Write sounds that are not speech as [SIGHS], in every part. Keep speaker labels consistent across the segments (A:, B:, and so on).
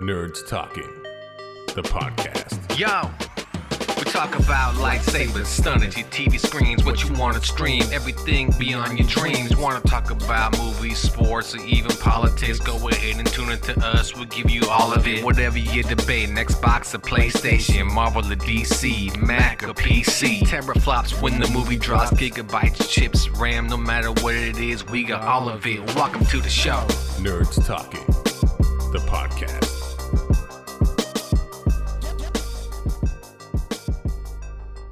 A: Nerds Talking, the podcast.
B: Yo, we talk about lightsabers, stunning your TV screens, what you want to stream, everything beyond your dreams. Want to talk about movies, sports, or even politics? Go ahead and tune in to us. We'll give you all of it. Whatever you debate, Xbox or PlayStation, Marvel or DC, Mac or PC. Teraflops when the movie drops, gigabytes, chips, RAM, no matter what it is, we got all of it. Welcome to the show.
A: Nerds Talking, the podcast.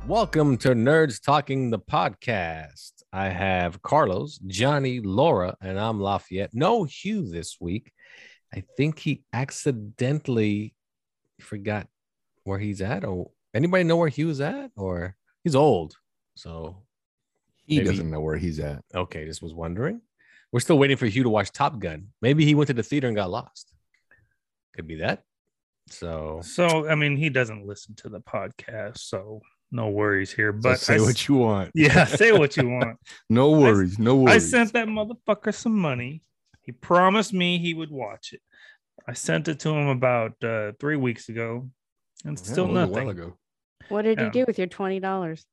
C: Welcome to Nerds Talking the Podcast. I have Carlos, Johnny, Laura, and I'm Lafayette. No Hugh this week. I think he accidentally forgot where he's at. Or anybody know where Hugh's at? Or he's old. So
D: He
C: Maybe-
D: doesn't know where he's at.
C: okay, just was wondering. We're still waiting for Hugh to watch Top Gun. Maybe he went to the theater and got lost. Could be that. So
E: So I mean, he doesn't listen to the podcast, so no worries here.
D: But
E: But
D: say
E: I s-
D: what you want.
E: [LAUGHS] yeah, say what you want.
D: No worries. no [LAUGHS] worries.
E: I sent that motherfucker some money. He promised me he would watch it. I sent it to him about uh, three weeks ago, and
D: Yeah,
E: still
D: a little
E: nothing.
D: While ago.
F: What did
E: Yeah.
F: you do with your twenty dollars?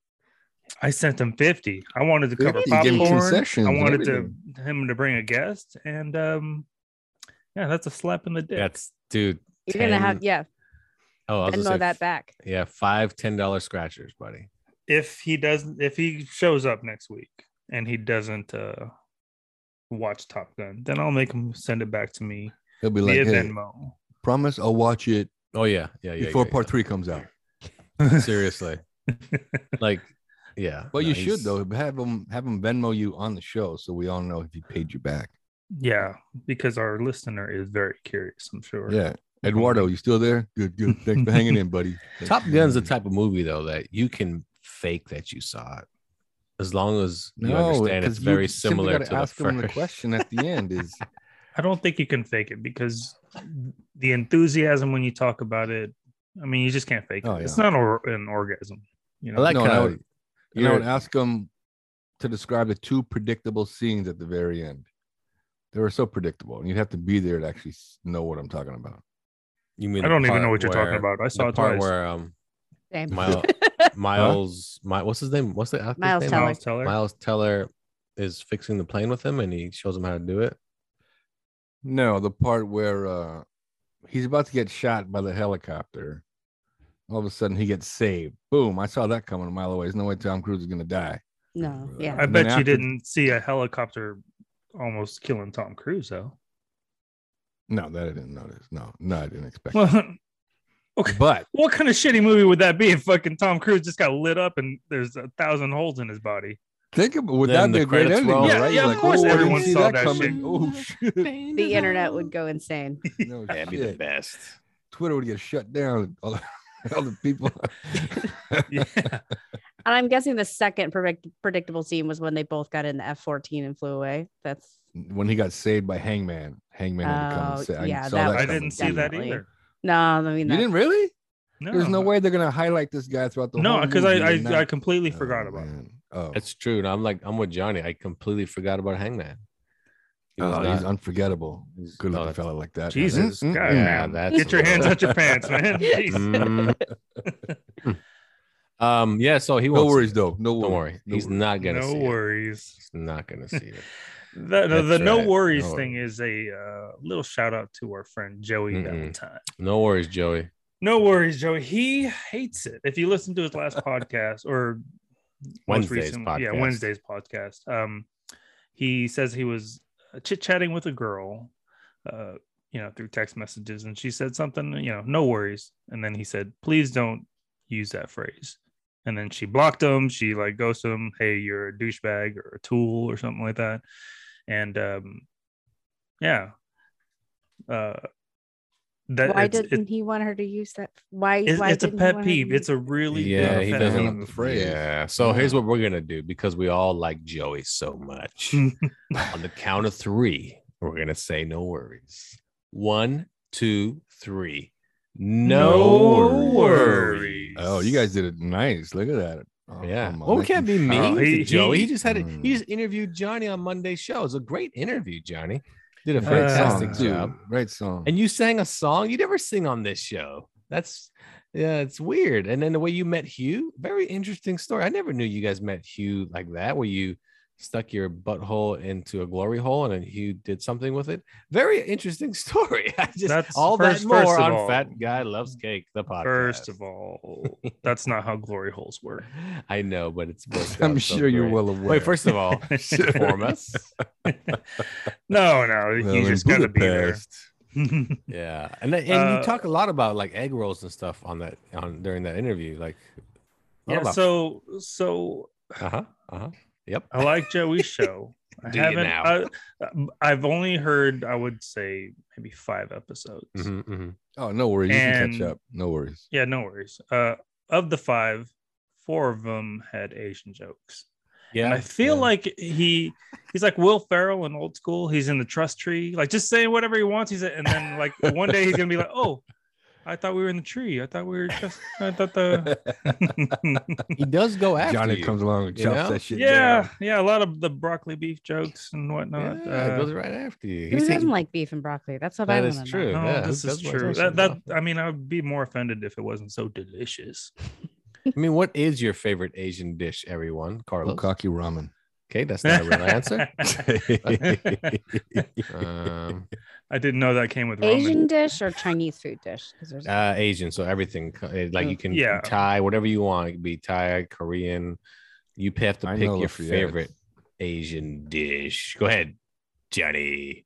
E: I sent him fifty. I wanted to cover
D: 50, give him
E: popcorn.
D: concessions
E: I
D: and
E: wanted to
D: everything.
E: him to bring a guest, and um, yeah, that's a slap in the dick.
C: that's dude.
F: You're gonna have
C: 10
F: yeah,
C: Oh, I was
F: and
C: gonna say
F: know that back.
C: Yeah, five ten dollar scratchers, buddy.
E: if he doesn't if he shows up next week and he doesn't uh watch top gun then i'll make him send it back to me
D: He'll be
E: via
D: like, hey,
E: venmo [LAUGHS]
D: promise I'll watch it
C: Oh yeah, yeah, yeah.
D: before
C: yeah,
D: part three [LAUGHS] comes
E: [LAUGHS]
D: out.
C: yeah. Seriously, like, yeah.
D: [LAUGHS] Well, you
C: no,
D: should
C: he's-
D: though. Have him have him Venmo you on the show so we all know if he paid you back.
E: yeah because our listener is very curious i'm sure
D: Yeah. Eduardo, you still there? Good, good. Thanks for hanging in, buddy. Thanks
C: Top
D: for
C: Gun's the
D: hanging
C: type of movie though that you can fake that you saw it, as long as
D: in.
C: you understand it's
D: 'cause you
C: very
D: simply
C: similar
D: gotta
C: to the
D: ask him the
C: first.
D: question at the end is
E: i don't think you can fake it because the enthusiasm when you talk about it i mean you just can't fake it
D: Oh,
E: it's
D: yeah.
E: not or, an orgasm you
C: [LAUGHS] I
E: know
C: like uh,
D: No, and I
C: how
D: would- and I would ask him to describe the two predictable scenes at the very end. They were so predictable, and you'd have to be there to actually s- know what I'm talking about.
C: you mean
E: i
C: the
E: don't even
C: part
E: know what you're talking
C: where-
E: about i saw
C: the
E: it
C: part
E: twice
C: where
E: [LAUGHS]
C: um
F: [LAUGHS] Same.
C: Mile- Miles, Mi- what's his name? What's the actor's
F: Miles
C: name?
F: Teller.
E: Miles Teller.
C: Miles Teller is fixing the plane with him, and he shows him how to do it.
D: No, the part where uh, he's about to get shot by the helicopter. All of a sudden, he gets saved. Boom! I saw that coming a mile away. There's no way Tom Cruise is gonna die.
F: no, yeah.
E: i
D: and then
E: bet you
D: after-
E: didn't see a helicopter almost killing tom cruise though [LAUGHS]
D: No, that I didn't notice. No, no, I didn't expect. that.
E: Well, okay.
D: But
E: What kind of shitty movie would that be if fucking Tom Cruise just got lit up and there's a thousand holes in his body? [LAUGHS]
D: think about would
C: Then the
D: that be a great
C: credits
D: ending?
C: roll,
D: though,
E: Yeah,
D: right?
E: yeah,
D: You're
E: of course
D: "Oh, I didn't
E: everyone
D: see
E: saw that shit."
D: coming. Oh [LAUGHS] shit!
F: The internet would go
E: [LAUGHS]
F: insane.
C: [LAUGHS]
D: No
C: That'd be the
D: shit.
C: best.
D: Twitter would get shut down. [LAUGHS] All the, all the people. [LAUGHS]
E: Yeah.
F: And I'm guessing the second predict- predictable scene was when they both got in the F-14 and flew away. That's
D: when he got saved by Hangman, Hangman had to come and
F: Oh,
D: say, I
F: yeah,
D: saw
F: that
D: that
F: was
E: I
D: coming.
E: didn't see that
C: e-
F: Definitely.
E: either.
F: no, I mean
D: You
F: that,
D: didn't really?
E: No.
D: There's no way they're gonna highlight this guy throughout the
E: No,
D: whole
E: because I
D: movie
E: I,
D: and
E: I
D: not-
E: completely
D: Oh,
E: forgot about it.
D: man. Oh,
C: That's true. And I'm like, I'm with Johnny. I completely forgot about Hangman. He was
D: oh,
C: not-
D: he's unforgettable.
C: he's-
D: Good
C: oh,
D: looking
C: that's-
D: fella like that.
E: Jesus,
D: Mm, mm,
E: God,
D: mm.
C: Yeah,
E: man.
C: that's
E: get your
C: a
E: hands
C: little-
E: out your
D: [LAUGHS]
E: pants, man. Jeez.
C: Mm. um, yeah, so he
D: No
C: won't see
D: worries
C: it.
D: though. No
C: Don't
D: worries.
C: worry.
D: No
C: he's
D: worries.
C: not gonna
E: No
C: see it.
E: worries.
C: He's not gonna see it.
E: The, the, the
C: That's
E: no
C: right.
E: worries
C: No
E: thing is a uh, little shout out to our friend Joey
D: Mm-hmm.
C: Mm-mm.
E: Valentine.
C: No worries, Joey.
E: No worries, Joey. He hates it. If you listen to
C: [LAUGHS]
E: his last podcast or most
C: Wednesday's
E: yeah,
C: podcast.
E: Wednesday's podcast, um, he says he was chit chatting with a girl, uh, you know, through text messages, and she said something, you know, no worries, and then he said, please don't use that phrase, and then she blocked him. She like ghosted him. Hey, you're a douchebag or a tool or something like that, and um, yeah, uh, that
F: why
E: it's- it-
F: didn't he want her to use that? Why?
E: it's,
F: why
E: it's a
F: didn't he
E: pet
F: want her to
E: peeve.
F: use
E: It's a really big
C: Yeah, he
E: pet
C: doesn't
E: peeve.
D: the phrase.
C: Yeah. So here's
D: Yeah.
C: what we're gonna do because we all like Joey so much. On the count of three, we're gonna say no worries. One, two, three. No,
E: No
C: worries.
E: worries.
D: Oh, you guys did it nice. Look at that. Oh,
C: Yeah.
D: come on,
C: Well, we
D: thank you.
C: can't
D: [LAUGHS]
C: be mean
E: Oh,
C: to
E: he-
C: Joey. He,
E: he-
C: just had it.
D: Mm.
C: He just interviewed Johnny on Monday's show. It was a great interview, Johnny. Did a
D: Great
E: Uh,
C: fantastic
D: song, dude.
C: job.
D: Great song.
C: And you sang a song you never sing on this show. That's yeah, it's weird. And then the way you met Hugh, very interesting story. I never knew you guys met Hugh like that, where you stuck your butthole into a glory hole and then Hugh did something with it. Very interesting [LAUGHS] story. I just
E: That's-
C: all
E: first-
C: that more
E: first of
C: on
E: all-
C: Fat Guy Loves Cake, the podcast.
E: First of all, that's not how glory holes work.
C: I know, but
D: [LAUGHS]
C: it's worked
D: I'm
C: out so
D: sure you're
C: great.
D: well aware.
C: Wait, first of [LAUGHS] all,
E: [LAUGHS]
C: form us.
E: no, no,
D: Well,
E: you
D: in
E: just gotta be there.
D: Budapest.
C: Yeah, and th- and you
E: Uh,
C: talk a lot about like egg rolls and stuff on that on during that interview, like a lot
E: yeah,
C: about-
E: so Uh, so
C: uh-huh, uh-huh. Yep.
E: I like Joey's show. I
C: Do you
E: haven't.
C: now?
E: I, have only heard, I would say, maybe five episodes.
C: Mhm, mhm.
D: Oh, no worries. you can
E: And-
D: catch up. No worries.
E: Yeah, no worries. Uh, of the five, four of them had Asian jokes.
C: Yeah.
E: I feel
C: yeah.
E: like he he's like Will Ferrell in old school. He's in the trust tree, like just saying whatever he wants. He's and then like one day he's
C: [LAUGHS]
E: gonna be like, oh. I thought we were in the tree. I thought we were just. I thought the.
C: [LAUGHS] he does go after
D: Johnny
C: you.
D: comes along and
C: you
D: chops
C: know?
D: that shit.
E: [LAUGHS] yeah,
D: down.
E: yeah. A lot of the broccoli beef jokes and
C: Yeah,
E: whatnot.
C: he
E: uh,
C: goes right after you.
F: Who
C: He's
F: doesn't
C: taking-
F: like beef and broccoli? That's what I
C: That
F: want
C: is
F: to
C: true.
E: No,
C: yeah, who
E: this is
C: doesn't like
E: true.
C: Johnson
E: That, that
C: Johnson?
E: I mean, I would be more offended if it wasn't so delicious.
C: I mean, what is your favorite Asian dish, everyone? Carlos. Okay,
D: Bukkake ramen.
C: that's not a real
E: [LAUGHS]
C: answer. [LAUGHS] Um,
E: I didn't know that came with ramen.
F: Asian dish or Chinese food dish? 'Cause there's-
C: uh, Asian, so everything co- eh, like you can
E: Mm, Yeah.
C: Thai, whatever you want. It could be Thai, Korean. You have to
D: I
C: pick
D: know
C: your
D: Lafayette.
C: favorite Asian dish. Go ahead, Johnny.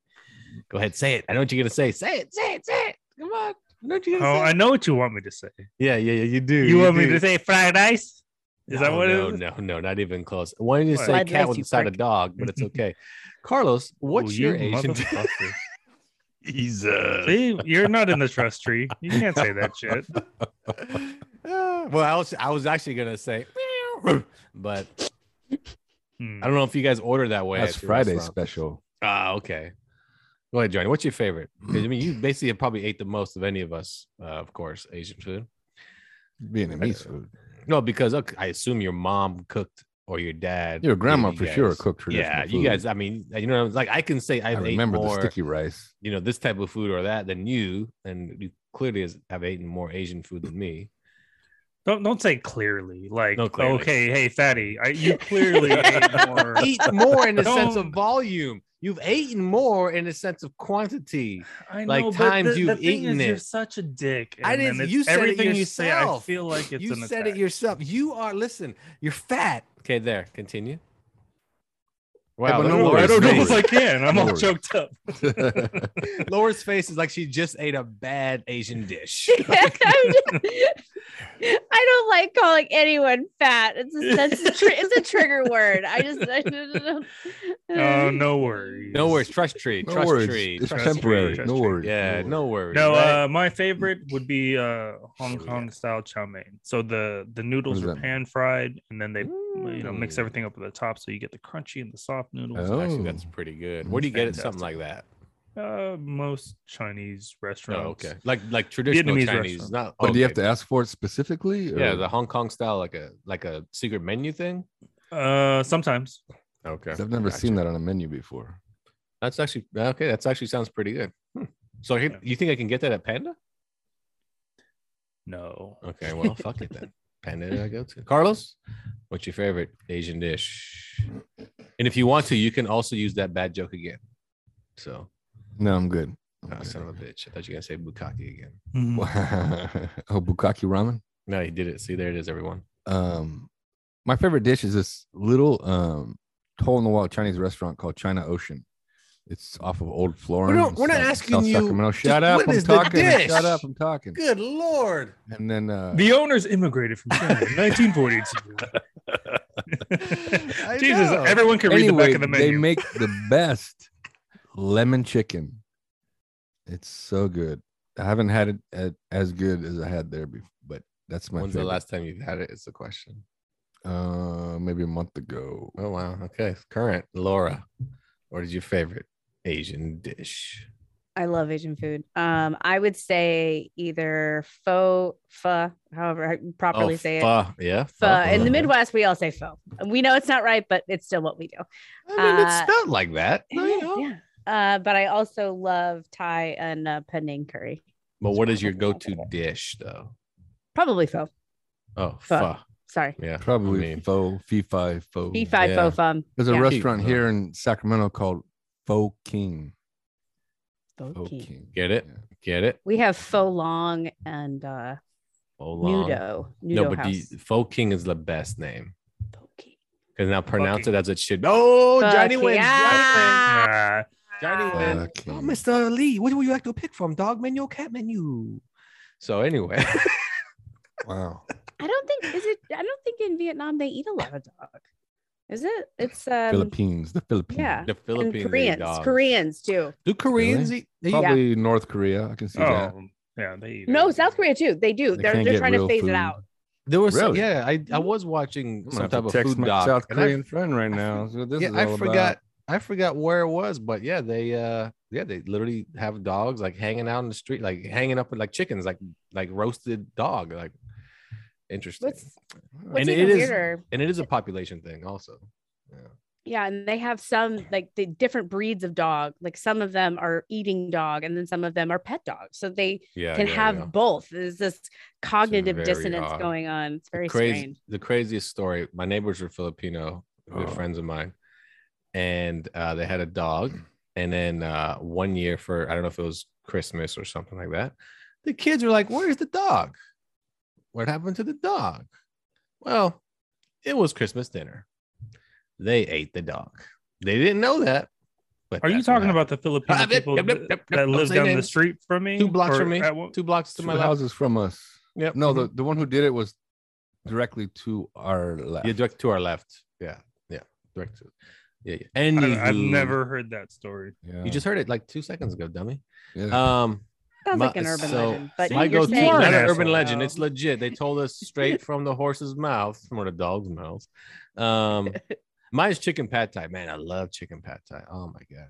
C: Go ahead, say it. I know what you're gonna say. Say it. Say it. Say it. Come on. I know what you're gonna
E: Oh,
C: say.
E: I know what you want me to say.
C: Yeah, yeah, yeah. You do.
E: You, want me
C: do.
E: to say fried rice? Is that
C: No,
E: what
C: no,
E: it is?
C: No, no, not even close. I wanted to
E: What?
C: say
F: Blood
C: cat
F: lust,
C: with
F: you
C: inside a
F: prick.
C: dog, but it's [LAUGHS] okay. Carlos, what's
E: Oh,
C: your
E: you
C: Asian? [LAUGHS]
E: motherfucker.
C: Jesus.
E: See, you're not in the trust tree. You can't say that shit.
C: [LAUGHS] Ah, well, I was I was actually gonna say, [LAUGHS] meow, but
E: Hmm.
C: [LAUGHS] I don't know if you guys order that way.
D: That's
C: at your
D: Friday
C: restaurant.
D: special.
C: Ah, okay. Go ahead, Johnny. What's your favorite? 'Cause, I mean, you basically have probably ate the most of any of us, uh, of course, Asian food. Uh,
D: Vietnamese food.
C: No, because okay, I assume your mom cooked or your dad.
D: Your
C: gave
D: grandma
C: you
D: for sure
C: guys-
D: cooked traditional
C: Yeah,
D: food.
C: you guys. I mean, you know, like I can say
D: I
C: I've ate
D: remember
C: more,
D: the sticky rice.
C: you know, this type of food or that than you, and you clearly is, have eaten more Asian food than me.
E: Don't don't say clearly. Like,
C: No, clearly.
E: okay, hey, fatty,
C: [LAUGHS]
E: I, you clearly ate more.
C: [LAUGHS] Eat more in the sense of
E: Don't-
C: [LAUGHS] volume. You've eaten more in the sense of quantity.
E: I
C: Like,
E: know, but
C: times
E: the,
C: you've
E: the thing
C: eaten
E: is You're
C: it.
E: such a dick.
C: I
E: and then
C: didn't-
E: it's-
C: you said it
E: everything you
C: yourself.
E: Say, I feel like it's
C: you
E: an
C: said
E: attack.
C: it yourself. You are listen. You're fat. Okay, there. Continue. Wow,
D: but
C: look
D: no
C: at
D: worries,
E: I
C: Laura's
E: don't know
D: no
C: face.
E: if I can. I'm
D: No
E: all
D: worries.
E: choked [LAUGHS]
C: [LAUGHS]
E: up.
C: Laura's face is like she just ate a bad Asian dish.
D: [LAUGHS]
F: I'm just- I don't like calling anyone fat. It's a, that's a tri- it's a trigger word. I just I don't,
E: Oh, no worries.
C: No worries. Trust tree.
D: [LAUGHS] No
C: trust
D: worries.
C: tree.
D: It's
C: trust
D: temporary.
C: tree.
E: Trust
D: No
E: tree.
D: worries.
C: Yeah, no worries.
E: No,
C: right?
E: uh, my favorite would be uh, Hong
C: Sure.
E: Kong style chow mein. So the the noodles
D: does
E: are
D: that mean?
E: pan fried, and then they Mm, you know mix
C: Ooh.
E: everything up at the top, so you get the crunchy and the soft noodles.
D: Oh.
C: Actually, that's pretty good. Where do you get it? Something like that.
E: Uh, most Chinese
C: Oh,
E: restaurants.
C: okay. Like like traditional
E: Vietnamese
C: Chinese,
E: restaurant.
C: not.
D: But do you have
C: okay.
D: to ask for it specifically?
C: Yeah,
D: or-
C: the Hong Kong style, like a like a secret menu thing.
E: Uh, sometimes.
C: Okay.
D: I've never seen that on a menu before.
C: That's actually okay. That's actually sounds pretty good. Hmm. So I- you think I can get that at Panda?
E: No.
C: Okay, well, fuck it then. Panda did I go to? Carlos, what's your favorite Asian dish? And if you want to, you can also use that bad joke again. So,
D: No, I'm good. I'm
C: ah,
D: good.
C: son of a bitch. I thought you were going to say bukkake again.
D: [LAUGHS]
E: Mm.
D: oh, bukkake ramen.
C: No, he did it. See, there it is, everyone.
D: Um, my favorite dish is this little um hole in the wall Chinese restaurant called China Ocean. It's off of Old Florence.
C: we're not
D: South-
C: asking
D: South
C: you
D: Sacramento.
C: just
D: Shut up!
C: what
D: I'm
C: is the
D: talking.
C: dish?
D: Shut up! I'm talking.
C: Good Lord.
D: And then uh,
E: The owners immigrated from China in
C: [LAUGHS]
E: 1942.
C: I
E: Jesus,
C: know.
E: everyone can read the back
D: anyway,
E: of the
D: they
E: menu.
D: make
E: [LAUGHS]
D: the best lemon chicken. It's so good. I haven't had it at, as good as I had there before, but that's my
C: When's
D: favorite.
C: the last time you've had it? Is the question.
D: uh, maybe a month ago.
C: Oh, wow. Okay. Current Laura, what is your favorite Asian dish?
F: I love Asian food. Um, I would say either pho, pho, however I properly
C: oh,
F: say it.
C: pho. Oh. Yeah.
F: Pho. In
C: okay.
F: the Midwest, we all say pho. We know it's not right, but it's still what we do.
C: I mean, it's
F: uh,
C: spelled like that.
F: It
C: No, you
F: is,
C: know.
F: yeah. Uh, but I also love Thai and uh, Penang curry.
C: But what is your go-to dish though?
F: Probably pho.
C: Oh,
F: Pho.
C: pho.
F: Sorry.
C: Yeah.
D: Probably
C: I mean-
D: faux, fee five, faux.
F: P five
C: yeah.
F: pho fum.
D: There's a
F: Yeah.
D: restaurant
C: Faux.
D: here in Sacramento called Faux King.
F: Pho
D: Faux
F: king.
D: King.
C: Get it?
D: Yeah.
C: Get it?
F: We have faux long and uh,
C: Pho long.
F: nudo. Nudo
C: No, but
F: house.
C: the Fo King is the best name.
F: Pho king.
C: Because now pronounce
E: King.
C: it as it should. Oh,
F: Pho
C: Johnny
F: King.
C: wins. Johnny
F: Ah.
E: Nah,
C: wins. Johnny wins.
D: Faux King.
C: Oh, Mr. Lee, what would you like to pick from? Dog menu or cat menu? So anyway, [LAUGHS]
D: Wow.
F: I don't think is it. I don't think in Vietnam they eat a lot of dog. Is it? It's um,
D: Philippines. The Philippines.
F: yeah.
C: the
F: And
C: Philippines. eat
F: Koreans,
C: dogs.
F: Koreans too.
C: Do Koreans eat? They eat
D: Probably North Korea. I can see that.
E: oh yeah, they eat
F: No,
E: it.
F: South Korea too. They do.
D: They
F: They are
D: can't
F: they're
D: get
F: trying to
D: real
F: phase
D: food.
F: it out.
C: There was some,
D: Really?
C: yeah. I,
F: Mm-hmm.
C: I was watching
D: I'm gonna
C: some
D: have to
C: type of
D: text
C: food
D: my
C: doc.
D: South
C: and I-
D: Korean friend right now. So this
C: yeah,
D: is all
C: I
D: about.
C: forgot. I forgot where it was, but yeah, they uh yeah they literally have dogs like hanging out in the street, like hanging up with like chickens, like like roasted dog, like interesting.
F: What's what's
C: And
F: even
C: it is-
F: weirder?
C: and it is a population thing also. Yeah.
F: Yeah, and they have some like the different breeds of dog. Like some of them are eating dog, and then some of them are pet dogs. So they
C: Yeah.
F: can
C: yeah,
F: have
C: yeah.
F: both. There's this cognitive
C: very
F: dissonance
C: odd.
F: going on. It's very
C: crazy,
F: strange.
C: The craziest story. My neighbors were Filipino, good
D: Oh.
C: friends of mine, and uh, they had a dog. And then uh, one year for I don't know if it was Christmas or something like that, the kids were like, "Where's the dog? What happened to the dog?" Well, it was Christmas dinner. They ate the dog. They didn't know that. But
E: Are you
C: that's what
E: talking
C: happened.
E: about the Filipino
C: Ah, yep,
E: people
C: yep, yep,
E: that-
C: yep, yep.
E: that
C: Don't
E: lives
C: say
E: down the
C: names.
E: street from me?
C: two blocks
E: Or
C: from me?
E: at one-
C: Two blocks to
D: Two
C: my left.
D: houses from us.
C: Yep.
D: No, the, the one who did it was directly to our left.
C: yeah, direct to our left. Yeah, yeah, direct to. Yeah, yeah.
E: I-
C: And
E: I've never heard that story.
D: Yeah.
C: You just heard it like two seconds ago, dummy.
D: Yeah.
C: Um,
F: Sounds
C: my-
F: like an urban
C: so
F: legend, but
C: my
F: you're
C: go-to
F: saying
E: You are
C: not
E: an
C: an
E: asshole.
C: urban legend. It's legit. They told us straight from the horse's mouth, from the dog's mouth.
F: [LAUGHS]
C: Um, mine's chicken pad thai. Man, I love chicken pad thai. Oh my god,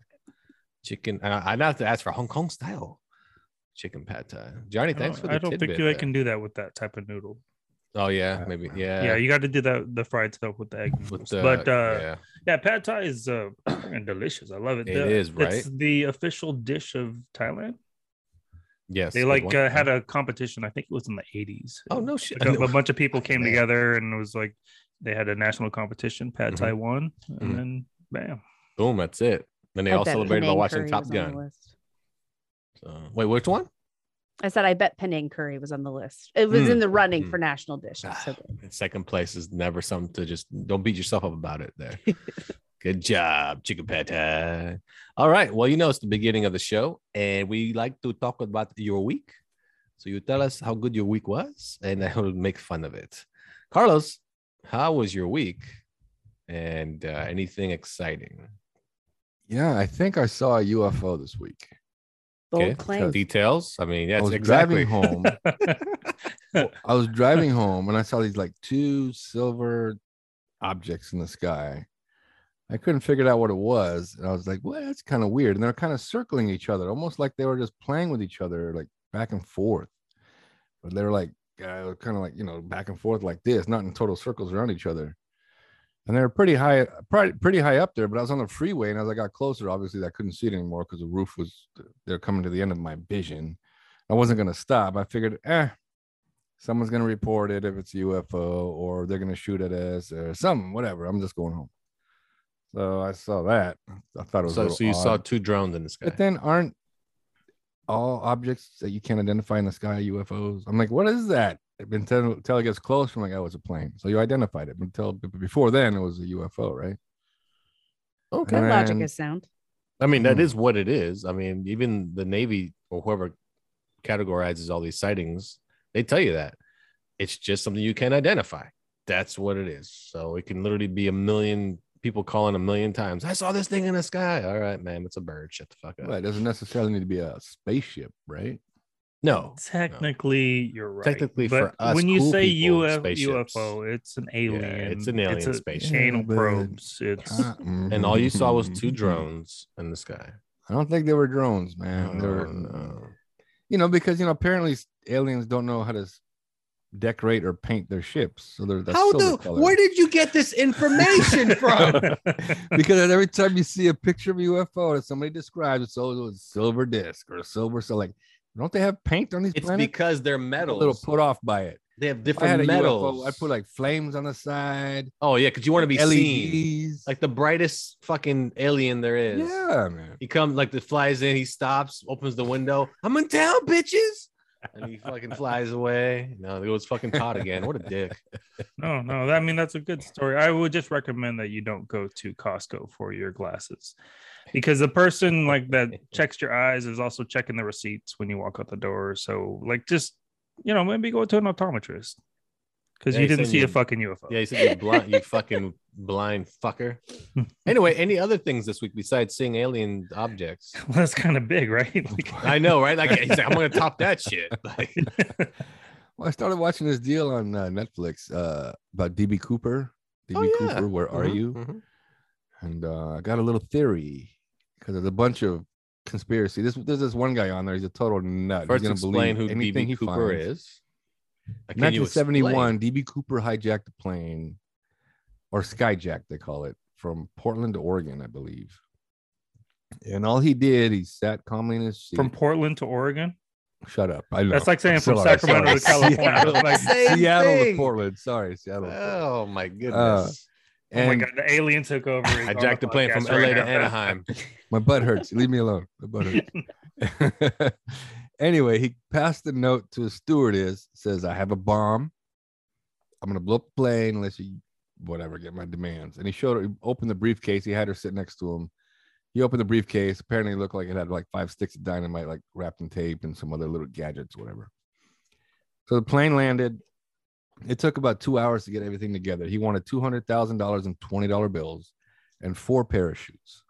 C: chicken. And I, I have to ask for Hong Kong style chicken pad thai. Johnny,
E: I
C: thanks
E: don't-
C: for the
E: Oh, I don't think
C: tidbit there.
E: they can do that with that type of noodle.
C: Oh yeah, maybe yeah.
E: yeah, you got to do that the fried stuff with the egg.
C: With
E: noodles.
C: the,
E: but uh, yeah.
C: yeah.
E: pad thai is uh, [CLEARS THROAT] fucking delicious. I love it.
C: It
E: The-
C: is,
E: It's
C: right?
E: the official dish of Thailand.
C: yes,
E: They
C: with
E: like
C: one-
E: uh, had a competition. I think it was in the eighties.
C: Oh no shit!
E: Like, a, a bunch of people came
C: Man.
E: together and it was like they had a national competition. Pad Thai won, and
C: Mhm.
E: then
C: [LAUGHS]
E: bam. [LAUGHS]
C: Boom, that's it. Then they
F: I
C: all
F: bet
C: celebrated by
F: Penang
C: watching
F: curry
C: Top
F: was on the
C: Gun.
F: list.
C: So, wait, which one?
F: I said I bet Penang curry was on the list. It was
C: Mm.
F: in the running
C: Mm.
F: for national dish. It was so good.
C: And second place is never something to just don't beat yourself up about it
F: [LAUGHS]
C: there. Good job, chicken pad thai. All right. Well, you know it's the beginning of the show, and we like to talk about your week. So you tell us how good your week was, and [LAUGHS] I will make fun of it. Carlos, how was your week? And uh, anything exciting?
D: yeah, I think I saw a UFO this week.
F: Bold
C: Okay.
F: claim.
C: Details? I mean,
D: I
C: yes,
D: was
C: exactly.
D: driving [LAUGHS] home. I was driving home and I saw these like two silver objects in the sky. I couldn't figure out what it was. And I was like, well, that's kind of weird. And they're kind of circling each other, almost like they were just playing with each other, like back and forth. But they were like, uh, kind of like, you know, back and forth like this, not in total circles around each other. And they were pretty high, pri- pretty high up there. But I was on the freeway, and as I got closer, obviously I couldn't see it anymore because the roof was—they're coming to the end of my vision. I wasn't going to stop. I figured, eh, someone's going to report it if it's a UFO or they're going to shoot at us or something, whatever. I'm just going home. So I saw that. I thought it was a
C: So,
D: little
C: so you
D: odd.
C: saw two drones in the sky.
D: But then aren't all objects that you can't identify in the sky UFOs? I'm like, what is that? Until, until it gets close, I'm like, oh, it's a plane. So you identified it. But Until but before then, it was a UFO, right?
C: Okay.
F: That logic
D: And-
F: is sound.
C: I mean, that
D: Hmm.
C: is what it is. I mean, even the Navy or whoever categorizes all these sightings, they tell you that it's just something you can't identify. That's what it is. So it can literally be a million people calling a million times. I saw this thing in the sky. All right, ma'am, it's a bird. Shut the fuck up.
D: Well, it doesn't necessarily need to be a spaceship, right?
C: No,
E: Technically, you're right.
C: Technically, for
E: but
C: us
E: when you
C: cool
E: say
C: people,
E: UF,
C: spaceships.
E: UFO, it's an
C: Yeah,
E: alien.
C: it's an alien
E: a
C: spaceship.
E: Anal
D: Yeah, but-
E: probes. It's
D: Ah,
C: and all you saw was two
D: [LAUGHS] Mhm.
C: drones in the sky.
D: mm-hmm. I don't think they were drones, man. they
C: Oh,
D: were,
C: no.
D: you know, because you know, apparently s- aliens don't know how to s- decorate or paint their ships. So they're that's
G: How do?
D: silver color.
G: Where did you get this
C: [LAUGHS]
D: [LAUGHS]
G: information from?
D: because every time you see a picture of a UFO that somebody describes, it's always a silver disc or a silver. So like, don't they have paint on these
C: It's
D: planets?
C: because they're
D: I'm
C: metals.
D: A little put off by it.
C: They have
D: If I had a
C: different
D: UFO,
C: metals.
D: I put like E flames on the side.
C: oh yeah, because you want to be
D: LEDs.
C: seen. Like the brightest fucking alien there is.
D: yeah, man.
C: He comes like the flies in, he stops, opens the window. I'm in town, bitches. And he fucking flies away. No, there goes fucking pot again. What a dick.
E: No, no. that- I mean, that's a good story. I would just recommend that you don't go to Costco for your glasses because the person like that
C: [LAUGHS]
E: checks your eyes is also checking the receipts when you walk out the door. So, like, just you know, maybe go to an optometrist because
C: Yeah,
E: you
C: he
E: didn't
C: said
E: see
C: you-
E: a fucking UFO.
C: Yeah, he said you blind, you fucking blind fucker. Anyway, any other things this week besides seeing alien objects?
E: [LAUGHS] Well, that's kind of
C: [LAUGHS]
E: big, right? Like,
C: I know, right? [LAUGHS] Like he's like, I'm gonna top that shit. [LAUGHS] Like,
D: Well, I started watching this deal on uh, Netflix uh, about DB Cooper. DB
C: Oh, yeah.
D: Cooper, where are
C: Mhm,
D: you?
C: mhm.
D: and uh, I got a little theory because there's a bunch of conspiracy. This there's this one guy on there. He's a total nut.
C: First,
D: he's gonna
C: explain who
D: believe anything
C: DB
D: he
C: Cooper
D: finds.
C: is. Like, can you explain?
D: 1971, DB Cooper hijacked a plane, or skyjacked they call it, from Portland to Oregon, I believe. And all he did, he sat calmly in his seat.
E: from Portland to Oregon.
D: Shut up! I know.
E: That's like saying
D: I'm
E: from
D: still on it. [LAUGHS]
E: Sacramento to
C: [LAUGHS]
D: Sorry.
E: California. Like, oh
D: Seattle,
C: Same
D: Seattle to
C: thing.
D: Portland. Sorry, Seattle. to Portland.
C: Oh my goodness!
E: oh my
D: And-
E: god, the alien took over. He's
C: I
E: on
C: jacked the plane from
E: podcast
C: LA
E: right
C: to
E: now.
C: Anaheim.
D: My butt hurts. Leave me alone. My butt hurts. [LAUGHS] anyway, he passed the note to his stewardess. Says, "I have a bomb. I'm gonna blow up the plane unless you, whatever, get my demands." And he showed her. He opened the briefcase. He had her sit next to him. He opened the briefcase. Apparently, it looked like it had like five sticks of dynamite, like wrapped in tape, and some other little gadgets, whatever. So the plane landed. It took about two hours to get everything together. He wanted two hundred thousand dollars in twenty dollar bills, and four parachutes.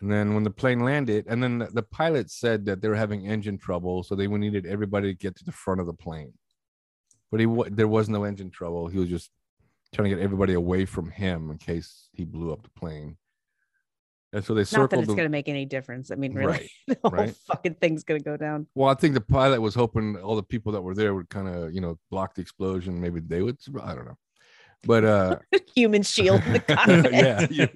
D: And then when the plane landed, and then the, the pilot said that they were having engine trouble, so they needed everybody to get to the front of the plane. But he wa- there was no engine trouble. He was just trying to get everybody away from him in case he blew up the plane. And so they
H: Not that
D: circled.
H: it's
D: the,
H: going to make any difference. I mean, really,
F: [LAUGHS]
D: Right,
H: the whole
D: right.
H: fucking thing's going to go down.
D: well, I think the pilot was hoping all the people that were there would kind of you know block the explosion. Maybe they would. survive. I don't know. But uh,
H: Human shield in the
E: [LAUGHS]
H: cockpit.
D: yeah,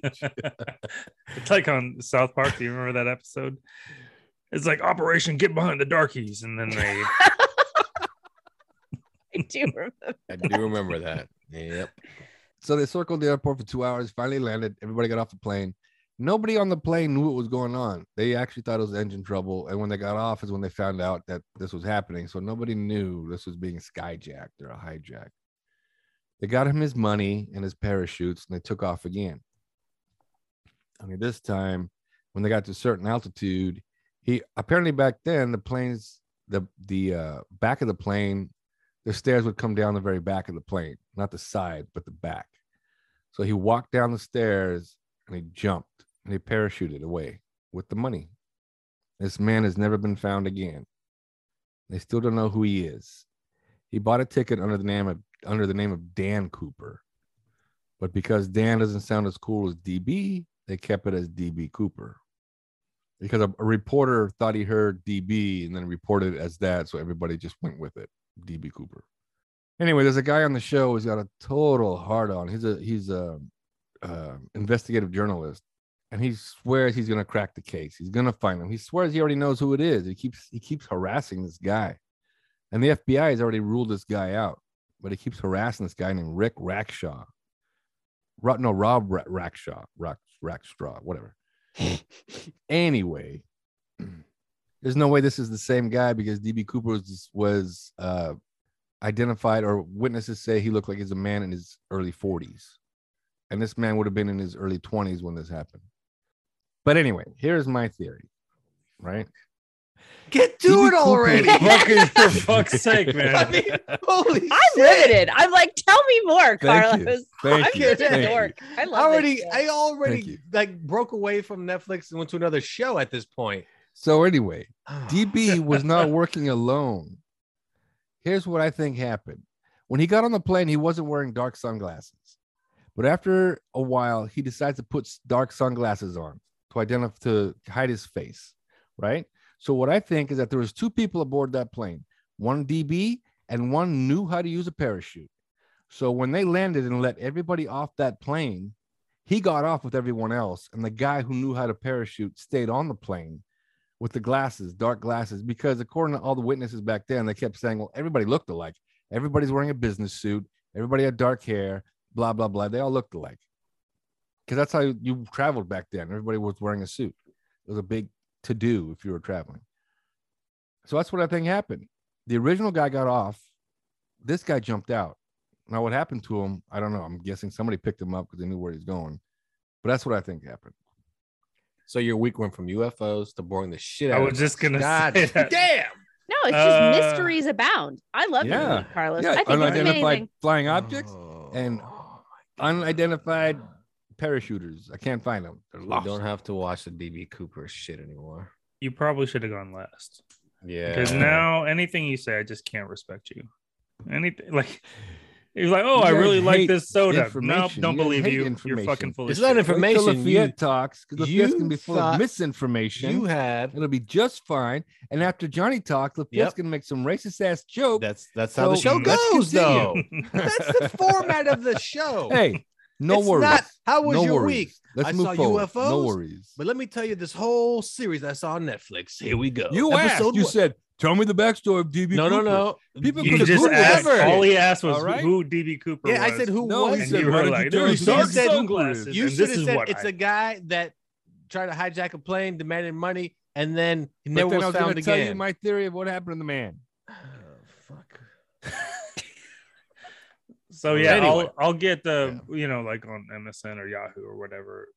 E: it's like on South Park. Do you remember that episode? It's like Operation Get Behind the Darkies, and then they
H: I do remember.
C: I do remember that. [LAUGHS] Yep.
D: So they circled the airport for two hours, finally landed. Everybody got off the plane. Nobody on the plane knew what was going on. They actually thought it was engine trouble. And when they got off is when they found out that this was happening. So nobody knew this was being skyjacked or a hijack. They got him his money and his parachutes and they took off again. Only this time, when they got to a certain altitude, he apparently back then the planes, the the uh, back of the plane the stairs would come down the very back of the plane, not the side, but the back. So he walked down the stairs and he jumped and he parachuted away with the money. This man has never been found again. They still don't know who he is. He bought a ticket under the name of under the name of Dan Cooper. But because Dan doesn't sound as cool as DB, they kept it as DB Cooper. Because a, a reporter thought he heard DB and then reported it as that, so everybody just went with it. DB Cooper. Anyway, there's a guy on the show who's got a total hard on. He's a he's a uh, investigative journalist, and he swears he's gonna crack the case. He's gonna find him. He swears he already knows who it is. He keeps he keeps harassing this guy, and the FBI has already ruled this guy out, but he keeps harassing this guy named Rick Rackshaw. Ro- no, Rob Ra- Rackshaw, Rock Rackstraw, whatever. anyway, there's no way this is the same guy because DB Cooper was was uh, identified or witnesses say he looked like he's a man in his early 40s, and this man would have been in his early 20s when this happened. But anyway, here's my theory, right?
G: Get to
D: DB
G: it
D: Cooper-
G: already. [LAUGHS]
E: [LAUGHS] fuckers for fuck's sake,
G: I
E: man.
G: mean, holy
H: I'm
G: shit.
H: riveted. I'm like, tell me more,
D: Thank
H: Carlos.
D: you. Thank
H: I'm
D: you.
H: just
D: Thank
H: a
D: you.
H: dork. I
C: I
H: love
C: already,
H: it.
C: I
D: Thank
C: already
D: you.
C: like broke away from Netflix and went to another show at this point. Ah.
D: So anyway, DB was not working alone. Here's what I think happened. When he got on the plane, he wasn't wearing dark sunglasses. But after a while, he decides to put s- dark sunglasses on to identify to hide his face, right? So what I think is that there was two people aboard that plane, one DB and one knew how to use a parachute. So when they landed and let everybody off that plane, he got off with everyone else. And the guy who knew how to parachute stayed on the plane with the glasses, dark glasses, because according to all the witnesses back then, they kept saying, well, everybody looked alike. Everybody's wearing a business suit. Everybody had dark hair, blah, blah, blah. They all looked alike. Because that's how you traveled back then. Everybody was wearing a suit. It was a big to do if you were traveling. So that's what I think happened. The original guy got off. This guy jumped out. Now, what happened to him? I don't know. I'm guessing somebody picked him up because they knew where he's going. But that's what I think happened.
C: So your week went from UFOs to boring the shit
E: I
C: out.
E: was
C: of
E: just gonna
C: God
E: say that.
C: damn.
F: No, it's just
E: Uh,
F: mysteries abound. I love
D: yeah.
F: you, Carlos.
D: Yeah,
F: I think it's
D: unidentified
F: amazing.
D: flying objects, and
C: Oh my God.
D: unidentified parachuters. I can't find them. They're
C: We
D: lost.
C: don't have to watch the DB Cooper shit anymore.
E: You probably should have gone last.
C: Yeah.
E: Because now anything you say, I just can't respect you. Anything like he's like, oh,
D: You
E: I
D: guys
E: really like
D: hate
E: this soda. Nope,
D: information.
E: don't
D: You guys
E: believe
D: hate
E: you. You're
D: information.
E: fucking full of
C: It's not
E: [LAUGHS] shit.
D: Wait till
C: information.
D: Lafayette
C: You,
D: talks because
C: you
D: Lafayette's gonna be full
C: thought
D: of misinformation.
C: you had.
D: It'll be just fine. And after Johnny talks, Lafayette's
C: Yep.
D: gonna make some racist ass joke.
C: That's that's how the
D: So
C: show
D: let's
C: goes, though.
D: continue.
G: That's
I: [LAUGHS]
G: the format of the
I: Oh.
G: show.
D: [LAUGHS] hey, no
G: It's
D: worries.
G: not, how was
D: no
G: your
D: worries.
G: week?
D: Let's
G: I
D: move
G: saw
D: forward. No
G: UFOs,
D: worries.
G: But let me tell you this whole series I saw on Netflix. Here we go.
D: you asked.
G: Episode
D: You
G: one.
D: said, "Tell me the backstory of DB."
C: No, no,
D: Cooper."
C: no.
D: People
E: [LAUGHS] You
D: could've
E: just
D: Googled
E: asked.
D: that shit.
E: All he asked was
D: All right?
E: who DB Cooper
G: Yeah,
E: was.
G: I said who
D: No,
G: was
D: he
E: And
D: said,
E: you
D: "Why
E: were
D: did
E: like,
D: you
E: no,
D: do
E: he
D: it?"
E: said
G: said-
E: sunglasses.
G: You
E: and
G: should
E: this
G: have
E: is
G: said
E: what
G: it's
E: I-
G: a guy that tried to hijack a plane, demanded money, and then he
D: But
G: never
D: then
G: was,
D: I was gonna
G: found
D: tell you
G: again. [LAUGHS]
D: my theory of what happened to the man.
G: fuck.
E: So yeah,
G: Anyway.
E: I'll I'll get the you know like on MSN or Yahoo or whatever.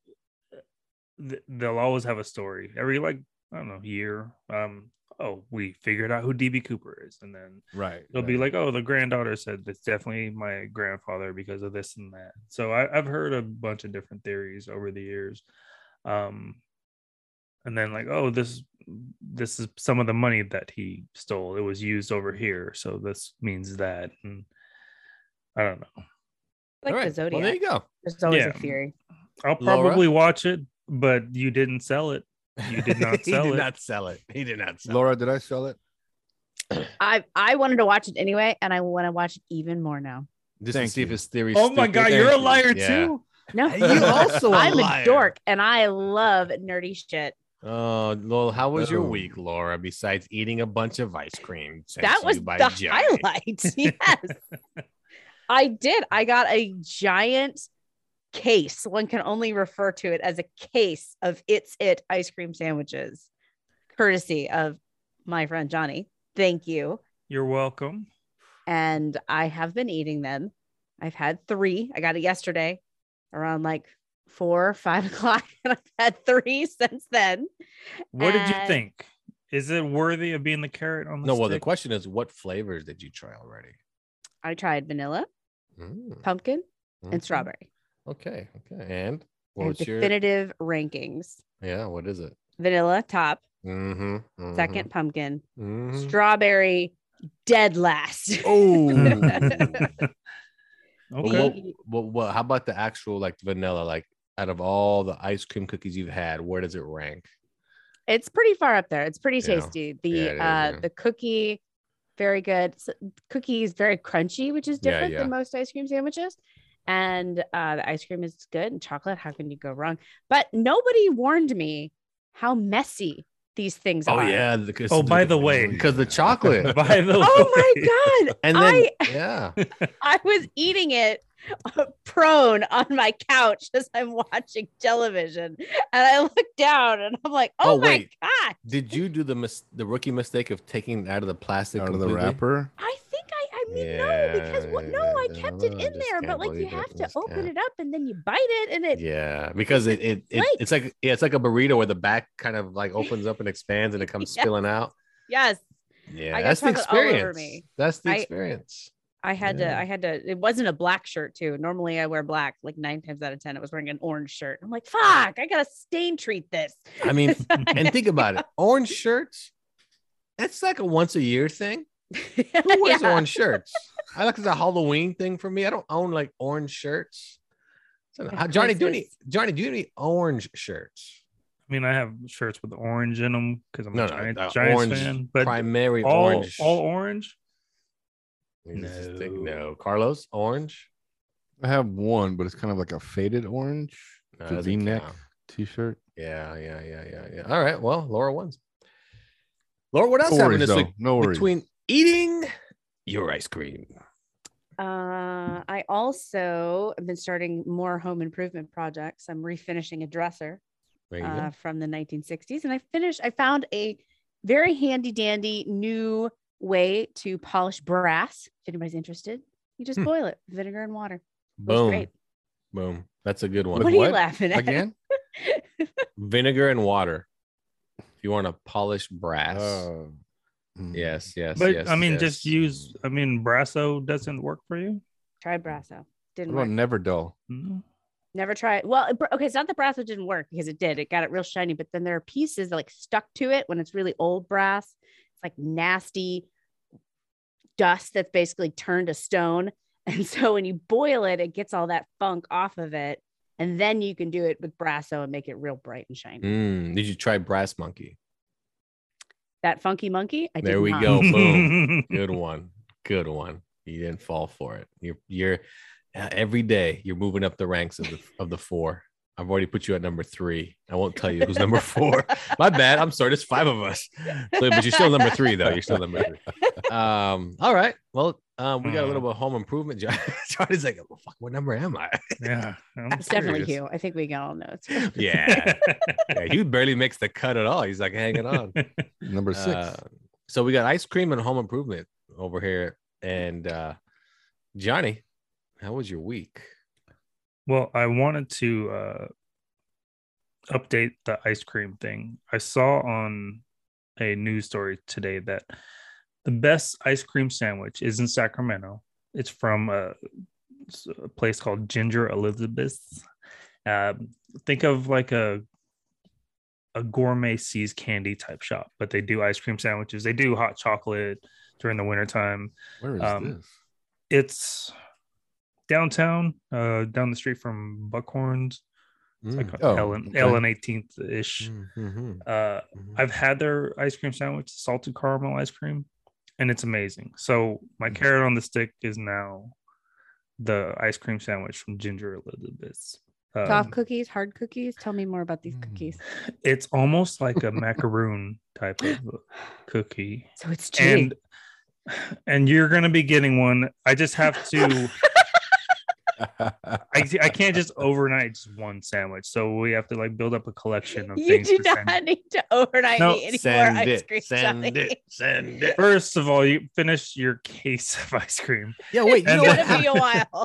E: th- They'll always have a story every like I don't know year. Um, oh, we figured out who DB Cooper is, and then
D: Right.
E: they'll be like, oh, the granddaughter said that's definitely my grandfather because of this and that. So I, I've heard a bunch of different theories over the years, um, and then like, oh, this this is some of the money that he stole. It was used over here, so this means that. And I don't know.
F: Like the
C: Well,
F: zodiac.
C: there you go.
H: There's always
E: Yeah.
H: a theory.
E: I'll
C: Laura?
E: probably watch it, but you didn't sell it. You
C: [LAUGHS]
E: did not
G: he
E: sell
G: did
E: it.
G: not sell it. He did not sell
D: Laura, did I sell it?
H: I I wanted to watch it anyway, and I want to watch it even more now.
C: Just
D: Thank
C: to see if
D: you.
C: his theory.
E: Oh my god, you're a liar too.
H: No,
G: it. [LAUGHS] You also a
H: I'm
G: liar.
H: a dork, and I love nerdy shit.
C: Oh, well, how was your
D: Oh.
C: week, Laura? Besides eating a bunch of ice cream, sent
H: that
C: to
H: was
C: you by
H: the
C: Johnny.
H: highlight. [LAUGHS] Yes. I did. I got a giant case. One can only refer to it as a case of It's It ice cream sandwiches, courtesy of my friend Johnny. Thank you.
E: You're welcome.
H: And I have been eating them. I've had three. I got it yesterday around like four, [LAUGHS] five o'clock, and I've had three [LAUGHS] since then.
E: What did you
H: And-
E: think? Is it worthy of being the carrot on the
C: No,
E: stick?
C: well, the question is, what flavors did you try already?
H: I tried vanilla,
C: Mm,
H: pumpkin,
C: mhm.
H: and strawberry.
C: Okay, okay, and what
H: And
C: was your?
H: definitive rankings.
C: Yeah, what is it?
H: Vanilla top,
C: Mm-hmm,
H: 2nd pumpkin, strawberry dead last. [LAUGHS]
C: Oh. [LAUGHS]
E: okay. [LAUGHS]
C: Well, what, what, what, how about the actual like vanilla? Like out of all the ice cream cookies you've had, where does it rank?
H: It's pretty far up there. It's pretty
C: Yeah.
H: tasty. The
C: Yeah, it is,
H: uh
C: yeah.
H: the cookie very good. S- Cookie is very crunchy, which is
C: Yeah,
H: different
C: yeah.
H: than most ice cream sandwiches. And uh the ice cream is good and chocolate, how can you go wrong? But nobody warned me how messy these things
C: Oh
H: are.
C: yeah. the-
E: Oh, by the way.
C: because the chocolate.
E: By the
H: Oh
E: way,
H: my god.
C: [LAUGHS] And then
H: I
C: [LAUGHS] yeah,
H: I was eating it uh, prone on my couch as I'm watching television. And I look down and I'm like,
C: Oh,
H: "Oh, my
C: wait.
H: god."
C: did you do the mis- the rookie mistake of taking it out of the plastic
D: Out of the
C: completely?
D: wrapper.
H: I think I, I mean, no, because
C: Yeah,
H: what? No,
C: yeah,
H: I
C: I
H: kept
C: don't
H: it
C: know, I
H: in
C: just
H: there, but
C: can't
H: like you
C: believe it.
H: have
C: I
H: to
C: just
H: open
C: can't.
H: it up and then you bite it, and it
C: Yeah, because it it, it
H: Flakes.
C: it's like yeah, it's like a burrito where the back kind of like opens up and expands and it
H: [LAUGHS]
C: comes
H: Yes.
C: spilling out.
H: yes,
C: Yeah,
H: I got
C: that's the
H: chocolate all over
C: experience.
H: me.
C: That's the
H: I-
C: experience.
H: I had
C: Yeah.
H: to, I had to. It wasn't a black shirt too. Normally I wear black, like nine times out of ten, I was wearing an orange shirt. I'm like, fuck, I gotta stain treat this.
C: I
H: [LAUGHS]
C: mean, [LAUGHS] and think about it, orange shirts. That's like a once a year thing.
H: [LAUGHS]
C: Who wears
H: Yeah.
C: orange shirts? I like it's a Halloween thing for me. I don't own like orange shirts. So,
H: Of
C: how- Johnny, do you
H: course
C: need Johnny? Do you need orange shirts?
E: I mean, I have shirts with orange in them because I'm
C: No,
E: a
C: no,
E: giant,
C: uh,
E: Giants
C: orange
E: fan. But
C: Primary
E: all
C: orange.
E: all orange.
C: Here's his stick.
E: No.
C: no. Carlos, orange.
D: I have one, but it's kind of like a faded orange
C: No,
D: The
C: doesn't
D: V-neck.
C: count.
D: t-shirt.
C: Yeah, yeah, yeah, yeah, yeah. All right. Well, Laura wins. Laura, what else
D: no
C: happened
D: worries,
C: this
D: though.
C: week?
D: No worries.
C: Between eating your ice cream.
H: Uh, I also have been starting more home improvement projects. I'm refinishing a dresser
C: There you go.
H: uh, from the 1960s, and I finished. I found a very handy dandy new way to polish brass. If anybody's interested, you just
C: Hmm.
H: boil it, vinegar and water. It was
C: Boom.
H: great.
C: Boom. That's a good one.
H: What,
D: With
H: are you
D: what?
H: laughing at? [LAUGHS]
D: Again?
C: Vinegar and water. If you want to polish brass.
D: Oh. Mm.
C: Yes, yes.
E: But
C: yes,
E: I mean,
C: yes.
E: just use. I mean, Brasso doesn't work for you.
H: Try Brasso. Didn't
D: What about
H: work.
D: never dull?
E: No.
H: Never try it. Well, it br- okay, it's not that Brasso didn't work because it did. It got it real shiny, but then there are pieces that like stuck to it when it's really old brass. It's like nasty dust that's basically turned to stone. [LAUGHS] And so when you boil it, it gets all that funk off of it. And then you can do it with Brasso and make it real bright and shiny.
C: Mm, did you try brass monkey?
H: That funky monkey. I
C: There
H: did
C: we
H: not. [LAUGHS]
C: go. boom. Good one. Good one. You didn't fall for it. You're you're uh, every day you're moving up the ranks of the of the four. I've already put you at number three. I won't tell you who's number
E: [LAUGHS]
C: four. My bad. I'm sorry. There's five of us, So, but you're still number three though. You're still number three. Um. All right. Well, um, we got a
E: Uh.
C: little bit of home improvement. [LAUGHS] John, John is like, well, fuck. What number am I?
E: [LAUGHS] Yeah. I'm
H: [LAUGHS] It's definitely
E: curious.
H: Hugh. I think we can all know.
C: [LAUGHS]
E: [LAUGHS]
H: It's
C: yeah. yeah. [LAUGHS] He barely makes the cut at all. He's like hanging on.
D: Number six.
C: Uh, so we got ice cream and home improvement over here. And uh Johnny, how was your week?
E: Well, I wanted to uh, update the ice cream thing. I saw on a news story today that the best ice cream sandwich is in Sacramento. It's from a, s- a place called Ginger Elizabeth's. Um, think of like a a gourmet sees candy type shop, but they do ice cream sandwiches. They do hot chocolate during the wintertime
D: Where is
E: um,
D: this?
E: it's downtown, uh, down the street from Buckhorns, It's like
C: Mm.
D: Oh,
E: Ellen
D: okay.
E: Ellen 18th ish.
C: Mhm.
E: Uh, I've had their ice cream sandwich, salted caramel ice cream, and it's amazing. So my carrot on the stick is now the ice cream sandwich from Ginger Elizabeth's.
H: soft
E: Um,
H: cookies, hard cookies. Tell me more about these
C: mm.
H: cookies.
E: it's almost like
H: [LAUGHS]
E: a macaroon type of cookie.
H: So it's cheating.
E: and and you're gonna be getting one. I just have to.
C: mm-hmm.
E: I, I can't just overnight just one sandwich. So we have to like build up a collection of
H: you
E: things.
H: do
E: to
H: not
E: send.
H: need to overnight [LAUGHS]
E: No,
H: me any
C: Send
H: more ice
C: it,
H: cream.
C: send
H: Johnny. [LAUGHS]
C: it, send it.
E: First of all, you finish your case [LAUGHS] of ice cream.
C: Yeah, wait. You
E: And
C: know
E: then-
C: what?
H: It's gonna be a while.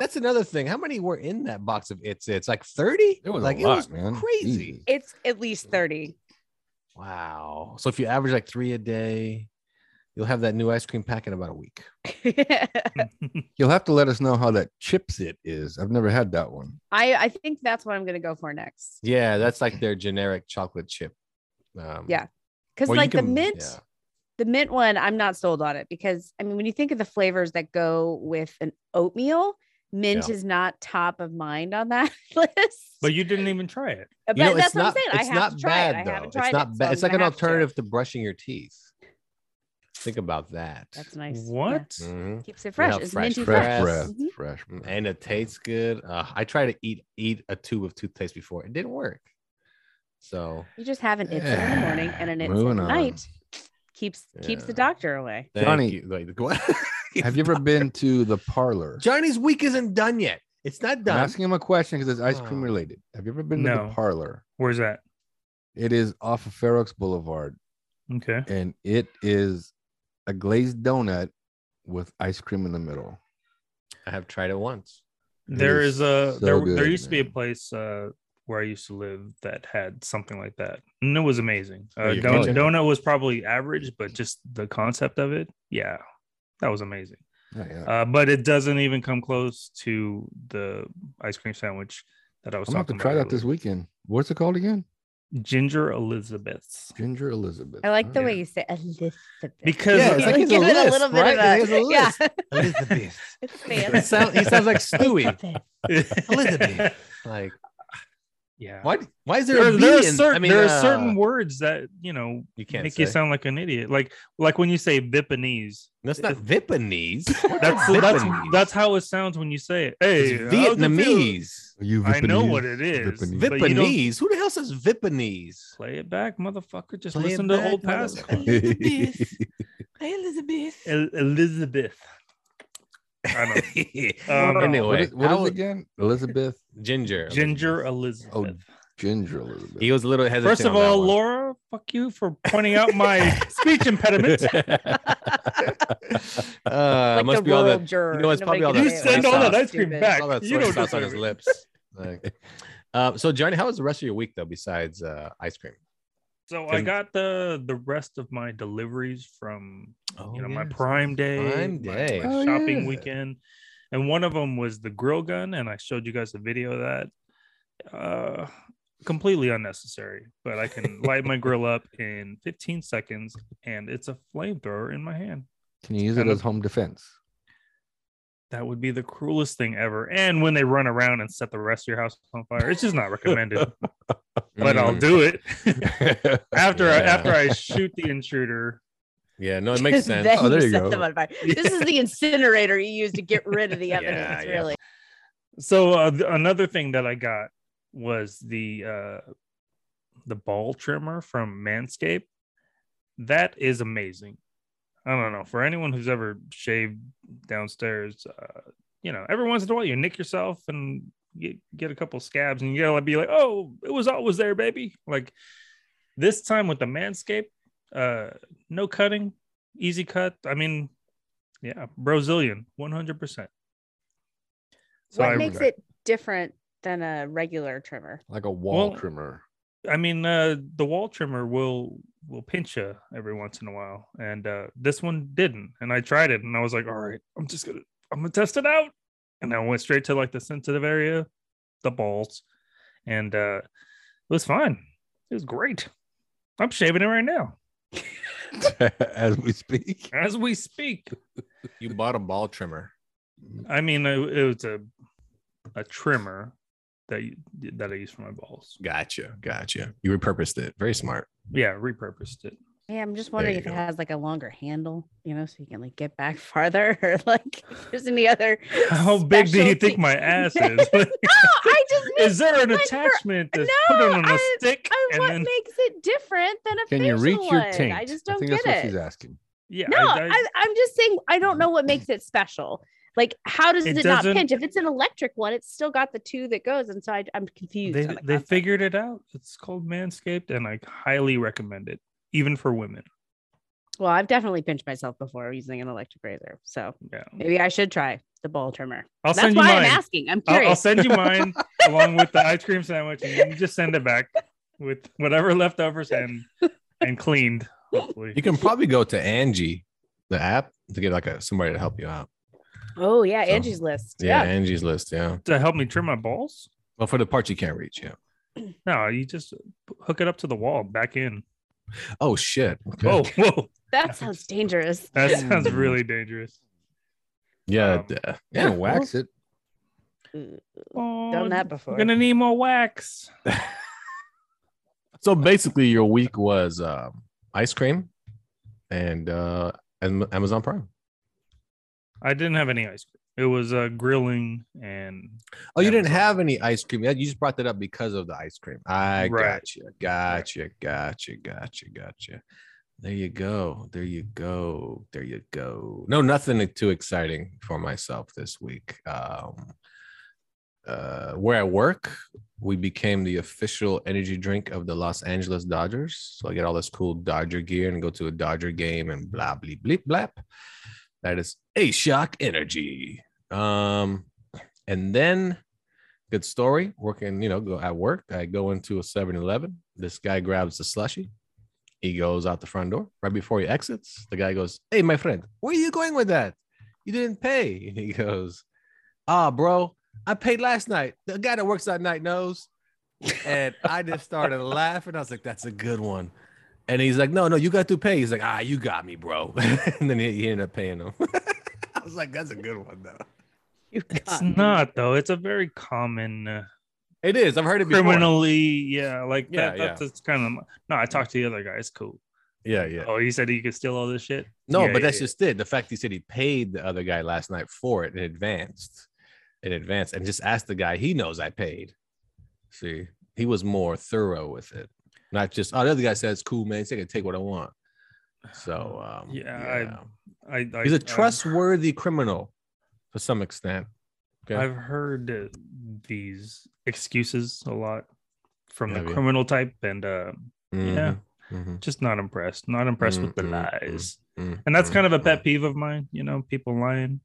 C: [LAUGHS] That's another thing. How many were in that box of it's it's like 30?
D: It was
C: like
D: a lot, man.
C: crazy.
D: Jesus.
H: It's at least thirty.
C: Wow. So if you average like three a day, you'll have that new ice cream pack in about a week.
H: I
C: Mm.
D: You'll have to let us know how that chips it is. I've never had that one.
H: [LAUGHS] I think that's what I'm gonna go for next.
C: Yeah, that's like their generic chocolate chip. Um,
H: Yeah. Because
C: or you
H: like the
C: can-
H: mint,
C: yeah.
H: the mint one, I'm not sold on it because I mean when you think of the flavors that go with an oatmeal, mint
C: Yeah.
H: is not top of mind on that [LAUGHS] list.
E: But you didn't even try it.
H: But
C: You know,
H: that's
C: it's
H: what
C: not,
H: I'm saying. I
C: It's
H: have
C: not
H: to try
C: bad
H: it. I
C: though.
H: haven't tried
C: it's not
H: it. so
C: bad.
H: I'm
C: it's like an
H: gonna have to.
C: alternative to. brushing your teeth. Think about that.
H: That's nice. Yeah.
E: What?
C: Mhm.
H: Keeps it fresh.
C: Yeah,
H: It's
C: fresh
H: minty
C: breath.
H: fresh.
D: Fresh breath.
H: Mhm.
D: Fresh breath.
C: And it tastes good. Uh, I tried to eat eat a tube of toothpaste before. It didn't work. So
H: You just have an it's in the
C: [SIGHS]
H: morning and an it's at
D: Moving on.
H: night. Keeps keeps the
C: Yeah.
H: doctor away.
C: thank
D: Johnny,
C: you. Like, [LAUGHS] what?
D: Have you ever been to the parlor?
C: Johnny's week isn't done yet. It's not
D: I'm
C: done.
D: asking him a question because it's ice cream
C: Oh.
D: related. Have you ever been to
E: No.
D: the parlor?
E: Where's that?
D: It is off of Fair Oaks Boulevard,
E: Okay.
D: and it is a glazed donut with ice cream in the middle.
C: I have tried it once.
D: It
E: There
D: is
E: is a
D: so
E: there there
D: good,
E: used to be a
D: man.
E: place uh where I used to live that had something like that. And it was amazing. Uh,
D: you
E: don-
D: can-
E: donut was probably average, but just the concept of it, yeah. That was amazing.
D: Oh, yeah.
E: Uh, but it doesn't even come close to the ice cream sandwich that I was
D: I'm gonna have to
E: talking
D: try
E: about.
D: that this weekend. What's it called again?
E: earlier. Ginger Elizabeth's.
D: Ginger Elizabeth.
H: I like the
D: Oh.
H: way you say Elizabeth.
E: Because
C: Yeah, it's like
H: You
C: he's a
H: give it
C: lisp,
H: a little bit
C: right?
H: of
C: He's a
H: a, [LAUGHS] yeah.
C: lisp. Elizabeth.
H: [LAUGHS]
E: [LAUGHS]
H: It's
C: It sound- he sounds like Stewie.
H: Elizabeth.
C: Elizabeth. Like
E: Yeah.
C: Why? Why is there,
E: There,
C: a
E: there are
C: bee in-
E: certain,
C: I mean,
E: there are
C: uh,
E: certain words that you know
C: you can't
E: make
C: say.
E: you sound like an idiot. Like like when you say Vietnamese,
C: that's not Vietnamese.
E: [LAUGHS] that's that's that's how it sounds when you say it. Hey,
C: It's
E: how's it feel?
C: Vietnamese.
D: You
E: I know
D: Vietnamese?
E: what it is.
D: Vietnamese.
E: but you don't-
C: Vietnamese. Who the hell says Vietnamese?
E: [LAUGHS] Play it back, motherfucker. Just
C: Play it
E: listen to
C: back,
E: old
C: mother-
E: past
D: Elizabeth.
F: Elizabeth.
E: [LAUGHS] El- Elizabeth. I
C: [LAUGHS]
E: don't know.
D: [LAUGHS]
E: Um,
D: What
C: anyway,
D: is, what
C: how
D: is it
C: was-
D: again? Elizabeth
C: Ginger.
E: Ginger Elizabeth.
D: Oh, Ginger Elizabeth.
C: He was a little hesitant.
E: First of
C: on that
E: all,
C: one.
E: Laura, fuck you for pointing out my speech
C: [LAUGHS]
E: impediment.
C: uh,
H: like
C: must
H: the
C: be all
H: rural
C: that.
H: juror.
C: you know, it's
H: Nobody
C: probably all that
H: can
E: You
H: say it.
C: soy
E: send all that
C: sauce.
E: ice cream
H: Stupid.
E: back.
C: All that
E: You
C: soy
E: don't
C: sauce on his
E: deserve it.
C: lips. Like- Uh, so, Johnny, how was the rest of your week though? Besides uh, ice cream.
E: So I
C: Can-
E: got the the rest of my deliveries from
C: Oh,
E: you know my Prime Day,
C: Prime
E: my-
C: Day.
E: my
D: Oh,
E: shopping
D: yeah.
E: weekend, and one of them was the grill gun, and I showed you guys a video of that. Uh, completely unnecessary, but I can light my grill up in 15 seconds, and it's a flamethrower in my hand.
D: Can you use it
E: Kind of-
D: as home defense?
E: That would be the cruelest thing ever. And when they run around and set the rest of your house on fire, it's just not recommended. but I'll do it
D: it.
E: [LAUGHS] after I,
C: Mm. Yeah.
E: after I shoot the intruder.
C: Yeah, no, it makes sense.
H: [LAUGHS] Then
D: Oh, there you
H: set
D: go.
H: them on fire. This is the incinerator you use to get
C: [LAUGHS]
H: rid of the
C: Yeah,
H: evidence,
C: yeah.
H: really.
E: So uh, th- another thing that I got was the uh, the ball trimmer from Manscaped. That is amazing. I don't know for anyone who's ever shaved downstairs. Uh, you know, every once in a while you nick yourself and get, get a couple scabs, and you gotta be like, "Oh, it was always there, baby." Like this time with the Manscaped, uh, no cutting, easy cut. I mean, yeah, Brazilian, one hundred percent.
D: What
H: What makes it different than a regular trimmer?
D: like a wall
E: Well,
H: [LAUGHS]
D: trimmer. [LAUGHS]
E: I mean, uh, the wall trimmer will will pinch you every once in a while, and uh, this one didn't. And I tried it, and I was like, "All right, I'm just gonna I'm gonna test it out." And I went straight to like the sensitive area, the balls, and uh, it was fine. It was great. I'm shaving it right now
D: as we speak.
E: as we speak.
C: You bought a ball trimmer.
E: I mean, it, it was a a trimmer that you, that I use for my balls.
C: Gotcha, gotcha. You repurposed it. Very smart.
E: Yeah, repurposed it.
H: Yeah, I'm just wondering
C: you
H: if it
C: go.
H: has like a longer handle, you know, so you can like get back [LAUGHS] farther or like if there's any other.
E: [LAUGHS]
H: [LAUGHS]
E: How big do you think
H: specialty-
E: my ass
H: [LAUGHS]
E: is? [LAUGHS]
H: no, I just mean,
E: Is there an
H: went for-
E: attachment that's
H: No,
E: put on a
H: I-
E: stick
H: I-
E: and
H: what
E: then
H: makes it different than a
D: Can you
H: facial
D: reach your
H: one?
D: taint?
H: I just don't
D: think
H: get
D: that's what she's
H: it.
D: asking.
E: yeah
H: No,
E: I- I-
H: I, I, am just saying I don't know what makes it special. Like, how does
E: It
H: it, not
E: doesn't-
H: pinch? If it's an electric one, it's still got the two that goes, and so I, I'm confused.
E: they
H: on the
E: they
H: concept.
E: figured it out. It's called Manscaped, and I highly recommend it, even for women.
H: Well, I've definitely pinched myself before using an electric razor, so
E: Yeah,
H: maybe I should try the ball trimmer.
E: I'll
H: That's
E: send you
H: why
E: mine.
H: I'm asking. I'm
E: I'll, I'll
H: curious.
E: send you
H: [LAUGHS]
E: mine along with the ice cream sandwich, and you can just send it back with whatever leftovers and and cleaned. Hopefully,
C: You can probably go to Angie, the app, to get like a somebody to help you out.
H: oh yeah,
C: So,
H: Angie's list.
C: Yeah,
H: Yeah.
C: Angie's list. Yeah.
E: to help me trim my balls.
C: Well, for the parts you can't reach. Yeah.
E: No, you just hook it up to the wall, back in.
C: Oh shit. Okay.
E: Whoa, whoa,
H: that sounds dangerous.
E: that sounds really dangerous.
C: Yeah.
E: Um,
C: d- yeah.
D: Yeah, wax it.
E: Oh,
H: Done that before.
E: I'm gonna need more wax.
C: So basically, your week was um, ice cream and uh, Am- Amazon Prime.
E: I didn't have any ice cream. It was uh, grilling and
H: [LAUGHS]
C: Oh, you didn't
E: Amazon.
C: have any ice cream. Yeah, You just brought that up because of the ice cream. I
E: Right.
C: gotcha. Gotcha. Gotcha. Gotcha. Gotcha. There you go. There you go. There you go. No, nothing too exciting for myself this week. Um, uh, where I work, we became the official energy drink of the Los Angeles Dodgers. So I get all this cool Dodger gear and go to a Dodger game and blah, blah, bleep, blap. That is A Shock Energy. Um, and then good story working you know go at work i go into a 7-eleven this guy grabs the slushy he goes out the front door right before he exits the guy goes hey my friend where are you going with that you didn't pay [LAUGHS] and he goes ah bro i paid last night the guy that works that night knows and i just started laughing i was like that's a good one and he's like no no you got to pay he's like ah you got me bro [LAUGHS] and then he, he ended up paying him [LAUGHS] i was like that's a good one though
H: You
E: It's
H: got me.
E: not though. It's a very common. Uh,
C: It is. I've heard it before.
E: criminally. Yeah, like
C: Yeah,
E: that,
C: yeah.
E: that's just kind of. No, I talked to the other guy. It's cool.
C: Yeah, yeah.
E: Oh, he said he could steal all this shit.
C: No,
E: Yeah,
C: but
E: yeah,
C: that's
E: yeah.
C: just it. The fact he said he paid the other guy last night for it in advance, in advance, and just asked the guy he knows I paid. See, he was more thorough with it, not just oh the other guy says cool man, he's gonna take what I want. So um,
E: Yeah, I- um, I, I
C: he's a
E: I've-
C: trustworthy criminal to some extent. Okay.
E: I've heard uh, these excuses a lot from
C: Have
E: the
C: you?
E: criminal type, and uh, yeah,
C: Mhm, mhm,
E: just not impressed. Not impressed with the
C: Mm, mm, mm,
E: lies,
C: mhm,
E: and that's
C: mhm,
E: kind of a
C: mhm.
E: pet peeve of mine. You know, people lying.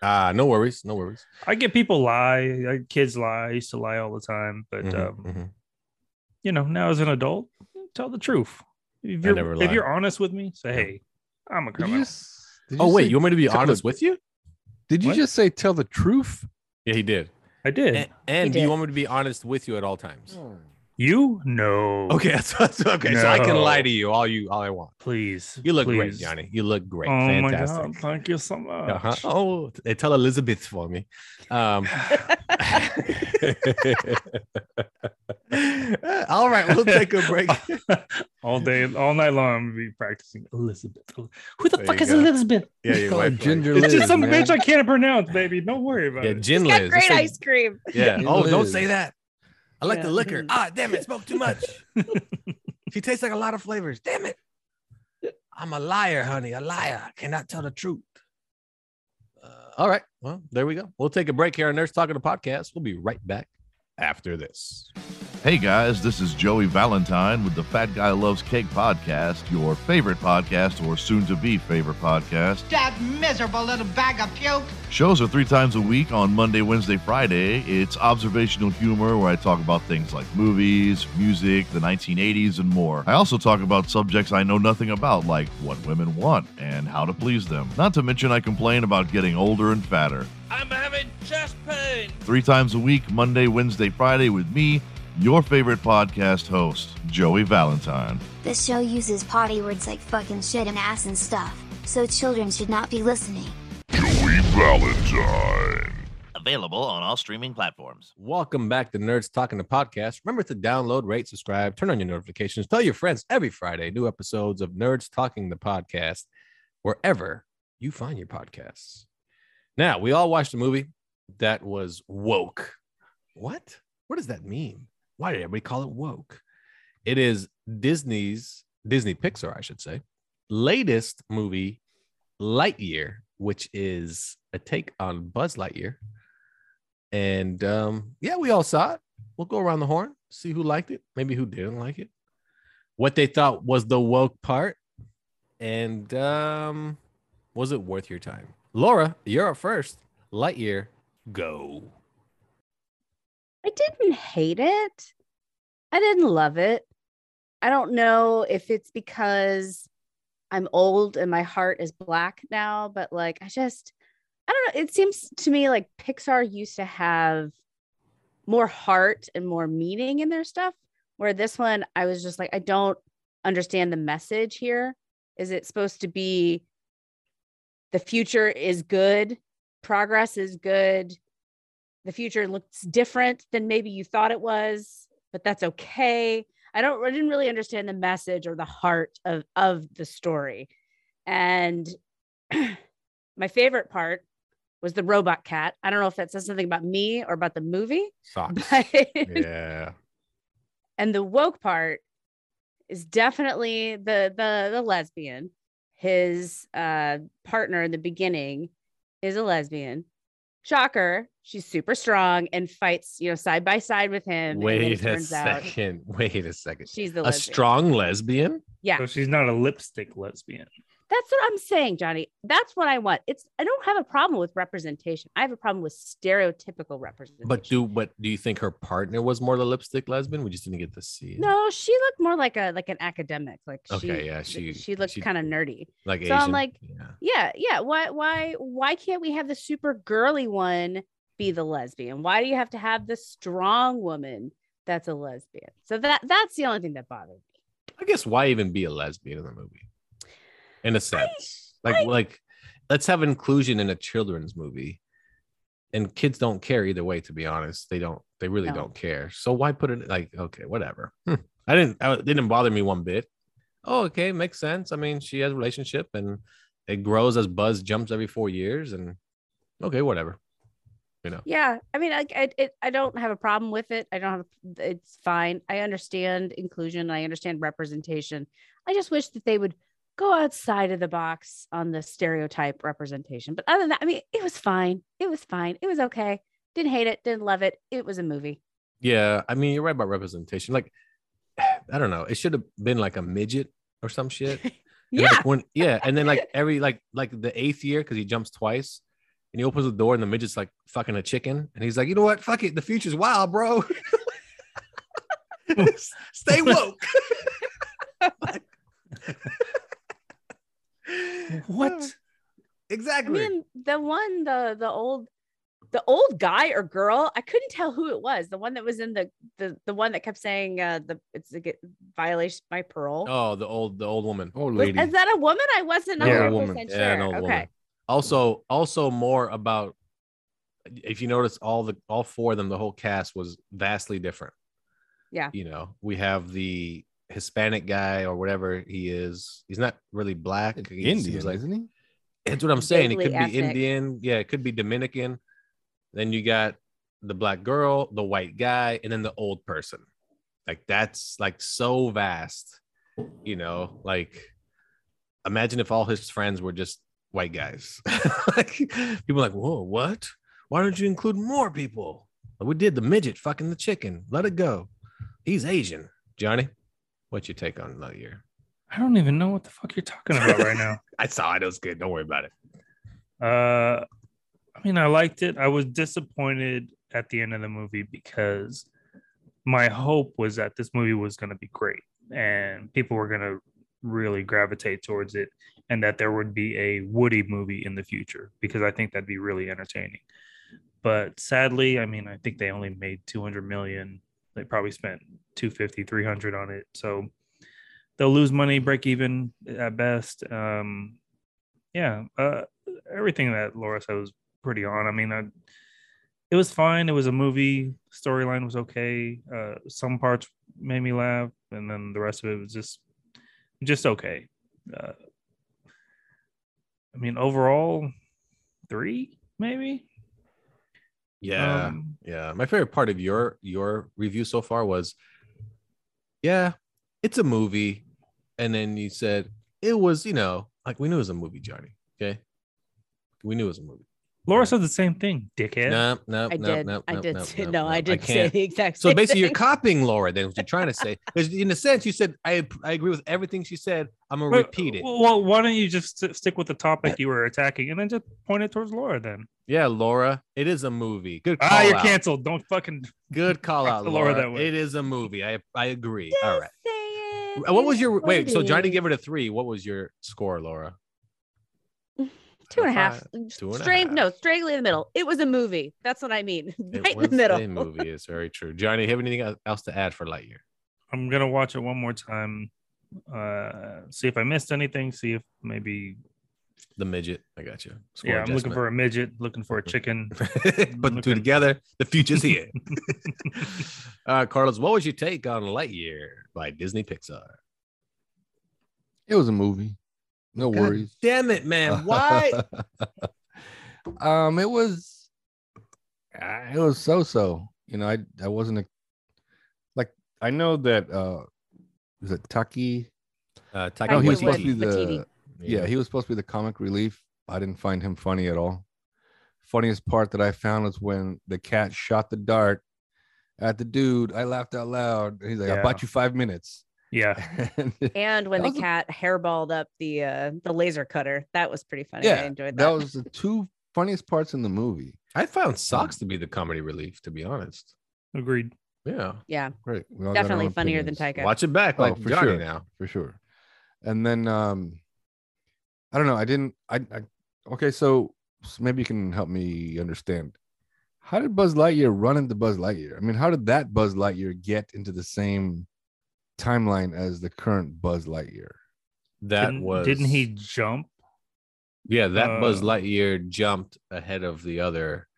C: Ah, no worries, no worries.
E: I get people lie. I, kids lie. I used to lie all the time, but
C: Mhm,
E: um,
C: mhm.
E: you know, now as an adult, tell the truth. If
C: I
E: you're
C: never
E: if
C: lie.
E: you're honest with me, say,
C: Yeah.
E: hey, I'm a
D: Did
E: criminal.
D: you, s- did
C: Oh wait,
D: say-
C: you want me to be
D: tell the-
C: honest with you?
D: did you
E: what?
D: just say tell the truth?
C: Yeah, he did.
E: I did.
C: And, and do
H: did.
C: you want me to be honest with you at all times?
H: Hmm.
E: you no.
C: Okay, [LAUGHS] that's, that's- okay. So I can lie to
E: No.
C: you all you all I want.
E: please.
C: You look great,
E: please.
C: Johnny. You look great.
E: Oh my god!
C: Fantastic.
E: Thank you so much.
C: Uh-huh. Oh, they tell Elizabeth for me.
E: [LAUGHS]
C: Um, all right, we'll take a
E: [LAUGHS]
C: break.
E: all day, all night long, I'm gonna be practicing Elizabeth. Who the
C: There
E: fuck
C: you
E: is
C: go.
E: Elizabeth?
C: Yeah, your
D: Call her
C: wife.
D: Ginger
E: It's
D: Liz,
E: just some
D: man.
E: bitch I can't pronounce, baby. Don't worry about
C: Yeah,
E: it.
C: gin
F: got
C: Liz.
F: great
C: Just say-
F: ice cream. Mm.
C: Yeah.
D: Gin
C: Oh, don't
D: Liz.
C: say that. I like the
E: Yeah.
C: liquor. Ah, damn it, spoke too
E: [LAUGHS]
C: much. she tastes like a lot of flavors. Damn it. I'm a liar, honey. A liar. Cannot tell the truth. Uh, all right. Well, there we go. We'll take a break here on Nurse Talking to Podcast. We'll be right back after this.
J: Hey guys, this is Joey Valentine with the Fat Guy Loves Cake podcast, your favorite podcast or soon to be favorite podcast.
K: That miserable little bag of puke.
J: Shows are three times a week on Monday, Wednesday, Friday. It's observational humor where I talk about things like movies, music, the 1980s, and more. I also talk about subjects I know nothing about, like what women want and how to please them. Not to mention, I complain about getting older and fatter.
E: I'm having chest pain.
J: Three times a week, Monday, Wednesday, Friday, with me, your favorite podcast host, Joey Valentine.
L: This show uses potty words like fucking shit and ass and stuff, so children should not be listening.
J: Available on all streaming platforms.
C: Welcome back to Nerds Talking to Podcast. Remember to download, rate, subscribe, turn on your notifications, tell your friends every Friday new episodes of Nerds Talking the Podcast, wherever you find your podcasts. Now, we all watched a movie that was woke. What? What does that mean? Why did everybody call it woke? It is Disney's, Disney Pixar, I should say, latest movie, Lightyear, which is a take on Buzz Lightyear and um, yeah, we all saw it. We'll go around the horn, see who liked it, maybe who didn't like it, what they thought was the woke part, and um, was it worth your time? Laura, you're up first. Lightyear, go.
H: I didn't hate it. I didn't love it. I don't know if it's because I'm old and my heart is black now, but like I just I don't know. It seems to me like Pixar used to have more heart and more meaning in their stuff. Where this one, I was just like, I don't understand the message here. Is it supposed to be the future is good, progress is good, the future looks different than maybe you thought it was, but that's okay. I don't I didn't really understand the message or the heart of of the story. And [CLEARS THROAT] my favorite part was the robot cat. I don't know if that says something about me or about the movie, [LAUGHS]
C: Socks.
H: but
C: yeah.
H: and the woke part is definitely the the the lesbian his uh partner in the beginning is a lesbian shocker she's super strong and fights you know side by side with him and then it
C: Wait a
H: turns out
C: second. Wait a second.
H: she's the
C: A
H: lesbian.
C: strong lesbian.
E: [LAUGHS]
H: yeah
E: So she's not a lipstick lesbian.
H: that's what i'm saying johnny that's what i want it's i don't have a problem with representation i have a problem with stereotypical representation
C: But do but do you think her partner was more the lipstick lesbian? We just didn't get to see it.
H: no she looked more like a like an academic like
C: Okay,
H: she,
C: yeah, she-
H: she looked
C: she-
H: kind of nerdy
C: Like
H: so I'm
C: Asian.
H: like-
C: yeah.
H: Yeah, yeah. Why why why can't we have the super girly one be the lesbian? Why do you have to have the strong woman that's a lesbian? So that that's the only thing that bothered me.
C: I guess why even be a lesbian in the movie? In a sense, like like let's have inclusion in a children's movie. and kids don't care either way to be honest they don't they really
H: No.
C: don't care so why put it like okay whatever Hmm. i didn't I, it didn't bother me one bit oh okay makes sense i mean she has a relationship and it grows as buzz jumps every four years and okay whatever you know
H: Yeah, I mean, I I, it, I don't have a problem with it. I don't have. It's fine. I understand inclusion. I understand representation. I just wish that they would go outside of the box on the stereotype representation. But other than that, I mean, it was fine. It was fine. It was okay. Didn't hate it. Didn't love it. It was a movie.
C: yeah i mean you're right about representation like [SIGHS] i don't know it should have been like a midget or some shit And,
H: Yeah,
C: like, when yeah, and then
H: [LAUGHS]
C: like every like like the eighth year because he jumps twice, and he opens the door and the midget's like fucking a chicken, and he's like, you know what, fuck it, the future's wild,
H: [LAUGHS]
C: bro. [LAUGHS] Stay woke.
E: What?
H: I
C: [LAUGHS] exactly.
H: mean, the one the the old the old guy or girl, I couldn't tell who it was. The one that was in the the the one that kept saying uh the it's like, it violates my parole.
C: oh, the old the old woman.
D: Oh,
H: Was- Is that a woman? I wasn't
C: Yeah,
H: hundred
C: old woman.
H: percent sure.
C: Yeah, an old woman.
H: okay.
C: Also, also more about if you notice all the all four of them, the whole cast was vastly different.
H: Yeah.
C: You know, we have the Hispanic guy or whatever he is. He's not really black. He seems
D: Indian,
C: like-
D: isn't he?
C: That's what I'm saying. It
H: Vaguely
C: could
H: ethnic.
C: be Indian. Yeah, it could be Dominican. Then you got the black girl, the white guy, and then the old person. Like that's like so vast, you know. Like imagine if all his friends were just white guys. [LAUGHS] like, people are like, whoa, what? Why don't you include more people? We did the midget fucking the chicken. Let it go. He's Asian. Johnny, what's your take on another year?
E: I don't even know what the fuck you're talking about right now.
C: I saw it. It was good. Don't worry about it.
E: Uh, I mean, I liked it. I was disappointed at the end of the movie because my hope was that this movie was going to be great and people were going to really gravitate towards it and that there would be a Woody movie in the future because I think that'd be really entertaining. But sadly, I mean, I think they only made 200 million. They probably spent 250, 300 on it. So they'll lose money, break even at best. Um, yeah, uh, everything that Laura said was pretty on. I mean, I, it was fine. It was a movie. Storyline was okay. Uh, some parts made me laugh, and then the rest of it was just, just okay. Uh, I mean, overall, three maybe.
C: Yeah.
E: Um,
C: Yeah, my favorite part of your your review so far was, yeah, it's a movie, and then you said it was, you know, like we knew it was a movie, Johnny. Okay, we knew it was a movie.
E: Laura said the same thing, dickhead.
C: No, no,
H: I
C: no,
H: did.
C: no,
H: I
C: no,
H: did.
C: no,
H: say-
C: no,
H: no,
C: no,
H: I did say
C: can't.
H: the exact same
C: So basically,
H: [LAUGHS] thing.
C: you're copying Laura. Then what you're trying to say? Because in a sense, you said I I agree with everything she said. I'm gonna
E: Wait,
C: repeat it.
E: Well, why don't you just st- stick with the topic you were attacking, and then just point it towards Laura? Then
C: Yeah, Laura, it is a movie. Good call
E: ah, you're
C: out.
E: canceled. Don't fucking
C: Good
E: [LAUGHS]
C: call out,
E: to
C: Laura.
E: Laura that way.
C: It is a movie. I I agree.
H: Just
C: All right.
H: say it.
C: Uh, What was
H: It's
C: your wait? So Johnny
H: Woody.
C: gave it a three. What was your score, Laura?
H: two and a half.
C: Two and a
H: Straight,
C: half.
H: no, straightly in the middle. It was a movie. That's what I mean. [LAUGHS]
C: It
H: right in
C: was
H: the middle.
C: A movie is very true. Johnny, have anything el- else to add for Lightyear?
E: I'm gonna watch it one more time. Uh, see if I missed anything. See if maybe
C: The midget. I got you.
E: yeah, I'm looking for a midget, looking for a chicken.
C: looking for. [LAUGHS] Put the two
E: looking-
C: together. The future's
E: [LAUGHS]
C: here. [LAUGHS] uh, Carlos, what was your take on Lightyear by Disney Pixar?
D: It was a movie. No
C: God
D: worries.
C: Damn it, [LAUGHS]
D: [LAUGHS]
C: man! Why?
D: um, it was uh, it was so so. You know, I I wasn't a, like I know that uh was it Taki?
C: uh,
D: No, he was
H: Taika
D: supposed to be
H: Waititi.
D: the yeah, he was supposed to be the comic relief. I didn't find him funny at all. Funniest part that I found was when the cat shot the dart at the dude. I laughed out loud. He's like,
E: Yeah.
D: "I bought you five minutes." [LAUGHS]
E: Yeah,
D: And-
H: And when
D: That
H: the
D: was a-
H: cat hairballed up the uh the laser cutter, that was pretty funny. I
D: yeah,
H: enjoyed that.
D: that was the two funniest parts in the movie.
C: I found Socks to be the comedy relief. To be honest,
E: agreed.
C: yeah.
H: yeah,
D: Right. we all got our
H: definitely
D: own
H: funnier
D: opinions.
H: than Tycho.
C: Watch it back,
D: Oh,
C: like
D: for
C: Johnny
D: sure.
C: now.
D: for sure. And then um I don't know, I didn't I, I okay, so s- maybe you can help me understand. How did Buzz Lightyear run into Buzz Lightyear? I mean, how did that Buzz Lightyear get into the same timeline as the current Buzz Lightyear?
C: That
E: didn't,
C: was
E: didn't he jump?
C: Yeah, that Buzz
E: Uh,
C: Lightyear jumped ahead of the other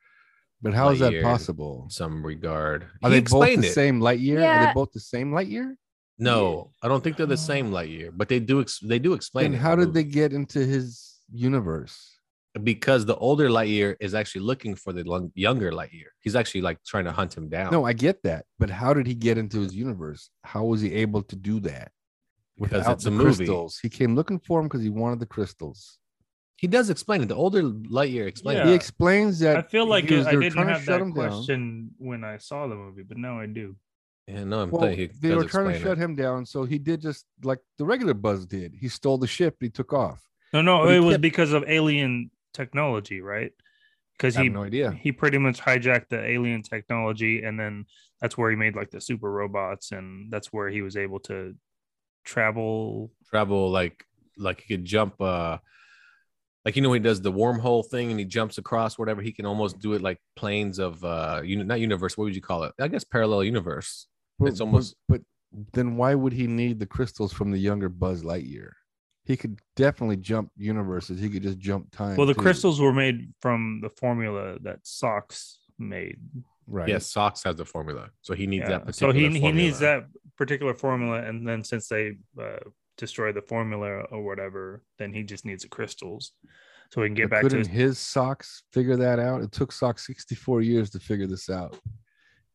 D: But how is that
C: Lightyear in
D: possible?
C: Some regard. He
D: Are they both
C: explained
D: the
C: it.
D: same light year? Are
H: Yeah.
D: they both the same light year?
C: No, I don't think they're the same light year, but they do ex- they do explain
D: Then
C: it in
D: how
C: the
D: did they get into his universe?
C: because the older Lightyear is actually looking for the lung- younger Lightyear. He's actually like trying to hunt him down.
D: No, I get that, but how did he get into his universe? How was he able to do that?
C: Because
D: without
C: it's
D: the
C: a movie.
D: crystals, he came looking for him because he wanted the crystals.
C: he does explain it. The older Lightyear explains.
E: Yeah.
D: He explains that
E: I feel like
D: Uh, he was-
E: I
D: they were
E: didn't
D: trying to
E: have
D: shut
E: that
D: him down.
E: question when I saw the movie, but now I do.
C: Yeah, no, I'm
D: Well,
C: telling you, he
D: they
C: does
D: were trying to
C: explain
D: shut him down, so he did just like the regular Buzz did. He stole the ship. He took off.
E: No, no,
D: But he
E: it was
D: kept-
E: because of alien technology, right? Because
D: I
E: he
D: have no idea.
E: he pretty much hijacked the alien technology, and then that's where he made like the super robots, and that's where he was able to travel.
C: travel like like he could jump uh like you know he does the wormhole thing and he jumps across whatever he can almost do it like planes of uh you not universe what would you call it i guess parallel universe
D: But-
C: It's almost-
D: But, but then why would he need the crystals from the younger Buzz Lightyear? He could definitely jump universes. He could just jump time.
E: Well, the
D: too.
E: crystals were made from the formula that Socks made.
D: right?
C: yes socks has the formula so he needs
E: Yeah,
C: that
E: so
C: particular
E: he he needs
C: formula.
E: that particular formula, and then since they uh, destroy the formula or whatever, then he just needs the crystals, so he can get
D: But
E: back to
D: couldn't
E: his
D: his socks figure that out? It took socks 64 years to figure this out.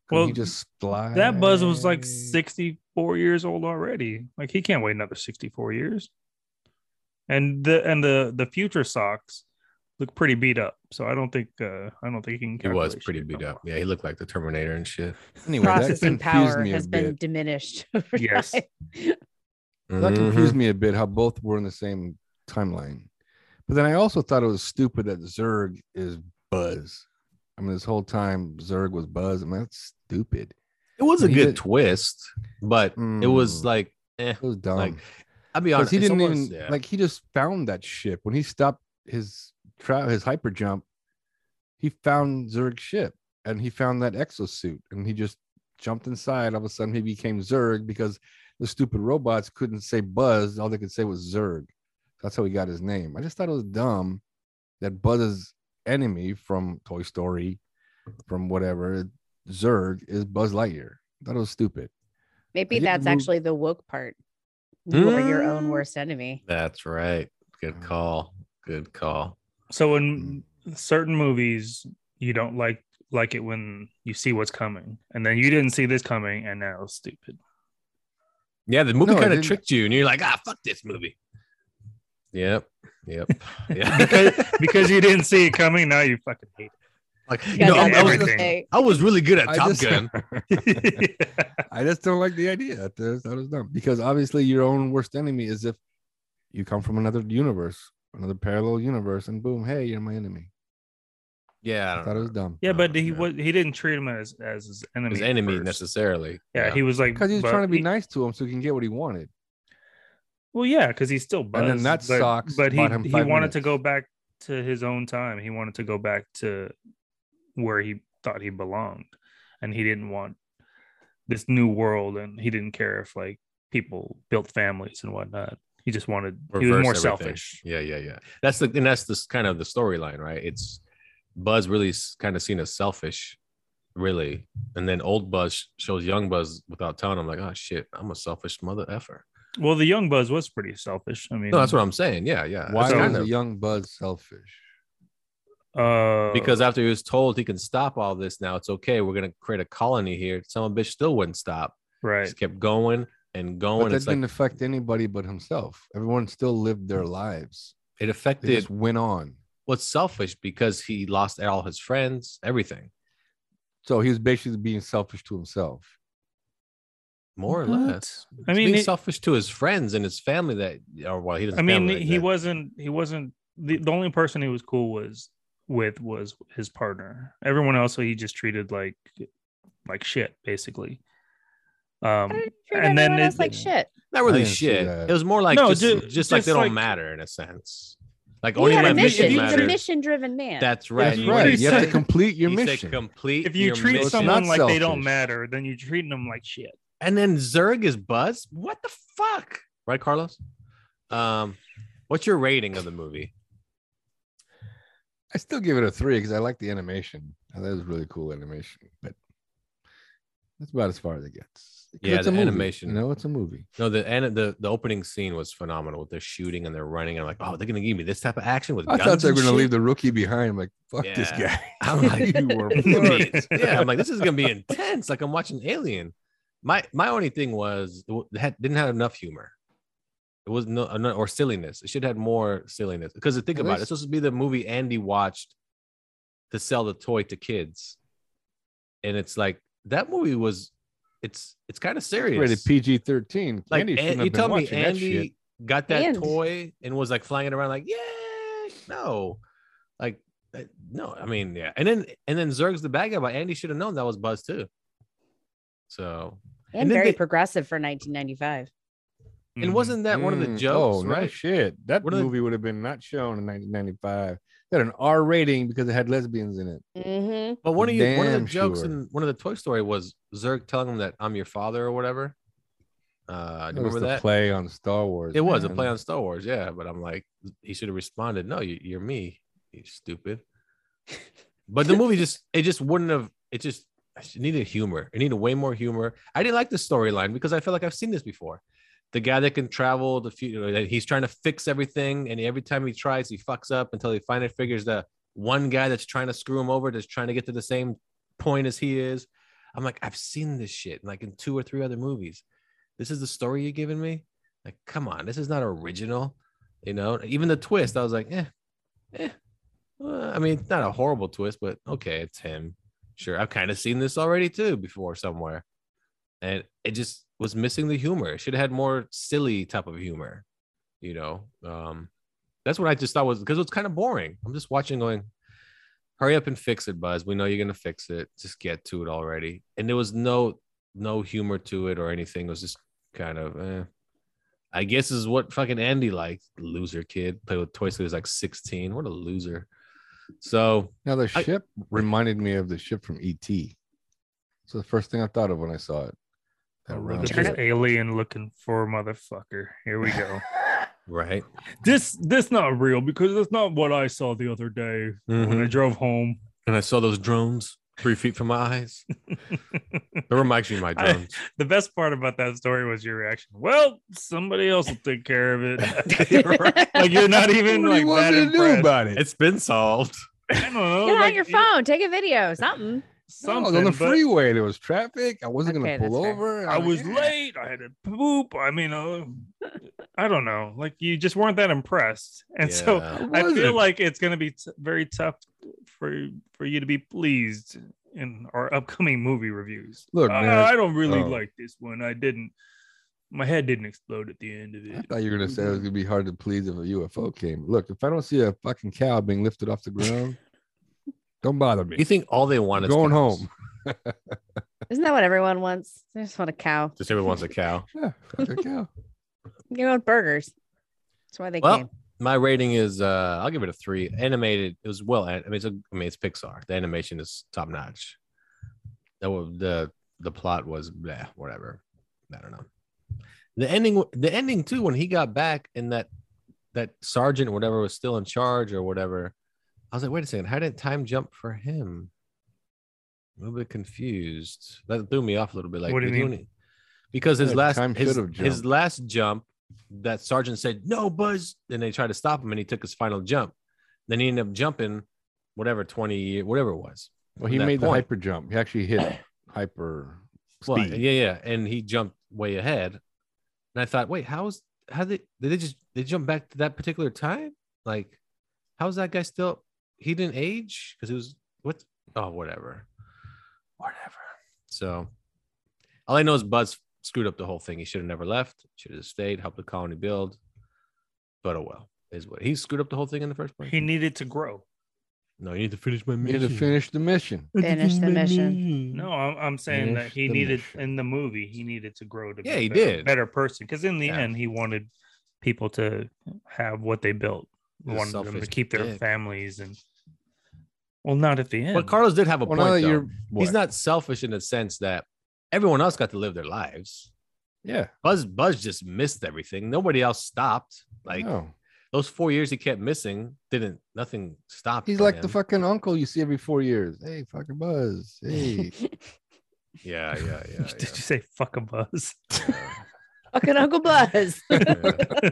D: Couldn't
E: Well,
D: he just fly.
E: That Buzz was like 64 years old already. Like he can't wait another 64 years. And the and the the future socks look pretty beat up. So I don't think uh I don't think he can
C: he was
E: calculate
C: pretty
E: shit no
C: beat up
E: more.
C: yeah he looked like the terminator and shit
D: [LAUGHS] anyway, that
H: Processing
D: confused
H: power
D: me a
H: has been
D: bit.
H: diminished. [LAUGHS] over
E: Yes.
H: time.
D: That confused
C: Mhm.
D: me a
E: Mm-hmm.
D: bit how both were in the same timeline. But then I also thought it was stupid that Zurg is Buzz. I mean, this whole time Zurg was Buzz. I mean, that's stupid.
C: it was a
D: He
C: good
D: did-
C: twist but it was
D: Mm.
C: like eh.
D: It was dumb.
C: Like, i'll be
D: Because
C: honest
D: he
C: it's
D: didn't
C: almost-
D: even
C: yeah.
D: like he just found that ship when he stopped his tra- his hyper jump. He found Zurg's ship and he found that exosuit and he just jumped inside. All of a sudden, he became Zurg because the stupid robots couldn't say Buzz. All they could say was Zurg. That's how he got his name. I just thought it was dumb that Buzz's enemy from Toy Story, from whatever Zurg is Buzz Lightyear. Thought it was stupid.
H: Maybe
D: Have you ever
H: that's
D: moved-
H: actually the woke part. You are your own
C: Hmm.
H: worst enemy.
C: that's right
D: Mm.
C: good call good call
E: So in certain movies you don't like like it when you see what's coming. And then you didn't see this coming and now it's stupid.
C: Yeah, the movie
D: No, it
C: kind of
D: didn't.
C: tricked you, and you're like, ah, fuck this movie. Yep,
D: [LAUGHS]
C: yep, yeah. [LAUGHS]
E: because because you didn't see it coming, now you fucking hate
C: like, you
H: You
C: know,
H: guys
C: I,
H: have
E: that's
C: I was,
H: everything.
E: everything.
C: I was really good at
D: I
C: Top
D: just- [LAUGHS]
C: Gun.
E: it.
D: I just don't like the idea. I just thought it was dumb because obviously your own worst enemy is if you come from another universe, another parallel universe, and boom, hey, you're my enemy.
C: Yeah, I
D: I
C: don't
D: thought it
C: know.
D: was dumb
E: yeah, but he
C: Yeah.
E: was he didn't treat him as as his enemy.
C: his
E: at
C: enemy
E: first.
C: necessarily.
E: Yeah, he was like
D: because he was
E: but
D: trying to be
E: he-
D: nice to him so he can get what he wanted.
E: Well, yeah, because he's still
D: then
E: Buzz.
D: that
E: but,
D: socks
E: But he
D: bought him
E: he
D: five
E: wanted to
D: minutes.
E: go back to his own time. He wanted to go back to where he thought he belonged, and he didn't want this new world, and he didn't care if like people built families and whatnot. He just wanted. he was
C: Reverse
E: more
C: everything.
E: selfish.
C: Yeah, yeah, yeah. That's the and that's this kind of the storyline, right? It's Buzz really kind of seen as selfish, really, and then old Buzz sh- shows young Buzz without telling him, like, oh shit, I'm a selfish mother effer.
E: Well, the young Buzz was pretty selfish. I mean,
C: No, that's what I'm saying. Yeah, yeah.
D: Why
C: That's
D: was
C: Uh, kind
D: the
C: of-
D: young Buzz selfish?
E: Uh,
C: because after he was told he can stop all this now, it's okay. We're gonna create a colony here. Some of a bitch still wouldn't stop.
E: right.
C: Just kept going and
D: But
C: going.
D: that
C: It's
D: didn't
C: like Mm.
D: affect anybody but himself. Everyone still lived their lives.
C: it
D: They
C: affected
D: just went on.
C: what's selfish because he lost all his friends, everything,
D: So he was basically being selfish to himself.
C: more or
E: What?
C: less.
E: I
C: He's
E: mean,
C: being
E: it-
C: selfish to his friends and his family. That or well, he doesn't.
E: I mean,
C: family like
E: he
C: that.
E: wasn't. He wasn't. The, the only person he was cool was with was his partner. Everyone else, he just treated like like shit, basically. Um,
H: I didn't treat
E: and then
H: everyone else
E: it-
H: like shit.
C: not really
D: I didn't see
C: shit.
D: that.
C: It was more like
E: No,
C: just,
E: ju-
C: just, like
E: just
C: they don't
E: like-
C: matter in a sense. Like
H: He
C: only
H: had
C: my
H: a
C: mission,
H: mission. He was
C: matters.
H: a mission-driven man.
C: That's right.
D: That's
E: you-
D: right.
E: he
D: You have to
E: said-
D: complete your
C: He said
D: mission.
C: complete.
E: if you
C: your
E: treat
C: mission.
E: someone like
D: not
E: they don't
D: selfish.
E: matter, then you're treating them like shit.
C: And then Zerg is Buzz. What the fuck? Right, Um,
D: [LAUGHS]
C: Carlos? Um, what's your rating of the movie?
D: I still give it a three because I like the animation. I thought it was really cool animation, but that's about as far as it gets. 'Cause
C: Yeah,
D: it's
C: the
D: a movie,
C: animation.
D: You know, it's a movie.
C: No, the and the the opening scene was phenomenal with the shooting and they're running and like, oh, they're gonna give me this type of action with
D: I
C: guns.
D: thought they were
C: and
D: going to
C: shit."
D: leave the rookie behind. I'm like, fuck this
C: Yeah.
D: guy.
C: [LAUGHS] I'm like,
D: you [LAUGHS]
C: [LAUGHS]
D: were
C: "This is gonna be-
D: fucked."
C: yeah, I'm like, this is gonna be intense. Like I'm watching Alien. My my only thing was it wa- it had, didn't have enough humor. It was no no- or silliness. It should have had more silliness because think
G: At
C: about it,
G: least-
C: it's supposed to be the movie Andy watched to sell the toy to kids, and it's like that movie was. It's it's kind of serious.
D: Rated PG 13.
C: Like
D: Andy
C: An-
D: shouldn't
C: you
D: have been
C: tell me,
D: watching that shit.
C: Andy got that
G: And-
C: toy and was like flying it around, like yeah, no, like uh, no. I mean, yeah. And then and then Zerg's the bad guy, but Andy should have known that was Buzz too. So
H: and,
C: then
H: very
C: they-
H: progressive for 1995.
E: Mm-hmm.
C: and wasn't that one of the
D: Mm,
C: jokes?
D: Oh, no
C: right?
D: shit. That
C: One of the-
D: movie would have been not shown in 1995. It had an R rating because it had lesbians in it.
H: Mm-hmm.
C: But one of you, one of the
D: Damn
C: jokes
D: sure.
C: in one of the Toy Story was Zerg telling him that I'm your father or whatever. Uh, do
D: That
C: you
D: was
C: remember
D: the
C: that?
D: play on Star Wars.
C: It was a
D: man.
C: play on Star Wars, yeah. But I'm like, he should have responded, "No, you, you're me, you
D: [LAUGHS]
C: stupid." But the movie just, it just wouldn't have. It just it needed humor. It needed way more humor. I didn't like the storyline because I felt like I've seen this before. The guy that can travel the future, that he's trying to fix everything, and every time he tries, he fucks up until he finally figures the one guy that's trying to screw him over, that's trying to get to the same point as he is. I'm like, I've seen this shit like in two or three other movies. This is the story you're giving me. Like, come on, this is not original. You know, even the twist, I was like, eh, eh. Well, I mean, it's not a horrible twist, but okay, it's him. Sure, I've kind of seen this already too before somewhere, and it just was missing the humor. It should have had more silly type of humor. You know, um, that's what I just thought was because it's kind of boring. I'm just watching, going, hurry up and fix it, Buzz. We know you're gonna fix it. Just get to it already. And there was no no humor to it or anything. It was just kind of, eh. I guess is what fucking Andy liked. Loser kid played with toys till he was like 16. What a loser. So
D: Now the
C: I-
D: ship reminded me of the ship from E.T. So the first thing I thought of when I saw it. That
E: Look
D: round
E: at this
D: ship.
E: alien looking for motherfucker. Here we go.
C: right.
E: this this not real because that's not what I saw the other day
D: Mm-hmm.
E: when I
C: Mhm.
E: drove home. [LAUGHS]
C: And I saw those drones three feet from my eyes. they were actually my
E: [LAUGHS] I-
C: drones.
E: the best part about that story was your reaction. Well, somebody else will take care of
D: [LAUGHS]
E: it. [LAUGHS] [LAUGHS] like you're not even
D: What do
E: like
D: you want
E: that
D: me to do
E: impressed.
D: about it?
C: It's been solved.
E: I don't know.
H: Get
E: Oh, like,
H: on your
E: it-
H: phone, take a video, something.
D: No, I was
E: Something,
D: on the
E: but
D: freeway. There was traffic. I wasn't going
H: Okay,
D: to
H: that's
D: pull
H: fair.
D: over.
E: I
D: I'm
E: was
D: like,
E: late. I had to poop. I mean, uh, I don't know. Like you just weren't that impressed, and so
C: Yeah.
E: I feel
D: wasn't.
E: like it's going to be t- very tough for for you to be pleased in our upcoming movie reviews.
D: Look,
E: I,
D: man,
E: I don't really
D: oh.
E: like this one. I didn't. My head didn't explode at the end of
D: I
E: it.
D: thought you were going to say it was going to be hard to please if a UFO came. Look, if I don't see a fucking cow being lifted off the
E: [LAUGHS]
D: ground, don't bother me.
C: You think all they want is
D: Going
C: cows?
E: [LAUGHS]
D: home.
H: Isn't that what everyone wants? They just want a cow.
C: Just everyone wants a cow.
D: Yeah, fuck a cow.
H: You want burgers. That's why they
C: Well,
H: came.
C: my rating is uh I'll give it a three. Animated, it was well. an- I mean, it's a, I mean, it's Pixar. The animation is top notch. That was the the plot was bleh, whatever. I don't know. The ending, the ending too. When he got back and that that sergeant, or whatever, was still in charge or whatever. I was like, wait a second, how did time jump for him? A little bit confused. That threw me off a little bit. Like,
E: What do you
C: they're
E: mean?
C: doing it- Because his
D: Yeah,
C: last
D: time
C: his,
D: should've
C: his
D: jumped.
C: last jump, that sergeant said no, Buzz, and they tried to stop him, and he took his final jump. Then he ended up jumping, whatever twenty, whatever it was.
D: Well,
C: from
D: he
C: that
D: made the
C: point.
D: hyper jump. He actually hit hyper speed.
C: Well, yeah, yeah, and he jumped way ahead. And I thought, wait, how's how they did they just they jump back to that particular time? Like, how's that guy still? He didn't age because it was what? Oh, whatever, whatever. So, all I know is Buzz screwed up the whole thing. He should have never left. Should have stayed, helped the colony build. But oh well, is what he screwed up the whole thing in the first place.
E: He needed to grow.
C: no, you need to finish my
D: He
C: mission.
D: had to finish the mission.
H: Finish the mission.
D: [LAUGHS]
E: No, I'm, I'm saying that
D: Finish
E: he
D: the
E: needed
D: mission.
E: in the movie he needed to grow to
C: Yeah,
E: be
C: he
E: a better,
C: did.
E: better person because in the
C: Yeah.
E: end he wanted people to have what they built.
C: He's a
E: wanted them to
C: selfish
E: keep their
C: dick.
E: families and well, not at the end.
C: But Carlos did have a
D: Well,
C: point.
D: now that
C: though.
D: you're,
C: he's
D: what?
C: not selfish in the sense that everyone else got to live their lives.
D: Yeah,
C: Buzz Buzz just missed everything. Nobody else stopped. Like
D: no.
C: those four years he kept missing didn't nothing stopped.
D: He's
C: for
D: like the
C: him.
D: fucking uncle you see every four years. Hey, fucking Buzz.
C: [LAUGHS]
D: Hey.
C: Yeah, yeah,
D: [LAUGHS]
C: yeah.
E: Did you say fuck a buzz?
H: Fucking Uncle Buzz.
E: [LAUGHS]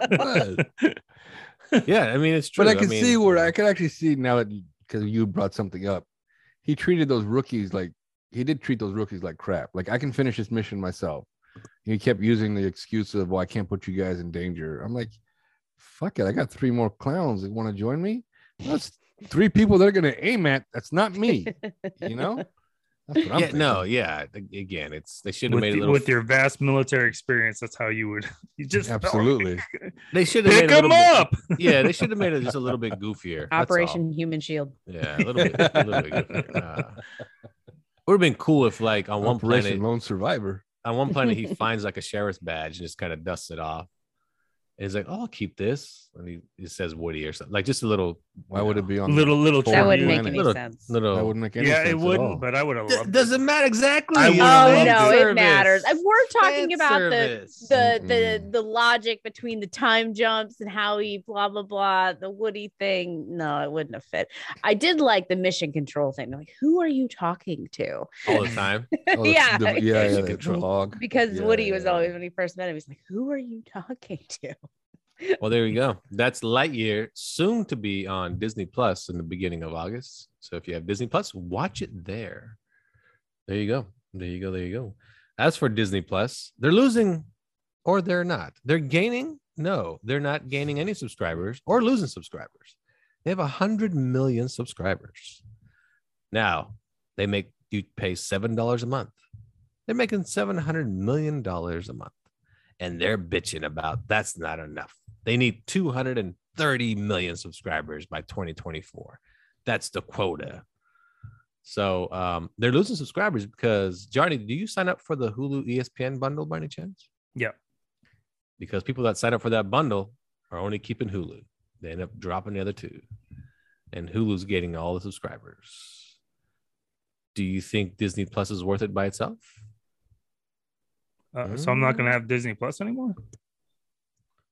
D: Buzz.
C: yeah. yeah, I mean it's true.
D: But I can
C: mean,
D: see where I can actually see now that because you brought something up, he treated those rookies like he did treat those rookies like crap. Like I can finish this mission myself. He kept using the excuse of, "Well, I can't put you guys in danger." I'm like, "Fuck it, I got three more clowns that want to join me. That's three people they're gonna aim at. That's not me. [LAUGHS] You know? That's what I'm
C: yeah, no,
D: thinking.
C: yeah. Again, it's they should have
E: With,
C: made
E: the-
C: a little
E: with your vast military experience, that's how you would. [LAUGHS] You just
D: absolutely.
C: they should have
E: [LAUGHS] pick
C: made a
E: them
C: little bit-
E: up.
C: yeah, they should have made it just a little bit goofier. that's all.
H: Operation Human Shield.
C: Yeah, a little bit. A little bit goofier. Uh, would have been cool if, like, on one
D: Operation
C: planet,
D: Lone Survivor.
C: on one planet, he finds like a sheriff's badge and just kind of dusts it off. And he's like, "Oh, I'll keep this," and he, he says Woody or something. Like just a little,
D: Why would it be on
E: Little little
D: That
H: That
E: tribute.
H: wouldn't make
D: planet.
H: any
C: Little-
H: sense.
D: That
C: little?
D: wouldn't make any
E: Yeah,
D: sense
E: it
D: at all.
E: wouldn't, but I would have
C: D-
E: loved it.
C: doesn't matter exactly.
E: I
C: You
E: would
H: Oh
E: love
C: love
H: no,
C: service.
H: it matters. And We're talking
C: Fan
H: about the
C: service.
H: the the
D: Mm-mm.
H: the logic between the time jumps and how he blah blah blah the Woody thing. No, it wouldn't have fit. I did like the mission control thing. Like, who are you talking to? [LAUGHS]
C: all the time.
D: Oh, the-
H: yeah,
D: the- yeah, yeah,
H: [LAUGHS]
C: Mission
D: the
C: control.
D: dog.
H: because
D: Yeah,
H: Woody was
D: yeah.
H: always when he first met him. He's like, who are you talking to?
C: Well, there you go. That's Lightyear, soon to be on Disney Plus in the beginning of August. So if you have Disney Plus, watch it there. There you go. There you go. There you go. As for Disney Plus, they're losing or they're not. They're gaining. No, they're not gaining any subscribers or losing subscribers. They have 100 million subscribers. Now, they make you pay $7 a month. They're making $700 million a month. And they're bitching about that's not enough. They need 230 million subscribers by 2024. That's the quota. So um, they're losing subscribers because Johnny, do you sign up for the Hulu E ESPN bundle by any chance?
E: Yeah.
C: Because people that sign up for that bundle are only keeping Hulu. They end up dropping the other two, and Hulu's getting all the subscribers. Do you think Disney Plus is worth it by itself?
E: Uh, so I'm not gonna have Disney Plus anymore.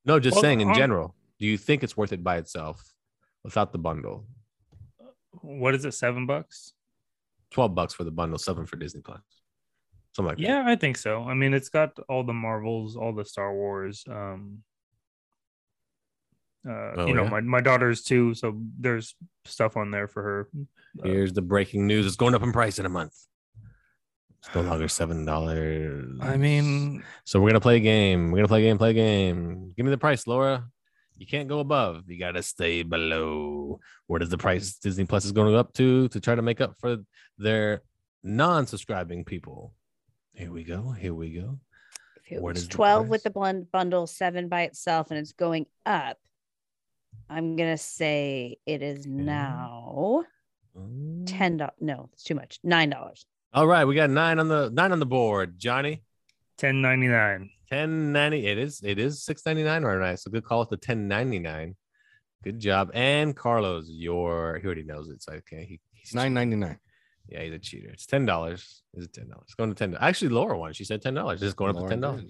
C: No, just
E: Well,
C: saying in
E: um,
C: general. Do you think it's worth it by itself without the bundle?
E: What is it? Seven bucks?
C: 12 bucks for the bundle, seven for Disney Plus. Something like
E: Yeah, I think so. I mean, it's got all the Marvels, all the Star Wars. Um, uh,
C: Oh,
E: you know,
C: yeah?
E: my, my daughter's too, so there's stuff on there for her.
C: that. Here's the breaking news. It's going up in price in a month. It's no longer seven dollars.
E: I mean,
C: so we're gonna play a game. We're gonna play a game, play a game. Give me the price, Laura. You can't go above. You gotta stay below. Where does the price Disney Plus is going up to to try to make up for their non-subscribing people? Here we go. Here we go.
H: If it
C: What
H: was
C: is the
H: 12 with
C: price?
H: the blend bundle, seven by itself, and it's going up. I'm gonna say it is now
C: Mm.
H: ten dollars. No, it's too much. Nine dollars.
C: All right, we got nine on the nine on the board. Johnny,
E: ten ninety nine.
C: ten ninety. It is it is six ninety nine right now. So good call with the ten ninety nine. Good job. And Carlos, your he already knows it. So okay, he, he's
D: Nine ninety nine.
C: Yeah, he's a cheater. It's ten dollars. Is it ten dollars? It's going to ten. Actually, Laura won. She said ten dollars. It's going up to ten dollars.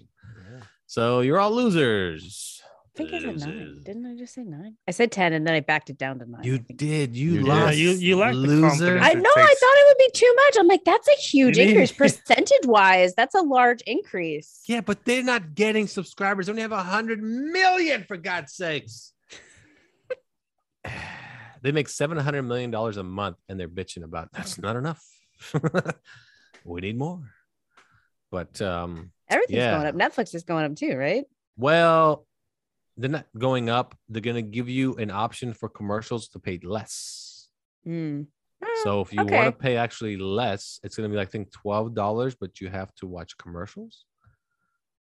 C: So you're all losers.
H: I think I said nine.
C: Losers.
H: Didn't I just say nine? I said ten, and then I backed it down to nine. I
C: You
H: think.
C: did. You
D: You did.
C: lost.
E: Yeah, you- you lack the
C: loser.
E: confidence.
H: I
E: It
H: know. I
E: takes-
H: thought it would be too much. I'm like, that's a huge
C: [LAUGHS]
E: mean-
H: increase percentage wise. That's a large increase.
C: Yeah, but they're not getting subscribers. They only have a hundred million for God's sakes. [SIGHS] they make seven hundred million dollars a month, and they're bitching about that's not enough. [LAUGHS] we need more. But um,
H: Everything's
C: Yeah.
H: going up. Netflix is going up too, right?
C: well, they're not going up. They're gonna give you an option for commercials to pay less.
H: Mm.
C: So if you
H: okay.
C: want to pay actually less, it's going to be like I think twelve dollars, but you have to watch commercials.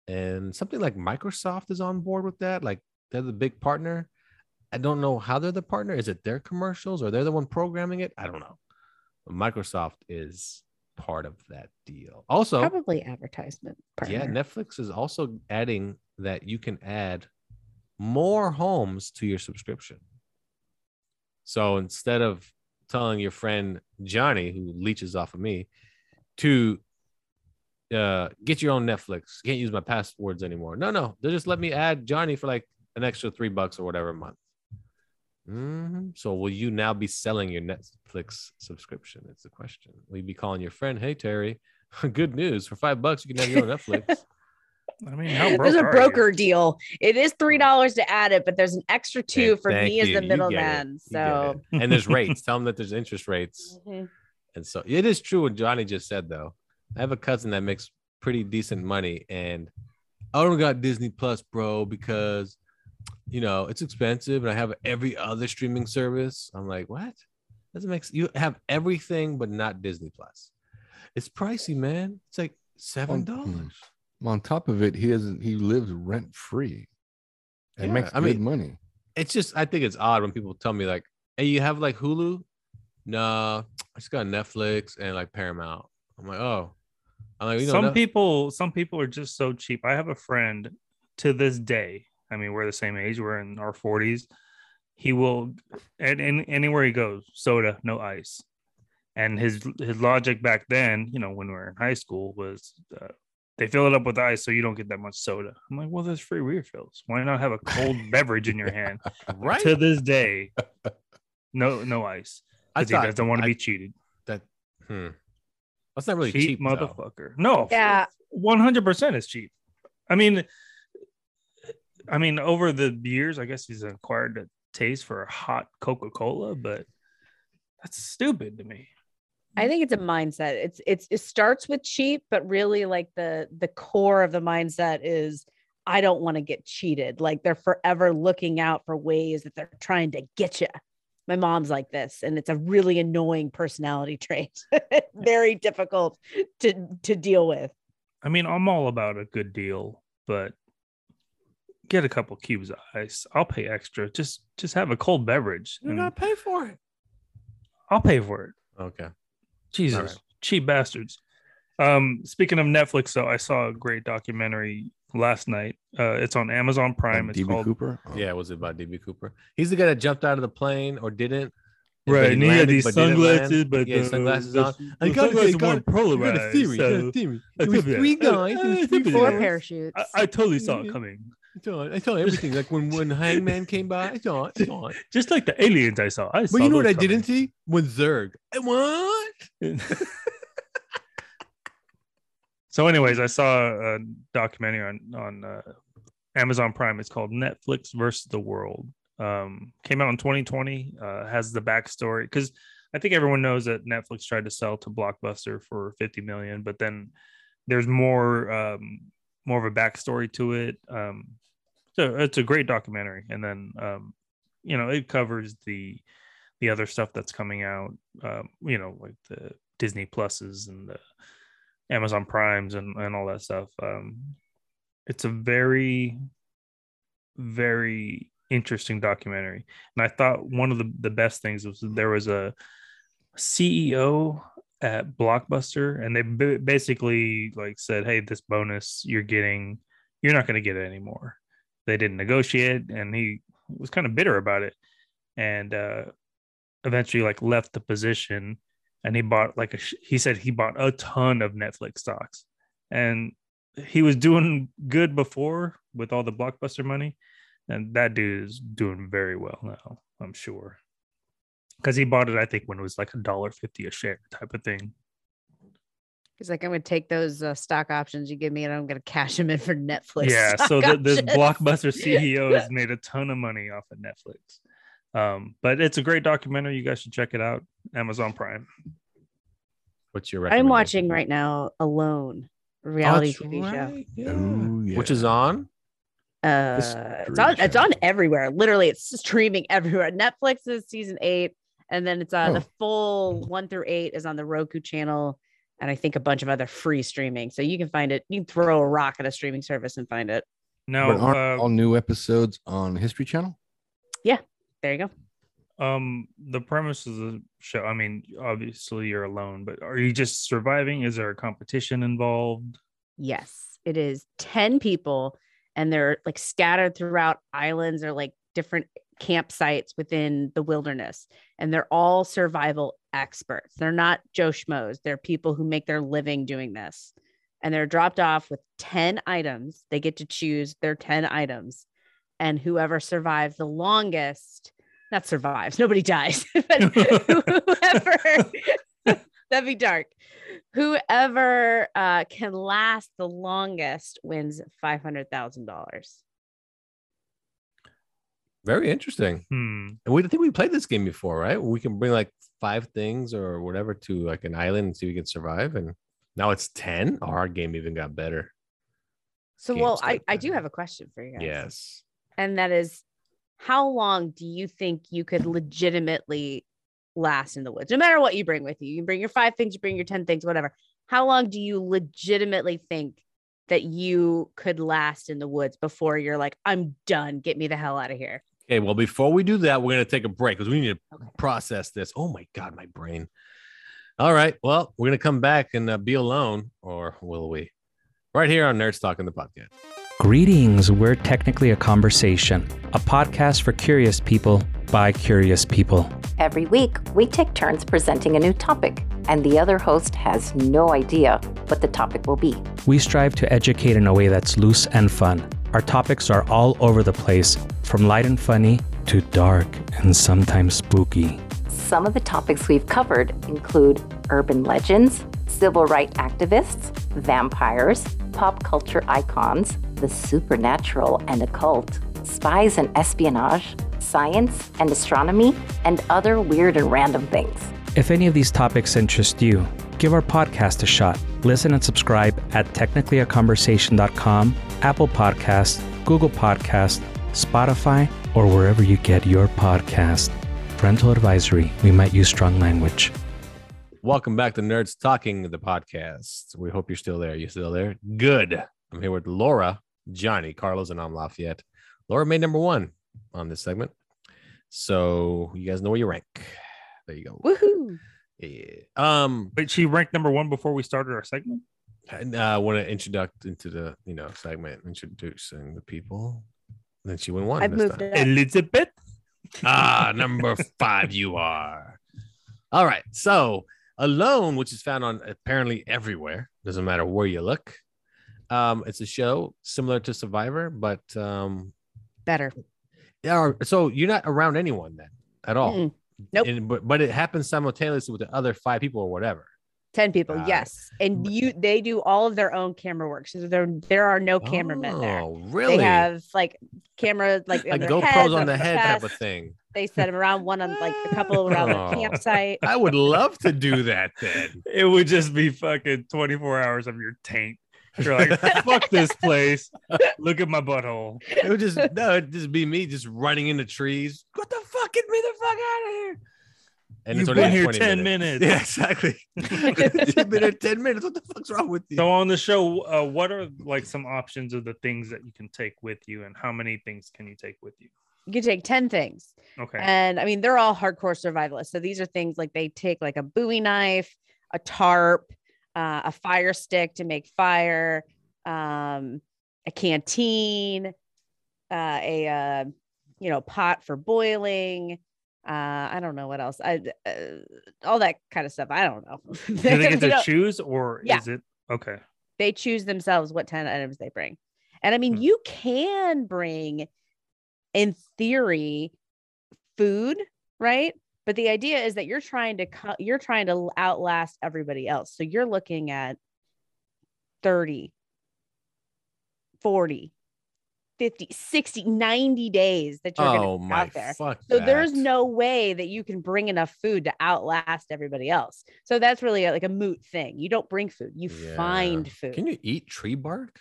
C: And something like Microsoft is on board with that. Like they're the big partner. I don't know how they're the partner. Is it their commercials or they're the one programming it? I don't know. But Microsoft is part of that deal. Also,
H: probably advertisement. Partner.
C: yeah, Netflix is also adding that you can add more homes to your subscription. So instead of telling your friend Johnny, who leeches off of me, to uh, get your own Netflix, can't use my passwords anymore. No, no, they'll just let me add Johnny for like an extra three bucks or whatever a month. Mhm. So will you now be selling your Netflix subscription? It's the question. Will you be calling your friend, hey Terry, [LAUGHS] good news. For five bucks, you can have your own Netflix.
E: I mean, how broke
H: There's a
E: are you?
H: broker deal. It is three dollars to add it, but there's an extra [LAUGHS] two
C: Hey,
H: for
C: Oh. thank
H: me as
C: you.
H: the
C: You get it.
H: middleman.
C: You get
H: So
C: it. and
H: [LAUGHS]
C: there's rates. Tell them that there's interest rates.
H: Mhm.
C: And so it is true what Johnny just said though. I have a cousin that makes pretty decent money and I don't got Disney Plus, bro, because you know it's expensive and I have every other streaming service. I'm like, what? Doesn't make s- you have everything but not Disney Plus. It's pricey, man. It's like seven dollars.
D: Oh, hmm. On top of it, he doesn't. He lives rent free, and
C: Yeah,
D: makes
C: I
D: good
C: mean-
D: money.
C: It's just I think it's odd when people tell me like, hey, you have like Hulu? Nah, I just got Netflix and like Paramount. I'm like, oh. I'm like, you know,
E: some
C: Net-
E: people some people are just so cheap i have a friend to this day i mean we're the same age we're in our 40s he will and, and anywhere he goes soda no ice and his his logic back then you know when we were in high school was uh, they fill it up with ice so you don't get that much soda i'm like well there's free refills why not have a
C: [LAUGHS]
E: cold beverage in your hand
D: [LAUGHS]
C: right?
E: to
C: [LAUGHS]
E: this day no no ice
C: I
E: because he
C: thought-
E: doesn't want to
C: I-
E: be cheated
C: that hmm. That's not really
E: cheap,
C: cheap, though.
E: motherfucker. No,
H: yeah,
E: one hundred percent is cheap. I mean, I mean, over the years, I guess he's acquired a taste for hot Coca Cola, but that's stupid to me.
H: I think it's a mindset. It's it's it starts with cheap, but really like the the core of the mindset is I don't want to get cheated. Like they're forever looking out for ways that they're trying to get you. My mom's like this, and it's a really annoying personality trait. [LAUGHS] Very difficult to to deal with.
E: I mean, I'm all about a good deal, but get a couple cubes of ice. I'll pay extra. Just just have a cold beverage.
C: You're
E: and
C: not pay for it.
E: I'll pay for it.
C: Okay.
E: Jesus,
C: All right.
E: cheap bastards. Um, speaking of Netflix, though, I saw a great documentary last night. Uh, it's on Amazon Prime.
D: Like
E: It's
D: DB
E: called
D: Cooper. Oh,
C: Yeah, was it by DB Cooper? He's the guy that jumped out of the plane or didn't. and
E: Right,
C: then
E: and he had
C: landed
E: these
C: but didn't land.
E: sunglasses, but
C: yeah,
E: the-
C: sunglasses
E: the-
C: on.
E: the
C: I got
E: sunglasses
C: it. Got
E: weren't
C: it. You got a
E: polarized,
C: theory. you got [LAUGHS]
E: so-
C: a
E: [LAUGHS]
C: theory.
E: I
C: There was
E: took that.
C: three guys. There
E: [LAUGHS]
C: was
E: I
C: three
E: took that.
H: Four
C: Yeah.
H: parachutes.
E: I, I totally saw it coming.
C: I saw it. I saw everything. Like when when Hangman came by, I saw it. I saw it.
E: Just like the aliens I [LAUGHS] saw. I
C: But you know what I didn't see? When Zerg. I- What?
E: didn't? so, anyways, I saw a documentary on on uh, Amazon Prime. It's called Netflix versus the World. Um, came out in 2020. Uh, has the backstory because I think everyone knows that Netflix tried to sell to Blockbuster for 50 million, but then there's more um, more of a backstory to it. Um, so it's a great documentary, and then um, you know it covers the the other stuff that's coming out. Um, you know, like the Disney Pluses and the Amazon Primes and and all that stuff. Um, it's a very very interesting documentary, and I thought one of the the best things was that there was a CEO at Blockbuster, and they b- basically like said, "Hey, this bonus you're getting, you're not going to get it anymore." They didn't negotiate, and he was kind of bitter about it, and uh, eventually like left the position. And he bought like a sh- he said he bought a ton of Netflix stocks, and he was doing good before with all the blockbuster money, and that dude is doing very well now. I'm sure because he bought it, I think, when it was like a dollar fifty a share type of thing.
H: He's like, I'm gonna take those uh, stock options you give me, and I'm gonna cash them in for Netflix.
E: yeah, so
H: stock
E: th- this
H: options.
E: blockbuster
H: [LAUGHS]
E: CEO has made a ton of money off of Netflix. Um, but it's a great documentary. You guys should check it out. Amazon Prime.
C: What's your
H: I'm
C: recommendation?
H: watching right now Alone, a reality
C: That's
H: TV show.
C: right, yeah.
D: Ooh, yeah.
C: Which is on?
H: Uh, it's on it's
D: streaming.
H: on everywhere. Literally, it's streaming everywhere. Netflix is season eight, and then it's uh, the
D: Oh.
H: full one through eight is on the Roku channel, and I think a bunch of other free streaming. So you can find it. You can throw a rock at a streaming service and find it.
E: Now,
D: But aren't
E: uh,
D: all new episodes on History Channel?
H: There you go.
E: um, the premise of the show. I mean, obviously you're alone, but are you just surviving? Is there a competition involved?
H: Yes, it is 10 people and they're like scattered throughout islands or like different campsites within the wilderness. And they're all survival experts. They're not Joe Schmoes, they're people who make their living doing this. And they're dropped off with 10 items. They get to choose their 10 items. And whoever survives the longest, not survives. Nobody dies. [LAUGHS] but whoever [LAUGHS] that'd be dark. Whoever uh, can last the longest wins five hundred thousand dollars.
C: Very interesting.
E: Hmm.
C: And we I think we played this game before, right? We can bring like five things or whatever to like an island and see if we can survive. And now it's ten. Oh, our game even got better.
H: So,
C: Games
H: well, I,
C: like
H: I
C: that.
H: do have a question for you guys.
C: Yes.
H: And that is how long do you think you could legitimately last in the woods? No matter what you bring with you, you bring your five things, you bring your 10 things, whatever. How long do you legitimately think that you could last in the woods before you're like, I'm done, get me the hell out of here?
C: Okay, well, before we do that, we're going to take a break because we need to process this. Oh my God, my brain. All right. Well, we're going to come back and uh, be alone, or will we? Right here on Nerds Talking the Podcast.
I: Greetings, we're technically a conversation, a podcast for curious people by curious people.
M: Every week, we take turns presenting a new topic, and the other host has no idea what the topic will be.
I: We strive to educate in a way that's loose and fun. Our topics are all over the place, from light and funny to dark and sometimes spooky.
M: Some of the topics we've covered include urban legends, civil rights activists, vampires, pop culture icons, the supernatural and occult, spies and espionage, science and astronomy, and other weird and random things.
I: If any of these topics interest you, give our podcast a shot. Listen and subscribe at technicallyaconversation.com, Apple Podcasts, Google Podcasts, Spotify, or wherever you get your podcast. Parental advisory, we might use strong language.
C: Welcome back to Nerds Talking the Podcast. We hope you're still there. You still there? Good. I'm here with Laura, Johnny, Carlos, and I'm Lafayette. Laura made number one on this segment. So you guys know where you rank. There you go.
H: Woohoo.
C: Yeah. Um,
E: but she ranked number one before we started our segment.
C: And uh, I want to introduce into the you know segment, introducing the people. Then she went one.
E: I
C: this
E: moved
C: time.
E: it up. Elizabeth.
C: ah,
E: [LAUGHS]
C: number five, you are. All right. So, Alone, which is found on apparently everywhere, doesn't matter where you look. Um, it's a show similar to Survivor, but um,
H: better.
C: Yeah. or- So you're not around anyone then at all.
H: Mm-mm. Nope.
C: And, but but it happens simultaneously with the other five people or whatever.
H: 10 people,
C: Got it. Mm.
H: yes. And you they do all of their own camera work. So there there are no cameramen there.
C: Oh, really?
H: They have like camera like, on
C: like
H: their
C: GoPros
H: heads,
C: on the head type
H: chest.
C: of thing.
H: They set them around one on like a couple
C: [LAUGHS]
H: around
C: Oh.
H: the campsite.
C: I would love to do that [LAUGHS] then.
E: It would just be fucking 24 hours of your taint. You're like,
C: [LAUGHS]
E: fuck this place. Look at my butthole.
C: It would just no, it'd just be me just running into trees. What the fuck? Get me the fuck out of here.
E: You've
C: only
E: been
C: been
E: here
C: 20
E: 10 minutes.
C: Yeah,
E: [LAUGHS]
C: exactly. [LAUGHS] You've been here 10 minutes. What the fuck's wrong with you?
E: So on the show, uh, what are like some options of the things that you can take with you, and how many things can you take with you?
H: You can take 10 things.
E: Okay.
H: And I mean, they're all hardcore survivalists. So these are things like they take like a Bowie knife, a tarp, uh, a fire stick to make fire, um, a canteen, uh, a uh, you know pot for boiling. Uh, I don't know what else. I uh, all that kind of stuff. I don't know. [LAUGHS]
E: Do they get
H: You
E: to
H: know,
E: choose, or
H: Yeah.
E: is it okay?
H: they choose themselves what 10 items they bring. And I
C: Hmm.
H: mean, you can bring, in theory, food, right? But the idea is that you're trying to co- you're trying to outlast everybody else. So you're looking at 30, 40, 50, 60, 90 days that you're
C: Oh
H: going to
C: my
H: out there.
C: fuck
H: so there's
C: that.
H: no way that you can bring enough food to outlast everybody else. So that's really like a moot thing. You don't bring food. You find food.
C: Can you eat tree bark?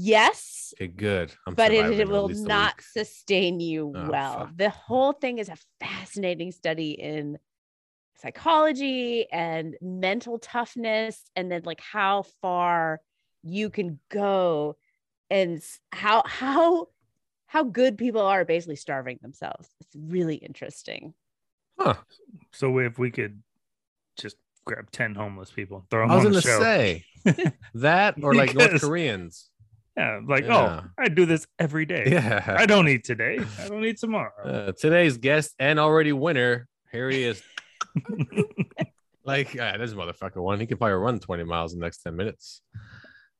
H: Yes,
C: Okay, good. I'm
H: but it,
C: surviving
H: it
C: at
H: will
C: least a
H: not
C: week.
H: sustain you
C: Oh,
H: well.
C: fuck.
H: The whole thing is a fascinating study in psychology and mental toughness, and then like how far you can go and s- how how how good people are basically starving themselves. It's really interesting. [LAUGHS]
E: So if we could just grab 10 homeless people, throw them
C: I was
E: on
C: gonna
E: the show.
C: say that or like North
E: Because-
C: Koreans.
E: [LAUGHS] Yeah, like
C: Yeah.
E: oh, I do this every day.
C: Yeah.
E: I don't eat today. I don't eat tomorrow.
C: Uh, today's guest and already winner. Here he is. [LAUGHS] like uh, this motherfucker one. He can probably run 20 miles in the next 10 minutes.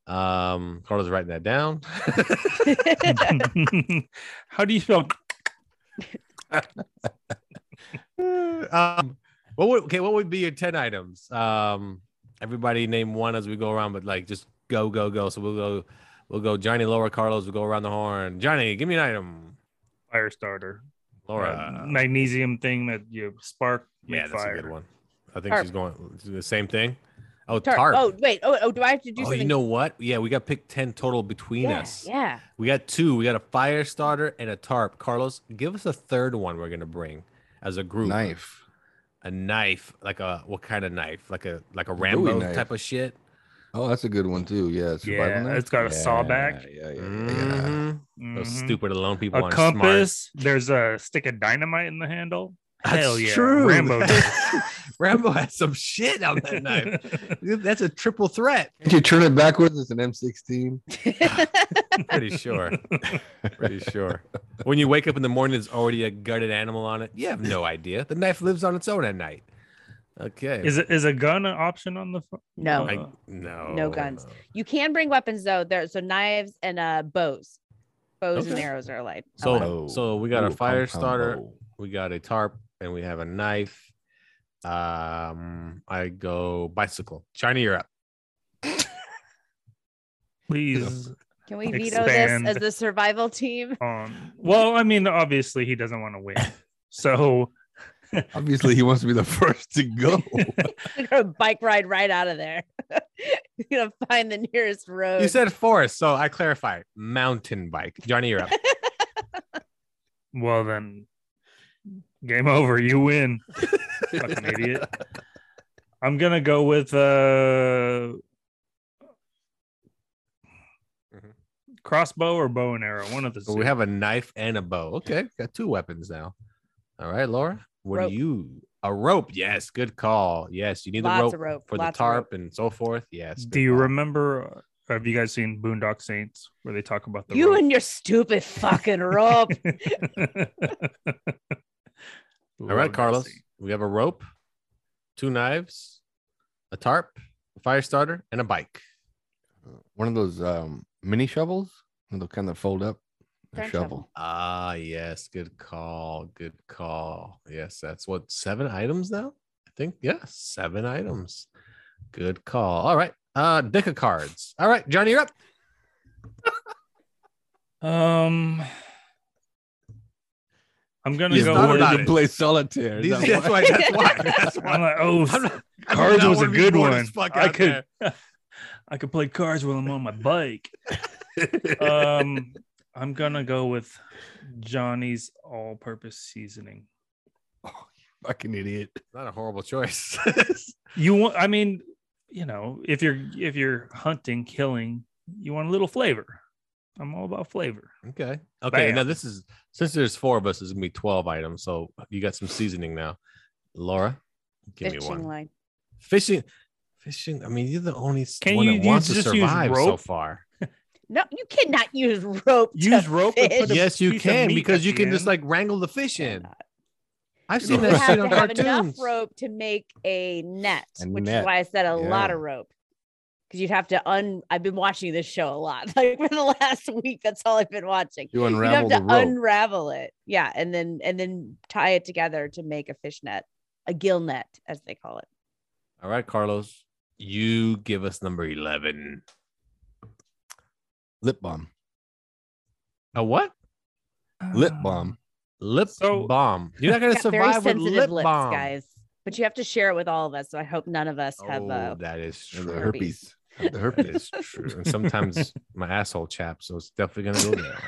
C: Um, Carlos writing that down.
E: How do you spell?
C: um, what would okay? What would be your ten items? Um, everybody name one as we go around, but like just go, go, go. So we'll go, we'll go. Johnny, Laura, Carlos. We'll go around the horn. Johnny, give me an item.
E: [LAUGHS] Fire starter.
C: Laura.
E: Uh, magnesium thing that you spark.
C: yeah,
E: make
C: that's
E: fire.
C: a good one. I think
F: Tarp.
C: she's going the same thing. Oh,
F: Tarp.
C: tarp.
F: Oh wait. Oh, oh, do I have to do
C: Oh,
F: something?
C: you know what? Yeah, we got picked ten total between
F: yeah,
C: us.
F: yeah.
C: We got two. We got a fire starter and a tarp. Carlos, give us a third one we're gonna bring as a group.
D: Knife.
C: A knife, like a what kind of knife? Like a like a Rambo
D: knife.
C: type of shit.
D: Oh, that's a good one too. Yeah, survival
E: Yeah,
D: knife?
E: it's got a
D: Yeah,
E: saw back.
D: Yeah, yeah, yeah.
C: Mhm. Those
E: Mhm.
C: stupid alone people.
E: A
C: aren't
E: compass. There's a stick of dynamite in the handle.
C: Smart.
E: Hell
C: That's
E: yeah,
C: true. [LAUGHS]
E: Rambo. did.
C: Rambo has some shit on that
E: [LAUGHS]
C: knife. That's a triple threat.
D: If you turn it backwards, it's an M16.
C: [LAUGHS] Pretty sure. [LAUGHS] Pretty sure. When you wake up in the morning, there's already a gutted animal on it. You have no idea. The knife lives on its own at night. Okay.
E: Is it is a gun an option on the? pho-
H: No.
C: I,
E: uh,
C: no.
H: No guns. [LAUGHS] You can bring weapons though. There's so knives and uh bows. Bows and
C: Okay.
H: arrows are allowed.
C: So
H: allowed.
C: so we got
D: Ooh,
C: a
D: pom-pom
C: fire starter,
D: bow.
C: we got a tarp, and we have a knife. Um, I go bicycle. China, you're up.
E: Please.
H: can we veto
E: expand.
H: this as the survival team? [LAUGHS]
E: Um. Well, I mean, obviously he doesn't want
C: [LAUGHS]
E: to win. So
D: Obviously, he wants to be the [LAUGHS] first to go.
H: We're gonna bike ride right out of there. [LAUGHS] You're gonna find the nearest road.
C: You said forest, so I clarified. Mountain bike. Johnny,
H: [LAUGHS]
C: you're up.
E: well then, game over. You
C: [LAUGHS]
E: win. Fucking idiot. I'm gonna go with uh
C: Mhm.
E: crossbow or bow and arrow. One of the.
C: So we
E: two.
C: have a knife and a bow. Okay, got two weapons now. All right, Laura. What
H: Rope.
C: do you? A rope. Yes, good call. Yes, you need the
H: Lots
C: rope,
H: of rope,
C: for
H: lots
C: the
H: of rope.
C: tarp and so forth. Yes.
E: Do you remember? uh, Have you guys seen Boondock Saints where they talk about the
H: you
E: rope?
H: and your stupid
C: [LAUGHS]
E: [LAUGHS]
H: fucking rope.
C: All right, Carlos. We have a rope, two knives, a tarp, a fire starter, and a bike.
D: One of those um, mini shovels, and they'll kind of fold up. A
H: Turn
D: shovel.
C: Ah, yes, good call. Good call. Yes, that's what seven items now. I think yeah, seven items. Good call. All right. Uh, deck of cards. All right, Johnny, you're up.
E: Um, I'm gonna
D: You
E: go
D: thought
E: with.
D: about it. play solitaire.
C: These-
D: [LAUGHS]
C: that's why. That's why. That's
E: [LAUGHS]
C: why.
E: I'm like, oh,
C: I'm not- I do
E: cards
C: not
E: was a
C: wanna be
E: good
C: bored
E: one.
C: as fuck
E: I
C: out
E: could,
C: there.
E: [LAUGHS] I could play cards while I'm on my bike. [LAUGHS] um, I'm gonna go with Johnny's all-purpose seasoning.
D: Fucking idiot.
C: [LAUGHS] Not a horrible choice. [LAUGHS]
E: You want? I mean, you know, if you're if you're hunting, killing, you want a little flavor. I'm all about flavor.
C: okay. Okay.
E: Bam.
C: Now this is since there's four of us, it's gonna be twelve items. So you got some seasoning now. Laura, give me
H: Fishing
C: one.
H: line.
C: Fishing. Fishing. I mean, you're the only s-
E: Can
C: one
E: you-
C: that
E: you
C: wants to
E: just use
C: survive so
E: rope?
C: far.
H: No, you cannot use rope. to
E: Use rope and
H: fish.
E: put a
C: Yes, you
E: piece of
C: can
E: meat
C: because
E: at
C: you
E: the
C: can just
E: end.
C: like wrangle the fish in.
H: Cannot.
C: I've
D: You
C: seen
H: You
C: that
H: have
C: shit on
H: to have enough
C: cartoons.
H: rope to make a net,
D: A
H: which
D: net,
H: is why I said a lot
D: yeah.
H: of rope. Because you'd have to un. I've been watching this show a lot, [LAUGHS] like for the last week. That's all I've been watching.
D: You
H: You'd have
D: unravel
H: to
D: the rope.
H: unravel it, yeah, and then and then tie it together to make a fish net, a gill net, as they call it.
C: All right, Carlos, you give us number eleven.
D: Lip balm.
C: A what?
D: Lip balm.
C: Lip
E: So-
C: balm. You're not gonna
H: Got very
C: survive with
H: sensitive
C: lip
H: lips,
C: balm.
H: guys. But you have to share it with all of us. So I hope none of us have
C: oh,
H: uh,
C: that is true.
D: And the
H: Herpes.
D: herpes. And The
C: That
D: herpes.
C: is true. And [LAUGHS] sometimes my asshole chaps, so it's definitely gonna go there.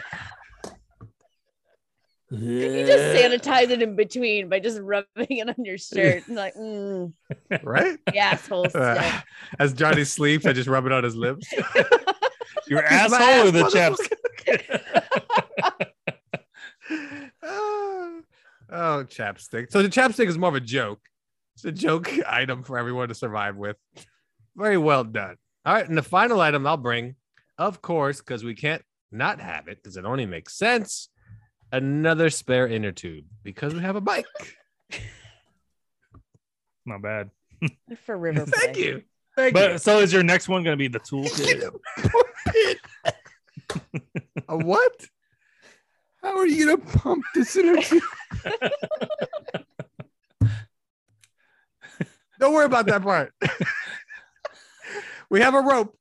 C: Oh,
H: You just sanitize it in between by just [LAUGHS] rubbing it on your shirt and
C: [LAUGHS]
H: like, mm, [LAUGHS]
C: right?
H: the asshole
C: Uh,
H: stick.
C: [LAUGHS] As Johnny sleeps, I just rub it on his lips.
H: [LAUGHS]
E: Your
C: Is my
E: asshole or the
C: ass
E: chaps?
C: [LAUGHS] oh, chapstick. So the chapstick is more of a joke. It's a joke [LAUGHS] item for everyone to survive with. Very well done. All right, and the final item I'll bring, of course, because we can't not have it because it only makes sense. Another spare inner tube because we have a bike.
E: [LAUGHS] Not bad.
C: [LAUGHS]
H: for river play.
C: Thank you. [LAUGHS] Thank you.
E: But so is your next one going to be
C: [LAUGHS]
E: the toolkit?
C: a what?
D: How are you gonna pump this energy? Don't worry about that part. [LAUGHS] we have a rope.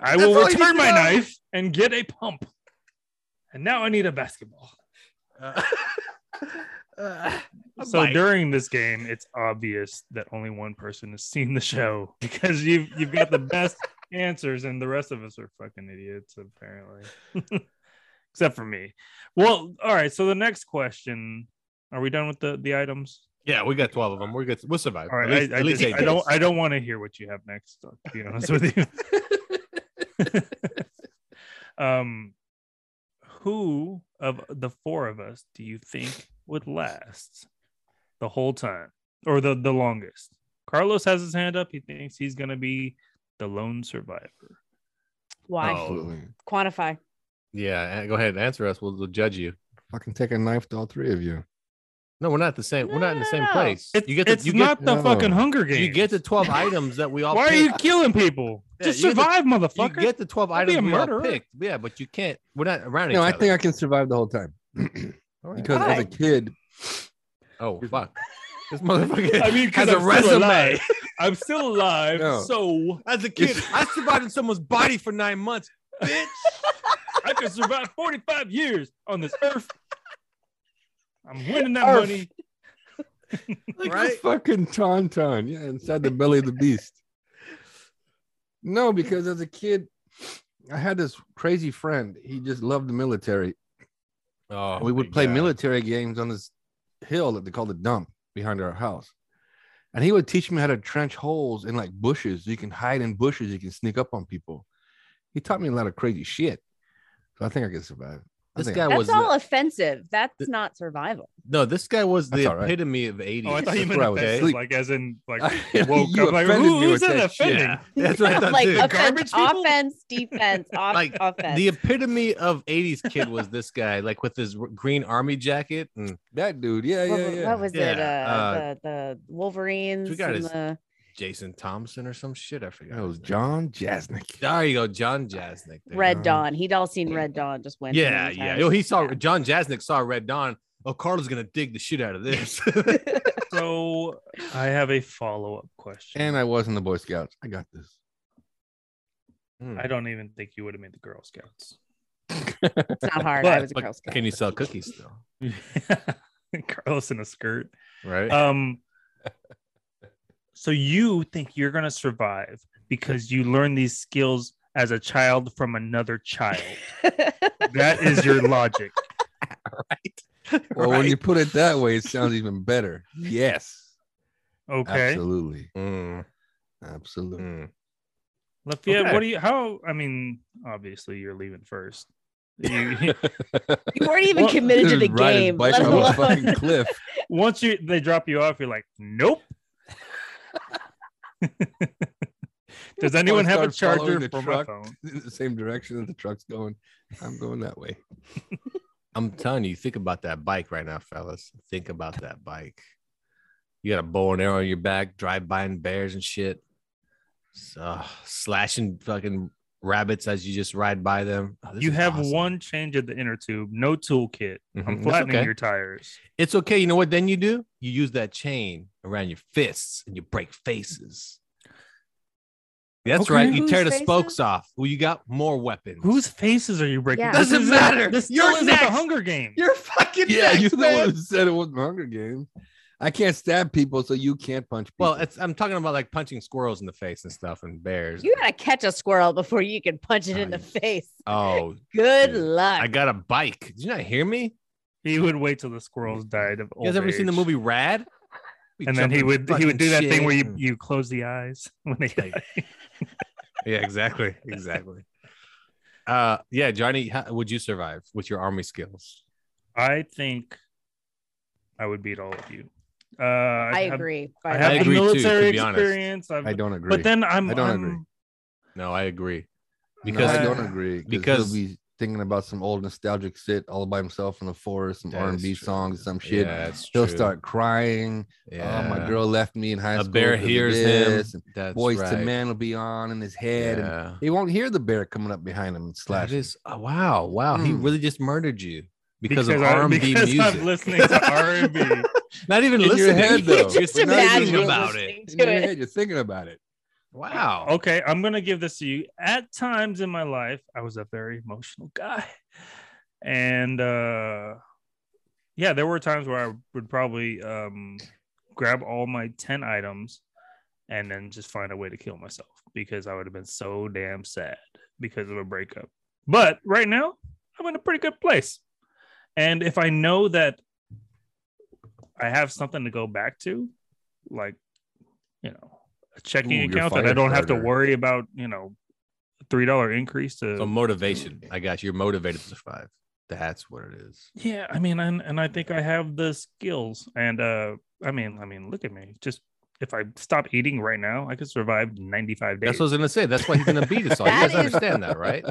E: I
D: That's
E: will
D: all you need
E: return
D: to
E: my
D: know.
E: knife and get a pump. And now I need a basketball.
D: Uh, [LAUGHS]
E: So
C: Mike.
E: during this game, it's obvious that only one person has seen the show [LAUGHS] because you've you've got the
D: [LAUGHS]
E: best answers, and the rest of us are fucking idiots, apparently. [LAUGHS] Except for me. Well, all right. So the next question. Are we done with the, the items?
C: Yeah, we got 12 of them. We're good. We'll survive.
E: All
C: At least-
E: right. I, I
C: at least
E: just-
C: eight
E: I don't
C: days.
E: I don't want to hear what you have next, to be honest with you. [LAUGHS] um who of the four of us do you think would last the whole time or the the longest carlos has his hand up he thinks he's going to be the lone survivor
H: Why?
C: Oh.
H: Quantify.
C: Yeah, a- go ahead. Answer us. We'll, we'll judge you.
D: Fucking take a knife to all three of you.
C: No, we're not the same. we're not in the same
H: no.
C: place.
E: It's-
C: you get the,
E: it's
C: you
E: not
C: get,
E: the
D: No.
E: fucking hunger
C: you
E: game
C: get the
E: [LAUGHS]
C: 12 items that we all
E: why are
C: picked.
E: you killing people
C: Yeah,
E: just
C: you get the-
E: survive
C: You
E: motherfucker
C: get the 12
E: Don't be
C: items
E: a
C: we all
E: murderer.
C: picked. Yeah, but you can't. We're not around
D: No,
C: each
D: I
C: other.
D: think I can survive the whole [CLEARS THROAT] time
C: All right.
D: because as a
H: Alright.
D: kid,
C: Oh, fuck. This motherfucker
E: [LAUGHS] i mean
C: has
E: because
C: a
E: i'm still
C: resume.
E: alive i'm still alive
D: No.
E: so
C: [LAUGHS] As a kid, I survived in someone's body for nine months.
E: bitch i could survive 45 years on this earth i'm winning that
D: Earth.
E: money
D: like a
C: Right?
D: fucking tauntaun, yeah, inside the belly of the beast. [LAUGHS] No, because as a kid, I had this crazy friend. He just loved the military.
C: Oh,
D: we
C: my
D: would play
C: God.
D: military games on this hill that they call the dump behind our house. And he would teach me how to trench holes in like bushes. You can hide in bushes, you can sneak up on people. He taught me a lot of crazy shit. So I think I can survive. I
C: This
D: think
C: guy
D: I,
C: was
H: That's
C: the-
H: all offensive. That's not survival.
C: No, this guy was the
D: That's all right.
C: epitome of 80s.
E: Oh,
C: [LAUGHS]
E: I thought you meant
D: where I was
E: offensive,
D: asleep.
E: like as in like
D: eh? [LAUGHS] You
E: woke up. Like,
D: offended
E: who,
D: me with
E: who's that
D: that shit.
E: offending?
C: yeah, that's what I thought
H: [LAUGHS] like
C: too.
H: offense,
E: people?
H: offense, defense,
C: [LAUGHS]
H: off,
C: Like,
H: offense.
C: the epitome of 80s kid was this guy, like with his r- green army jacket. And
D: that dude. Yeah,
H: what,
D: yeah,
H: what-
D: yeah.
H: what was it? Uh,
C: Yeah, uh,
H: the, the Wolverines.
C: we got
H: and
C: his-
H: the-
C: Jason Thompson or some shit. I forgot.
D: That was
C: his name.
D: John Jasnick.
C: There you go, John Jasnick. there.
H: Red Dawn. He'd all seen Red Dawn. Just went.
C: Yeah, yeah. Oh, he saw John Jasnick saw Red Dawn. Oh, Carla's gonna dig the shit out of
E: [LAUGHS]
C: this. [LAUGHS]
E: [LAUGHS]
C: Hmm.
E: So I have a follow up question.
D: [LAUGHS] And I was in the Boy Scouts. I got
E: [LAUGHS]
D: this.
E: I don't even think you would have made the
D: [LAUGHS]
E: Girl Scouts.
C: [LAUGHS]
H: It's not hard. I
E: But-
H: was a
C: But
H: Girl Scout.
C: can you sell cookies still?
E: Carlos in a skirt.
C: Right?
E: Um. So you think you're gonna survive because you learned these skills as a child from another child? That is your logic.
D: [LAUGHS]
C: right.
D: Well, when you put it that way, it sounds even better. Yes.
E: [LAUGHS] Okay.
D: Absolutely.
C: Mm,
D: Absolutely.
C: mm.
E: [LAUGHS] Lafayette,
C: Okay.
E: what do you? How? I mean, obviously you're leaving first. You-
H: [LAUGHS] You weren't even
E: Well,
H: committed to
D: Dude,
H: the
D: ride his
H: game.
D: bike
H: let
D: off a
H: alone-
D: fucking cliff.
E: once you they drop you off, you're like, nope. [LAUGHS] Does anyone have a
D: Start
E: charger
D: following the
E: for my
D: truck
E: phone?
D: [LAUGHS] in the same direction that the truck's going. I'm going that
E: [LAUGHS]
D: way.
C: I'm telling you, think about that bike right now, fellas. Think about that bike. You got a bow and arrow on your back, drive by and bears and shit. So, slashing fucking rabbits as you just ride by them. Oh, this
E: You
C: is
E: have
C: awesome.
E: one change of the inner tube, no toolkit.
C: Mhm.
E: I'm
C: That's
E: flattening
C: okay.
E: your tires.
C: It's okay. You know what? Then you do? You use that chain around your fists and you break faces. That's
D: Okay.
C: right. You tear the
H: Whose
C: spokes
H: faces?
C: off. Well, you got more weapons.
E: Whose faces are you breaking?
H: Yeah.
E: This
C: Doesn't
E: isn't-
C: matter.
E: This still
C: You're
E: isn't
C: next.
E: the Hunger Game.
C: You're fucking
D: Yeah,
C: next,
D: you're the
C: man.
D: one who said it wasn't Hunger Games. I can't stab people, so you can't punch people.
C: Well, it's, I'm talking about like punching squirrels in the face and stuff and bears.
H: You gotta catch a squirrel before you can punch it in the
C: Nice.
H: face.
C: oh,
H: Good
C: dude.
H: luck.
C: I got a bike. Did you not hear me?
E: He would wait till the squirrels died of old
C: You guys ever seen the
E: age.
C: movie Rad? We
E: Oh, And then he
C: jumping
E: would he would
C: fucking
E: do that
C: shit
E: thing where you,
C: and-
E: you close the eyes [LAUGHS] when they die.
C: yeah, exactly,
E: [LAUGHS]
C: exactly. Uh, yeah, Johnny, how, would you survive with your army skills?
E: I think I would beat all of you. Uh, I,
H: I
E: have-
H: agree. by
E: I
H: the
E: have
H: way.
E: the
H: [LAUGHS]
C: agree too, to
E: military
C: be honest.
E: experience. I've,
D: I don't agree.
E: but then I'm.
D: I don't
E: I'm-
D: agree.
C: No, I agree.
D: No,
C: Because
D: I don't agree.
C: because-
D: Because he'll be thinking about some old nostalgic shit all by himself in the forest, some
C: That is
D: R and B
C: true.
D: songs, some shit.
C: Yeah, it's
D: He'll
C: true.
D: start crying.
C: Yeah.
D: Oh, my girl left me in high
C: A
D: school.
C: bear
D: 'cause of
C: hears him.
D: this," and
C: That's
D: Boys to
C: right.
D: man will be on in his head, and
C: Yeah.
D: he won't hear the bear coming up behind him and slash.
C: That
D: him.
C: is oh, wow, wow. He
D: Mm.
C: really just murdered you. because, of R and B music.
D: [LAUGHS]
E: I'm listening to R and B.
C: [LAUGHS] Not even
D: In your
C: listening.
D: head,
C: [LAUGHS]
D: though.
C: just
D: We're not
C: imagining
D: even really
C: about it.
D: In your head, you're thinking about it.
C: Wow.
E: Okay, I'm gonna give this to you. At times in my life, I was a very emotional guy, [LAUGHS] and uh, yeah, there were times where I would probably um, grab all my ten items and then just find a way to kill myself because I would have been so damn sad because of a breakup. But right now, I'm in a pretty good place, and if I know that I have something to go back to, like you know, a checking
C: Ooh, your
E: account that I don't have to
C: firestarter.
E: worry about, you know, three dollar increase to
C: So motivation. I got you. You're motivated to survive. That's what it is.
E: yeah, I mean, and, and I think I have the skills. And uh I mean, I mean, look at me. Just if I stop eating right now, I could survive 95 days.
C: That's what I was gonna say. That's why he's gonna beat us
H: [LAUGHS]
C: all. You
H: That
C: guys
H: is-
C: understand that,
D: [LAUGHS]
C: right?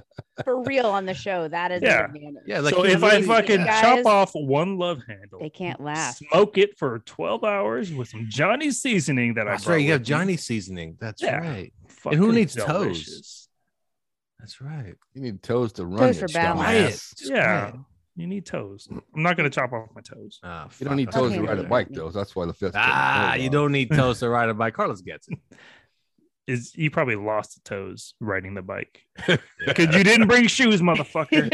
H: for real on the show. That is
E: Yeah.
H: bananas.
C: Yeah, like
E: so
C: he
E: if I
C: literally-
E: fucking
H: Guys-
E: chop off one love handle,
H: They can't laugh.
E: smoke it for 12 hours with some Johnny seasoning that I
C: That's
E: brought
C: right. You have
E: with me,
C: Johnny seasoning. That's
E: Yeah.
C: right. And who
E: fucking
C: needs
E: delicious.
C: toes? That's right.
D: You need toes to run.
H: Toes
D: your
H: for balance.
C: Quiet. Just
E: Yeah.
C: quiet.
E: You need toes. I'm not gonna chop off my toes.
C: Ah,
D: You
C: fuck.
D: don't need toes to
H: Okay.
D: ride a bike, though. That's why the fifth.
C: Ah, you don't need toes to ride a bike. Carlos gets it.
E: Is you probably lost the toes riding
C: [LAUGHS]
E: the bike. Because you didn't bring shoes, motherfucker.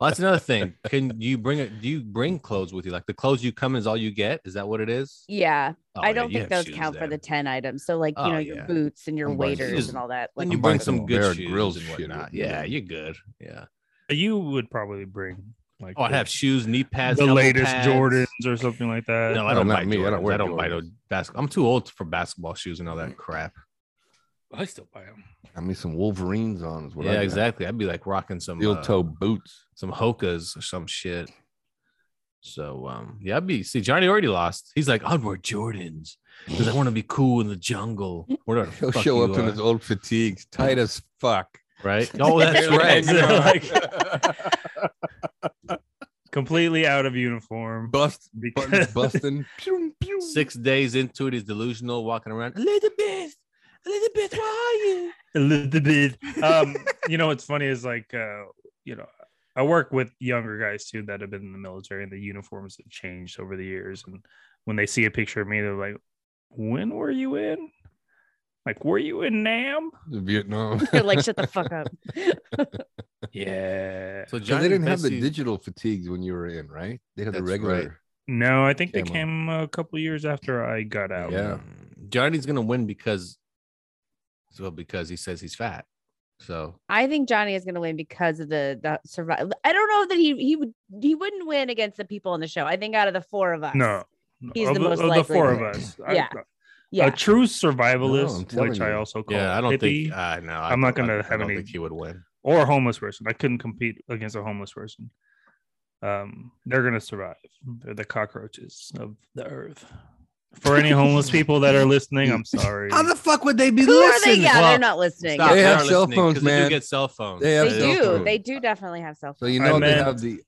C: Well, that's another thing. Can you bring it? Do you bring clothes with you? Like the clothes you come in is all you get? Is that what it is?
H: [LAUGHS] Yeah,
C: Oh,
H: I
C: yeah,
H: don't
C: you
H: think
C: have
H: those
C: shoes
H: count for
C: then.
H: the ten items. So like you
C: Oh,
H: know your
C: yeah.
H: boots and your
D: I'm buying
H: waiters
C: shoes.
H: and all that. Like
C: When you
D: I'm
C: bring
D: buying
C: some
D: some
C: good
D: Bear
C: shoes
D: Grylls
C: and
D: shit
C: whatnot.
D: with me,
C: Yeah,
D: dude.
C: you're good. Yeah.
E: you would probably bring like
C: Oh, I'd
E: the-
C: have shoes, knee pads,
E: the
C: elbow
E: latest
C: pads.
E: Jordans or something like that.
C: No, I
D: No,
C: don't
D: not
C: buy
D: me. I
C: Jordans. I
D: don't
C: don't,
D: wear
C: buy no basketball. I'm too old for basketball shoes and all that crap.
E: I still buy them.
D: I mean, some Wolverines on is what. I
C: yeah,
D: got.
C: exactly. I'd be like rocking some
D: Steel
C: uh,
D: toe boots.
C: some Hokas or some shit. So um, yeah, I'd be see Johnny already lost. He's like, I'd wear Jordans because I want to be cool in the jungle. Whatever. the
D: [LAUGHS] He'll
C: fuck
D: show
C: you uh,
D: up in
C: are,
D: his old fatigues, tight as fuck. [LAUGHS]
C: right. Oh, that's right. Like, [LAUGHS]
E: Completely out of uniform.
D: Bust,
E: because-
C: [LAUGHS]
D: buttons
E: [LAUGHS]
D: busting. Pew, pew.
C: six days into it, he's delusional, walking around. Elizabeth, Elizabeth, where are you?
E: a little bit. Um, you know what's funny is like uh, you know, I work with younger guys too that have been in the military and the uniforms have changed over the years. And when they see a picture of me, they're like, When were you in? Like, were you in NAM?
C: [LAUGHS]
D: Vietnam. [LAUGHS]
H: You're [LAUGHS] like shut the fuck up.
E: Yeah.
C: So
D: 'Cause they didn't have the
C: Bessie's-
D: digital fatigues when you were in, right? They had the
C: That's
D: regular.
C: right.
E: No, I think they
D: Camo.
E: came a couple years after I got out.
D: Yeah.
C: Johnny's gonna win because, well, because he says he's fat. So
H: I think Johnny is going to win because of the the survival. I don't know that he he would he wouldn't win against the people on the show. I think out of the four of us,
E: No.
H: He's
E: of
H: the
E: the,
H: most
E: of the
H: likely
E: four
H: to
E: of
H: win.
E: us.
H: Yeah.
E: I,
H: yeah,
E: a true
D: No, I'm
E: survivalist,
D: telling
E: which I
D: you.
E: also call
C: yeah, I don't
E: hippie
C: think. Uh, no, I
E: I'm not
C: don't- I-
E: gonna
C: I
E: have
C: don't
E: any-
C: Think he would win.
E: or a homeless person. I couldn't compete against a homeless person. Um, they're gonna survive. They're the cockroaches of the earth. For any [LAUGHS] homeless people that are listening, I'm sorry.
C: How the fuck would they be
H: who are
C: listening?
H: they? Yeah,
C: Well,
H: they're not listening.
C: stop,
D: They have
C: are
D: cell
C: listening, 'cause
D: phones,
C: they do
D: man.
C: get cell phones.
D: They have
H: They
D: cell
H: do.
D: phones.
H: They do definitely have cell
D: So
H: phones.
D: you
E: I
D: know they
E: meant-
D: have the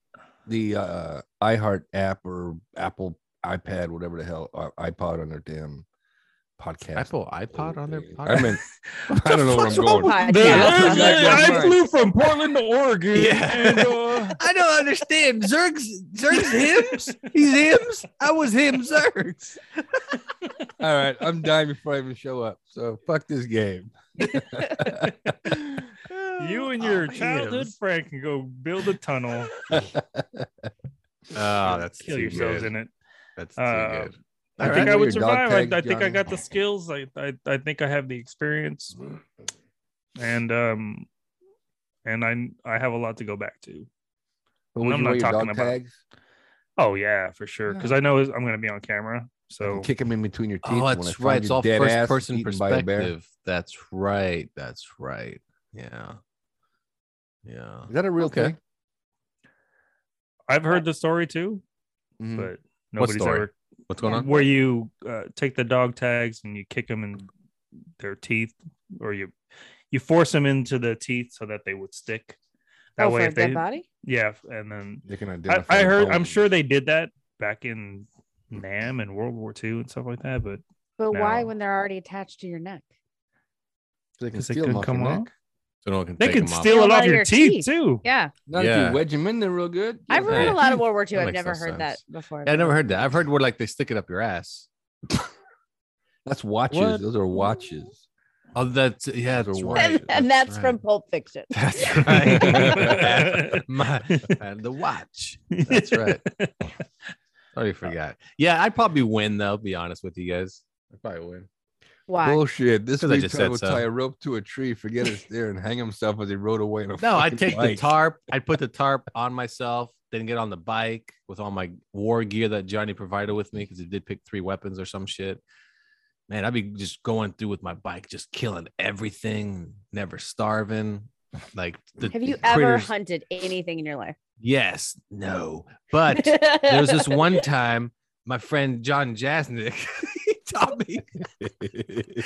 D: the uh, iHeart app or Apple iPad, whatever the hell uh, iPod on their damn podcast.
C: Apple iPod on their
D: thing.
C: podcast.
D: I
C: [LAUGHS]
D: mean, I don't know where I'm going.
H: Podcast.
E: The-
H: [LAUGHS]
D: Yeah.
E: I flew from Portland to Oregon.
C: Yeah.
E: and, uh,
C: [LAUGHS] I don't understand. Zerg's Zerg's hymns. He's hymns. I was him Zerg's.
D: [LAUGHS] All right, I'm dying before I even show up. So fuck
C: [LAUGHS]
D: this game.
E: [LAUGHS]
D: [LAUGHS]
E: you and your childhood friend can go build
C: [LAUGHS]
E: a tunnel.
C: Oh, that's
E: kill
C: too
E: yourselves
C: good.
E: in it.
C: That's too
E: Uh,
C: good.
E: I
D: All
E: think
D: right.
E: I would
D: Your dog
E: survive. I,
D: tag,
E: I think I
D: Johnny.
E: got the skills. I, I I think I have the experience, and um, and I I have a lot to go back to.
D: But would
E: I'm
D: you
E: not
D: wear your
E: talking
D: dog
E: about-
D: tags?
E: Oh yeah, for sure. Because I know I'm going to be on camera. So
D: So kick him in between your teeth.
C: Oh,
D: when I
C: that's
D: find
C: right. It's
D: your
C: all
D: dead
C: first
D: ass
C: person
D: eaten by a bear.
C: perspective. That's right. That's right. Yeah. Yeah.
D: Is that a real
C: Okay.
D: thing?
E: I've heard the story too,
D: Mhm.
E: but
C: What
E: nobody's
C: story?
E: ever
C: What's going on?
E: where you uh, take the dog tags and you kick them in their teeth, or you you force them into the teeth so that they would stick. That
H: oh,
E: way,
H: for a
E: if they
H: dead body.
E: yeah, and then
D: They can
E: I,
D: identify.
E: I
D: the
E: heard. I'm
D: bones.
E: sure they did that back in Nam and World War II and stuff like that. But
H: But why
E: No.
H: when they're already attached to your neck?
D: they can
E: Because they
D: steal them
E: couldn't
D: off your
E: come
D: neck.
E: off?
C: So no one can
E: They
C: take
E: can
C: them off.
E: steal it off your teeth, too.
N: Yeah.
D: Not if
C: Yeah.
D: you wedge them in there real good.
N: I've
D: you'll
N: heard
D: have
N: a lot of
D: teeth.
N: World War II.
C: That
N: I've
C: makes
N: never
C: no
N: heard that
C: sense.
N: before.
C: Yeah, I never heard that. I've heard where like they stick it up your [LAUGHS] ass.
D: That's watches.
C: What?
D: Those are watches.
C: Oh, that's yeah, that's right.
H: and, and that's
C: right.
H: from Pulp Fiction.
C: [LAUGHS]
H: [LAUGHS]
C: That's right. [LAUGHS] My- and the watch.
E: [LAUGHS]
C: That's right. Already forgot. Yeah, I'd probably win though. Be honest with you guys, I'd probably win.
N: Why?
D: Bullshit. This
C: 'Cause I
D: dude
C: just
D: tried
C: said
D: to
C: so.
D: tie a rope to a tree, forget it's there, and hang himself as he rode away. In a
C: No, I'd
D: fucking
C: take the
D: bike.
C: tarp. I'd put the tarp on myself, then get on the bike with all my war gear that Johnny provided with me because he did pick three weapons or some shit. Man, I'd be just going through with my bike, just killing everything, never starving. Like, the
H: Have you ever
C: critters-
H: hunted anything in your life?
C: Yes, no,
H: [LAUGHS]
C: but there was this one time my friend John Jasnick [LAUGHS] he taught me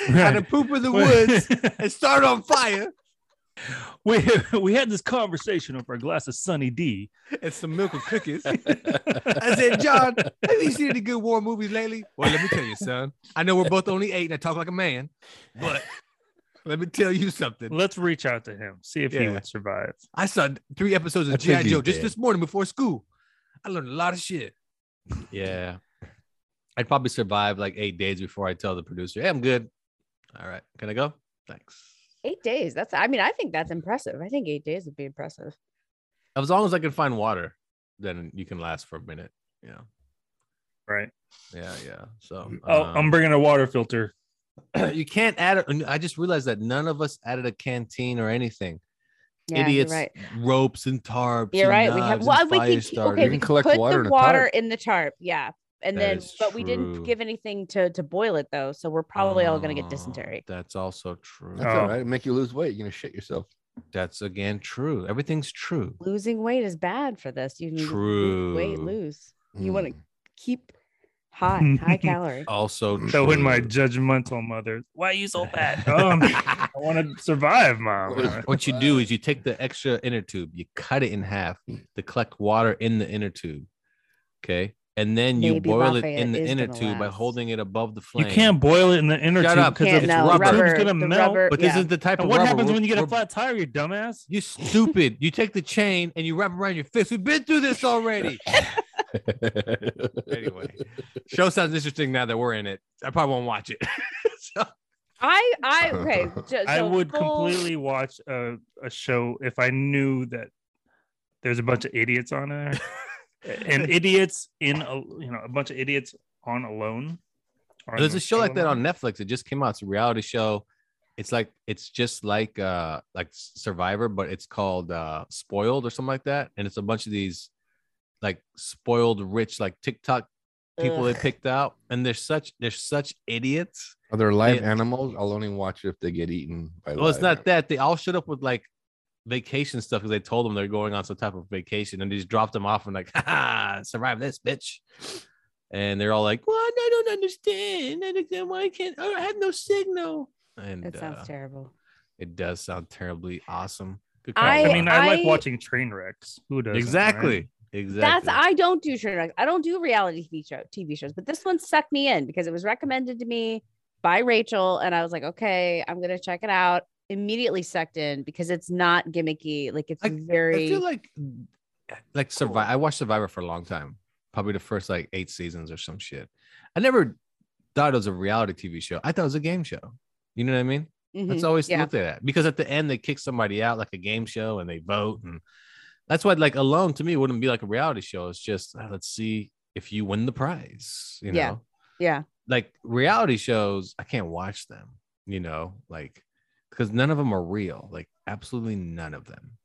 C: how to
E: Right.
C: poop in the
E: [LAUGHS]
C: woods and start on fire.
E: We we had this conversation over a glass of Sunny D.
C: [LAUGHS] and some milk and cookies. [LAUGHS] I said, John, have you seen any good war movies lately? Well, let me tell you, son. I know we're both only eight and I talk like a man, but let me tell you something.
E: Let's reach out to him, see if he
C: Yeah.
E: would survive.
C: I saw three episodes
D: I
C: of G.I.
D: think you
C: Joe just
D: did.
C: this morning before school. I learned a lot of shit. Yeah. I'd probably survive like eight days before I tell the producer, hey, I'm good. All right. Can I go? Thanks.
H: Eight days. That's. I mean, I think that's impressive. I think eight days would be impressive.
C: As long as I can find water, then you can last for a minute. Yeah.
E: Right.
C: Yeah. Yeah. So,
E: Oh,
C: um,
E: I'm bringing a water filter.
C: [CLEARS THROAT] you can't add it. I just realized that none of us added a canteen or anything.
H: Yeah, you're
C: Idiots,
H: right.
C: ropes and tarps.
H: You're
C: and
H: right. We have.
C: knives
H: Well,
C: and
H: we
C: fire
H: can keep,
C: starters.
H: okay.
D: You
H: We
D: can
H: can
D: collect
H: put
D: water in
H: the
D: a
H: water
D: tarp.
H: in the tarp. Yeah, and
C: That
H: then,
C: is
H: but we didn't
C: true.
H: give anything to to boil it though, so we're probably all gonna get
C: Oh,
H: dysentery.
C: That's also true.
D: That's
E: Oh.
D: all right. It'll make you lose weight. You're gonna shit yourself.
C: That's again true. Everything's true.
H: Losing weight is bad for this. You need to
C: True.
H: weight
C: Hmm.
H: lose. You want to
D: Mm.
H: keep high,
C: [LAUGHS]
H: high calorie.
C: Also true.
E: [LAUGHS] So when my judgmental mother, why are you so fat?
C: [LAUGHS]
E: Um, I want to survive, mom.
C: what you do is you take the extra inner tube, you cut it in half to collect water in the inner tube. Okay. And then you
H: Maybe
C: boil it
H: Raphael
C: in the
H: is
C: inner
H: gonna
C: tube by
H: last.
C: holding it above the
E: You
C: flame.
E: can't boil it in the inner
C: Shut
E: tube
C: up.
E: because
H: Can't,
E: it's
H: no,
E: rubber.
H: rubber-
E: It's gonna
H: the
E: melt.
H: rubber-
C: But
H: yeah.
C: this is the type
E: And
C: of
E: what
C: rubber
E: happens
C: we're-
E: when you get a
C: we're-
E: flat tire, you dumbass?
C: You stupid. you take the chain and you wrap it around your fist. We've been through this
E: [LAUGHS]
C: already. anyway, show sounds interesting now that we're in it. I probably won't watch it. [LAUGHS] So-
H: I, I
C: [LAUGHS]
H: okay. ju-
E: I
H: so
E: would
H: full-
E: completely watch a, a show if I knew that there's a bunch of idiots
C: [LAUGHS]
E: on there, and idiots in a you know a bunch of idiots on alone. on
C: there's a show like that
E: alone.
C: on Netflix. It just came out. It's a reality show. It's like it's just like uh like Survivor, but it's called uh Spoiled or something like that. And it's a bunch of these like spoiled rich like TikTok people they
H: Ugh.
C: picked out, and they're such they're such idiots.
D: Are there live
C: Yeah.
D: animals? I'll only watch it if they get eaten by.
C: Well, it's
D: live
C: not that they all showed up with like vacation stuff because they told them they're going on some type of vacation and they just dropped them off and like, [LAUGHS] ha, ha, survive this, bitch. And they're all like, "What? I don't understand. I don't, why I can't? I have no signal." And
H: That
C: uh,
H: sounds terrible.
C: it does sound terribly awesome. Good
E: Yeah, I,
H: I-
E: mean, I, like
H: I-
E: watching train wrecks. Who does
C: exactly, exactly.
H: That's I don't do train wrecks. I don't do reality TV show TV shows, but this one sucked me in because it was recommended to me by Rachel, and I was like, okay, I'm gonna check it out. Immediately sucked in because it's not gimmicky. Like it's
C: I- I
H: very.
C: I feel like like Survivor. I watched Survivor for a long time, probably the first like eight seasons or some shit. I never thought it was a reality TV show. I thought it was a game show. You know what I mean? That's
H: Mhm.
C: always
H: yeah.
C: looked at because at the end they kick somebody out like a game show and they vote and that's why like alone to me wouldn't be like a reality show. It's just "Ah, let's see if you win the prize. You know,
H: Yeah. yeah.
C: like reality shows, I can't watch them. You know, like because none of them are real. Like absolutely none of them.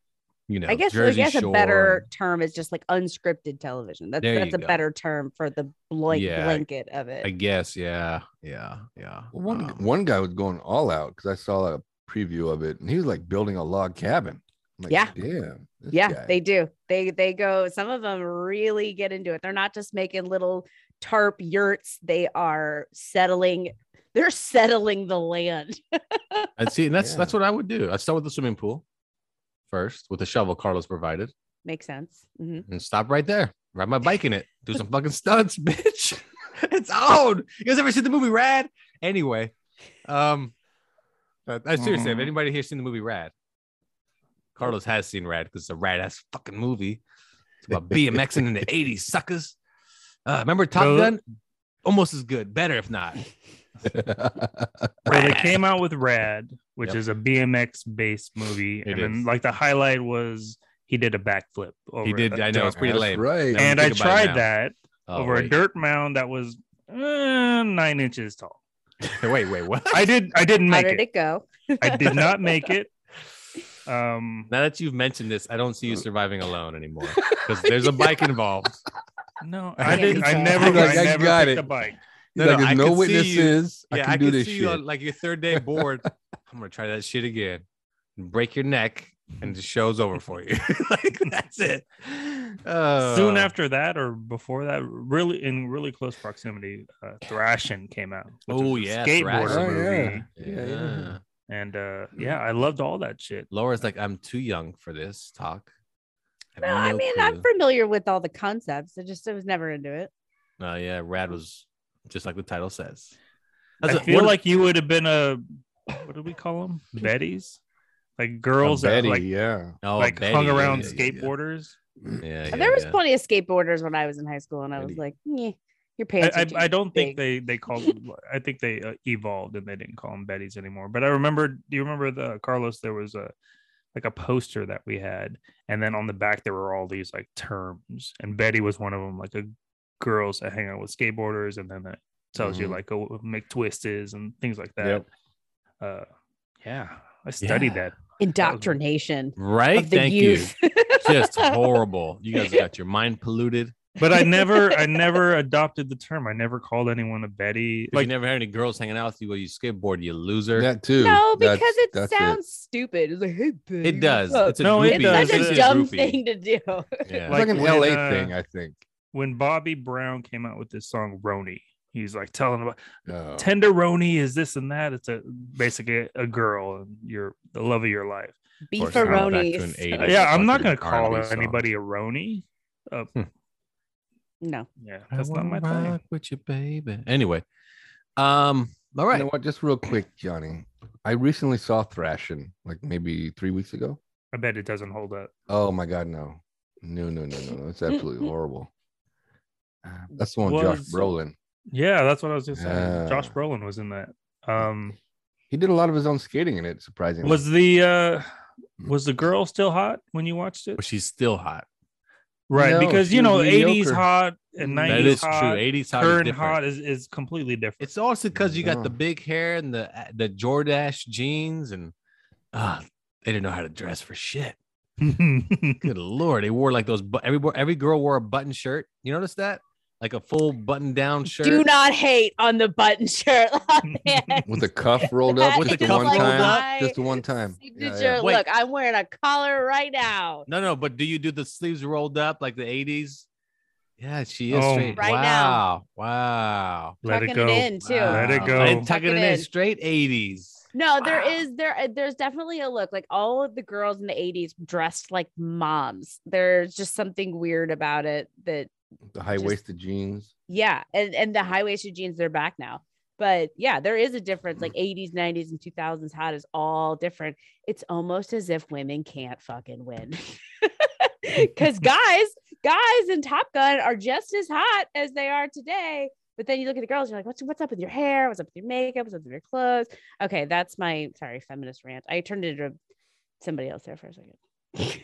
C: You know,
H: I guess
C: Jersey
H: I guess
C: Shore
H: a better
C: and-
H: term is just like unscripted television. That's
C: There you
H: that's a
C: go.
H: better term for the blank
C: Yeah, I-
H: blanket of it.
C: I guess, yeah, yeah, yeah.
D: Well, One
C: Um,
D: one guy was going all out because I saw a preview of it, and he was like building a log cabin. I'm like,
H: Yeah.
D: damn. this
H: yeah
D: guy." [LAUGHS]
H: they do they they go some of them really get into it they're not just making little tarp yurts they are settling they're settling the land [LAUGHS]
C: and see, and that's
D: Yeah.
C: that's what I would do. I'd start with the swimming pool first with the shovel Carlos provided.
H: makes sense Mhm.
C: and stop right there. Ride my bike in [LAUGHS] it. Do some fucking stunts, bitch. [LAUGHS] It's old. You guys ever seen the movie Rad? Anyway, um, I, I seriously, have
E: Mm.
C: anybody here seen the movie Rad? Carlos has seen Rad because it's a rad ass fucking movie. It's about BMXing in [LAUGHS] the 80s, suckers. Uh, remember Top
E: Bro.
C: Gun? Almost as good, better if not.
E: So they came out with Rad, which
C: Yep.
E: is a BMX based movie,
C: It
E: and then
C: is.
E: like the highlight was he did a backflip. Over
C: did,
E: a
C: I know, it's
E: duck.
C: pretty That's lame. right. Now
E: And
C: you
E: I
C: think about it now.
E: tried that
C: Oh,
E: over a
C: wait.
E: dirt mound that was uh, nine inches tall.
C: [LAUGHS] wait, wait, [LAUGHS] what?
E: I did. I didn't
H: How
E: make it.
H: did it go?
C: [LAUGHS]
E: I did not make it. Um,
C: now that you've mentioned this, I don't see [LAUGHS] you surviving alone anymore because [LAUGHS] there's a bike involved.
E: No, I
C: can't
E: didn't.
C: be
E: I
C: told.
E: never.
C: He's like,
E: I
C: I
E: never
C: got
E: picked
C: it.
E: a bike.
D: He's like, "There's
C: I
D: no
C: could see
D: witnesses. I
C: Yeah,
D: can do
C: could
D: this
C: see you on,
D: shit."
C: like your third day
D: [LAUGHS]
C: bored. I'm gonna try that shit again. Break your neck, and the show's over for you. [LAUGHS] like that's it.
E: Soon
C: Uh,
E: after that, or before that, really in really close proximity, uh, Thrashing came out. which
C: Oh,
E: was a
C: yeah,
E: skateboarder
C: Thrashing. Oh, yeah.
E: movie.
C: Yeah, yeah.
E: And uh, yeah, I loved all that shit.
C: Laura's like, I'm too young for this talk. I
H: No,
C: have
H: I
C: no
H: mean,
C: clue."
H: I'm familiar with all the concepts. I just I was never into it.
C: Uh, yeah, Rad was just like the title says.
E: I
C: That's a-
E: feel
C: one-
E: like you would have been a what do we call
C: [LAUGHS]
E: them? Betties, like girls that
D: Betty,
E: like
D: yeah.
C: Oh,
E: like
C: Betty,
E: hung
C: yeah,
E: around
C: yeah, yeah, yeah.
E: skateboarders.
C: Yeah,
H: there was plenty of skateboarders when I was in high school, and I was like, "Nyeh, your pants.
E: I,
H: are
E: I,
H: too
E: I don't think
H: big."
E: they they called. them- I think they uh, evolved and they didn't call them Bettys anymore. But I remember. Do you remember the Carlos? There was a like a poster that we had, and then on the back there were all these like terms, and Betty was one of them. Like a girls that hang out with skateboarders, and then that tells you
C: Mhm.
E: like a McTwist is and things like that.
C: Yep.
E: Uh, yeah, I studied
C: Yeah. [LAUGHS]
E: that.
H: indoctrination.
C: right.
H: of the
C: Thank
H: [LAUGHS] youth.
C: you. just horrible. You
H: [LAUGHS]
C: guys got your mind polluted.
E: But I never, I never adopted the term. I never called anyone a Betty.
C: Like
E: Like
C: you never had any girls hanging out with you while you skateboard, you loser.
D: That too.
H: No, because
D: That's-
H: it
D: that's it.
H: sounds stupid. It's like, hey, babe,
C: It does.
H: what's up?"
C: It's a
E: No, it
C: groupie.
E: does.
H: It's
E: It
H: such a
E: is
H: dumb
C: groupie.
H: thing to [LAUGHS] do.
C: Yeah.
D: It's like an
E: when,
D: LA
E: uh,
D: thing, I think.
E: when Bobby Brown came out with this song Roni, he's like telling about
D: Oh.
E: tender Roni is this and that. It's a basically a, a girl and you're the love of your life.
C: course, now we're back to an
H: Beefaronies.
C: 80s
E: yeah, I'm not gonna
C: fucking
E: call
C: R&B song.
E: anybody a Roni. Uh,
C: [LAUGHS]
H: No.
E: yeah,
C: I
E: that's not
C: wanna
E: my thing.
C: rock with you, baby. Anyway, um, all right.
D: You know what? Just real quick, Johnny. I recently saw Thrashing, like maybe three weeks ago.
E: I bet it doesn't hold up.
D: Oh my God, no. No, no, no, no, no. It's
H: [LAUGHS]
D: absolutely horrible. Ah, That's the one, with
E: Was-
D: Josh Brolin.
E: Yeah, that's what I was just saying.
D: Ah.
E: Josh Brolin was in that. Um,
D: He did a lot of his own skating in it, surprisingly.
E: was the
C: Mm.
E: uh, was the girl still hot when you watched it?
C: But she's still hot.
E: Right,
D: No,
E: because
D: she
E: you know,
D: was
E: '80s
D: mediocre.
E: hot and
D: That
E: '90s
C: Mm. That is
E: hot,
C: true. 80s hot is
E: current
C: different.
E: hot is, is completely different.
C: It's also because you got the
D: Yeah.
C: big hair and the uh, the Jordash jeans and ah, they didn't know how to dress for shit. [LAUGHS] Good lord, they wore like those. Bu- every bo- every girl wore a button shirt. You notice that, like a full button down shirt.
H: Do not hate on the button shirt.
C: [LAUGHS]
H: man.
D: With the cuff rolled
H: [LAUGHS]
D: up,
H: That
D: just
C: is
D: the one
C: like
D: time.
H: my
D: Just the one time. Yeah,
H: Signature.
D: yeah.
C: Wait.
H: Look, I'm wearing a collar right now.
C: No, no, but do you do the sleeves rolled up like the '80s? Yeah, she is
E: Oh.
C: straight.
H: Right
C: wow, wow,
E: Let it
H: Tucking
E: go.
H: in too.
C: wow.
E: Let it go.
C: I didn't
H: Tuck
C: tuck it
H: it
C: in there.
H: in.
C: Straight '80s.
H: No, there
C: Wow.
H: is there uh, there's definitely a look. Like all of the girls in the 80s dressed like moms. There's just something weird about it that
D: The high waisted
H: [LAUGHS]
D: jeans.
H: yeah, and, and
E: Mm.
H: the high waisted jeans they're back now. But yeah, there is a difference.
E: Mm.
H: Like 80s, 90s, and 2000s hot is all different. It's almost as if women can't fucking win. [LAUGHS]
E: [LAUGHS]
H: Because guys, guys in Top Gun are just as hot as they are today. But then you look at the girls, you're like, what's what's up with your hair? What's up with your makeup? What's up with your clothes? Okay, that's my sorry, feminist rant. I turned it into somebody else there for a second.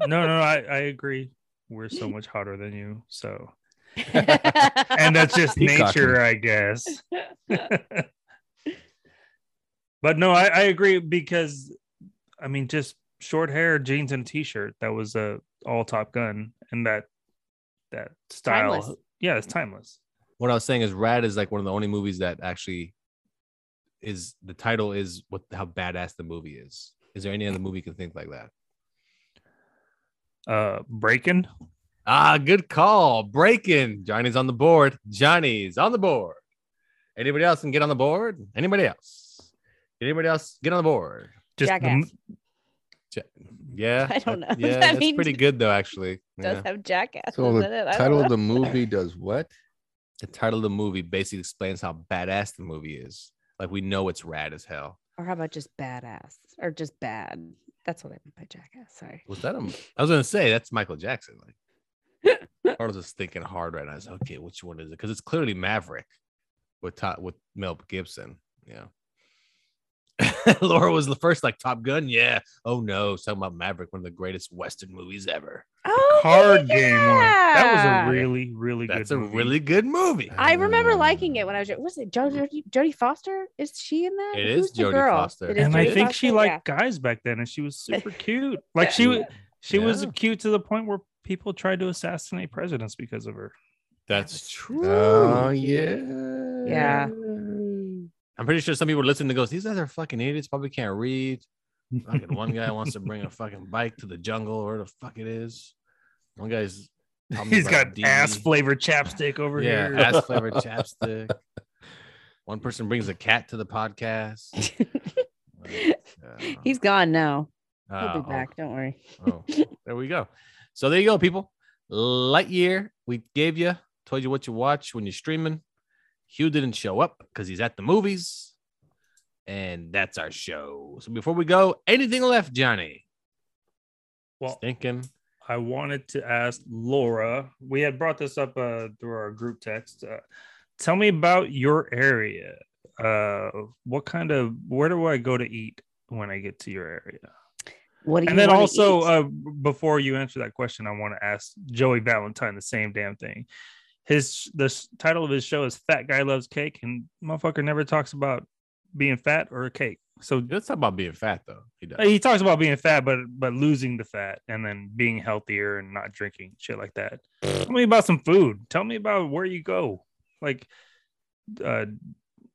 E: no, no,
C: [LAUGHS]
E: I, I agree. We're so much hotter than you. So, [LAUGHS] and
C: [LAUGHS]
E: that's just
D: Peacocking.
E: nature, I guess. but no, I, I agree because, I mean, just short hair, jeans, and a t-shirt. That was a all Top Gun, and that that style.
H: Timeless.
E: Yeah, it's timeless.
C: What I was saying is, Rad is like one of the only movies that actually is the title is what how badass the movie is. Is there any other movie you can think like that?
E: Uh, breaking.
C: Ah, good call. Breaking. Johnny's on the board. Johnny's on the board. Anybody else can get on the board? Anybody else? Anybody else get on the board?
E: Just the m-
H: Jackass.
C: Ja- Yeah.
H: [LAUGHS] I don't
C: that-
H: know if
C: Yeah,
H: that
C: that's
H: means-
C: pretty good though, actually.
H: does
C: Yeah.
H: have jackasses
D: So
H: in it.
D: the
H: I don't
D: title
H: know.
D: of the movie does
H: [LAUGHS]
D: what?
C: The title of the movie basically explains how badass the movie is. Like we know it's rad as hell.
H: Or how about just badass or just bad? That's what I meant by jackass. Sorry.
C: Was that him? I was gonna say that's Michael Jackson.
H: [LAUGHS]
C: Like Carlos is thinking hard right now. It's like, okay, which one is it? Because it's clearly Maverick with top with Mel Gibson. Yeah. [LAUGHS] Laura was the first, like Top Gun. Yeah. Oh no, I was talking about Maverick, one of the greatest Western movies ever.
H: Oh,
E: Card game one. That
H: yeah.
E: was a really, really
C: That's
E: good
C: a
E: movie.
C: really good movie.
H: I remember liking it when
E: [LAUGHS]
H: I was. Was it Jo- Jodie Jodie Foster? Is she in that?
C: It
H: Who's
C: is
H: the
C: Jodie
H: girl?
C: Foster.
H: It is
E: and I
H: Jodie
E: think she
H: Foster?
E: liked guys back then, and she was super cute. Like she was, she was
C: Yeah.
E: cute to the point where people tried to assassinate presidents because of her.
C: That's true.
D: Oh yeah.
H: Yeah.
C: I'm pretty sure some people listening to goes, these guys are fucking idiots, probably can't read. Fucking one
E: [LAUGHS]
C: guy wants to bring a fucking bike to the jungle or the fuck it is. One guy's telling me
E: He's
C: about
E: got
C: D.
E: ass flavored chapstick over
C: yeah,
E: here.
C: ass flavored chapstick. One person brings a cat to the
H: [LAUGHS]
C: podcast.
E: [LAUGHS]
H: yeah. [LAUGHS] He's gone now. He'll
C: Uh,
H: be back. Don't worry.
C: Oh, there we go. So there you go, people. Lightyear, we gave you, told you what you watch when you're streaming. Hugh didn't show up because he's at the movies. And that's our show. So before we go, anything left, Johnny?
E: [LAUGHS] Well,
C: Thinking.
E: I wanted to ask Laura. We had brought this up uh, through our group text. Uh, tell me about your area. Uh, what kind of where do I go to eat when I get to your area?
H: What do you
E: and then
H: wanna
E: also
H: eat?
E: uh, before you answer that question i want to ask joey valentine the same damn thing his the s- title of his show is fat guy loves cake and motherfucker never talks about being fat or a cake so
C: let's talk about being fat though he does
E: Uh, he talks about being fat but but losing the fat and then being healthier and not drinking shit like that tell me about some food tell me about where you go like uh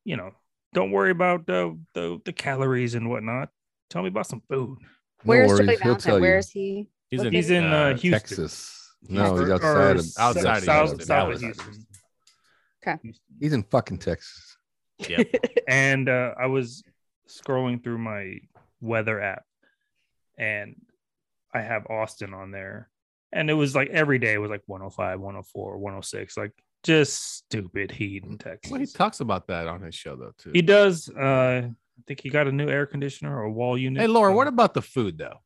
E: you know don't worry about the the, the calories and whatnot tell me about some food
H: Where's
D: worries,
H: Joey
D: he'll tell
H: Valentine?
D: you.
H: Where is he?
C: He's
H: What
C: in-
H: is
E: He's in
C: Uh,
E: uh, Houston.
D: Texas. No, he's
E: Or-
D: outside
E: or
D: of
C: outside of
E: south,
C: Houston.
E: south of
C: Outside.
E: Houston.
D: He's in fucking [LAUGHS] Texas.
C: Yep.
H: [LAUGHS]
E: And uh, I was scrolling through my weather app, and I have Austin on there, and it was like every day was like 105, 104, 106, like just stupid heat in Texas.
C: Well, he talks about that on his show though too.
E: He does. Uh, I think he got a new air conditioner or wall unit.
C: Hey Laura, what about the food though?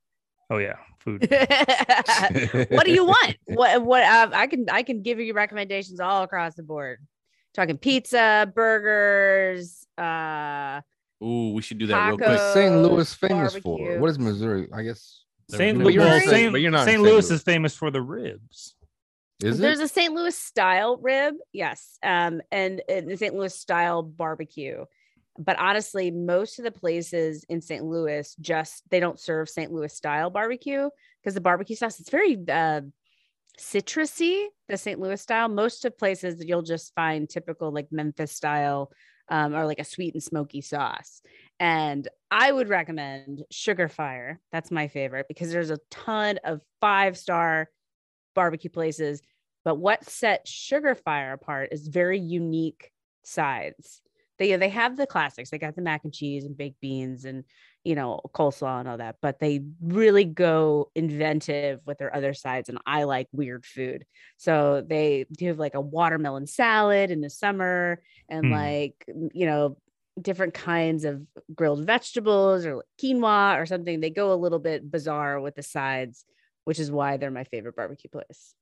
E: Oh yeah,
C: [LAUGHS]
E: food.
H: [LAUGHS] what do you want? What what uh, I can I can give you recommendations all across the board. Talking pizza, burgers, uh
C: Ooh, we should do that real quick.
H: Taco.
D: What's St. Louis famous
H: Uh, barbecue.
D: for? What is Missouri? I guess
E: St.
D: But
E: Louis,
D: you're
E: well,
D: not in-
E: St.
D: but you're not in
E: St.
D: St.
E: Louis
D: Louis.
E: is famous for the ribs.
D: is
H: there's
D: it?
H: a St. Louis style rib, yes, um, and, and the St. Louis style barbecue. But honestly, most of the places in St. Louis just they don't serve St. Louis style barbecue because the barbecue sauce it's very uh, citrusy. The St. Louis style. Most of places you'll just find typical like Memphis style um, or like a sweet and smoky sauce. And I would recommend Sugar Fire. That's my favorite because there's a ton of five star barbecue places. But what sets Sugar Fire apart is very unique sides. They they have the classics. They got the mac and cheese and baked beans and you know coleslaw and all that. But they really go inventive with their other sides. And I like weird food, so they do have like a watermelon salad in the summer and
E: Hmm.
H: like you know different kinds of grilled vegetables or like quinoa or something. They go a little bit bizarre with the sides, which is why they're my favorite barbecue place.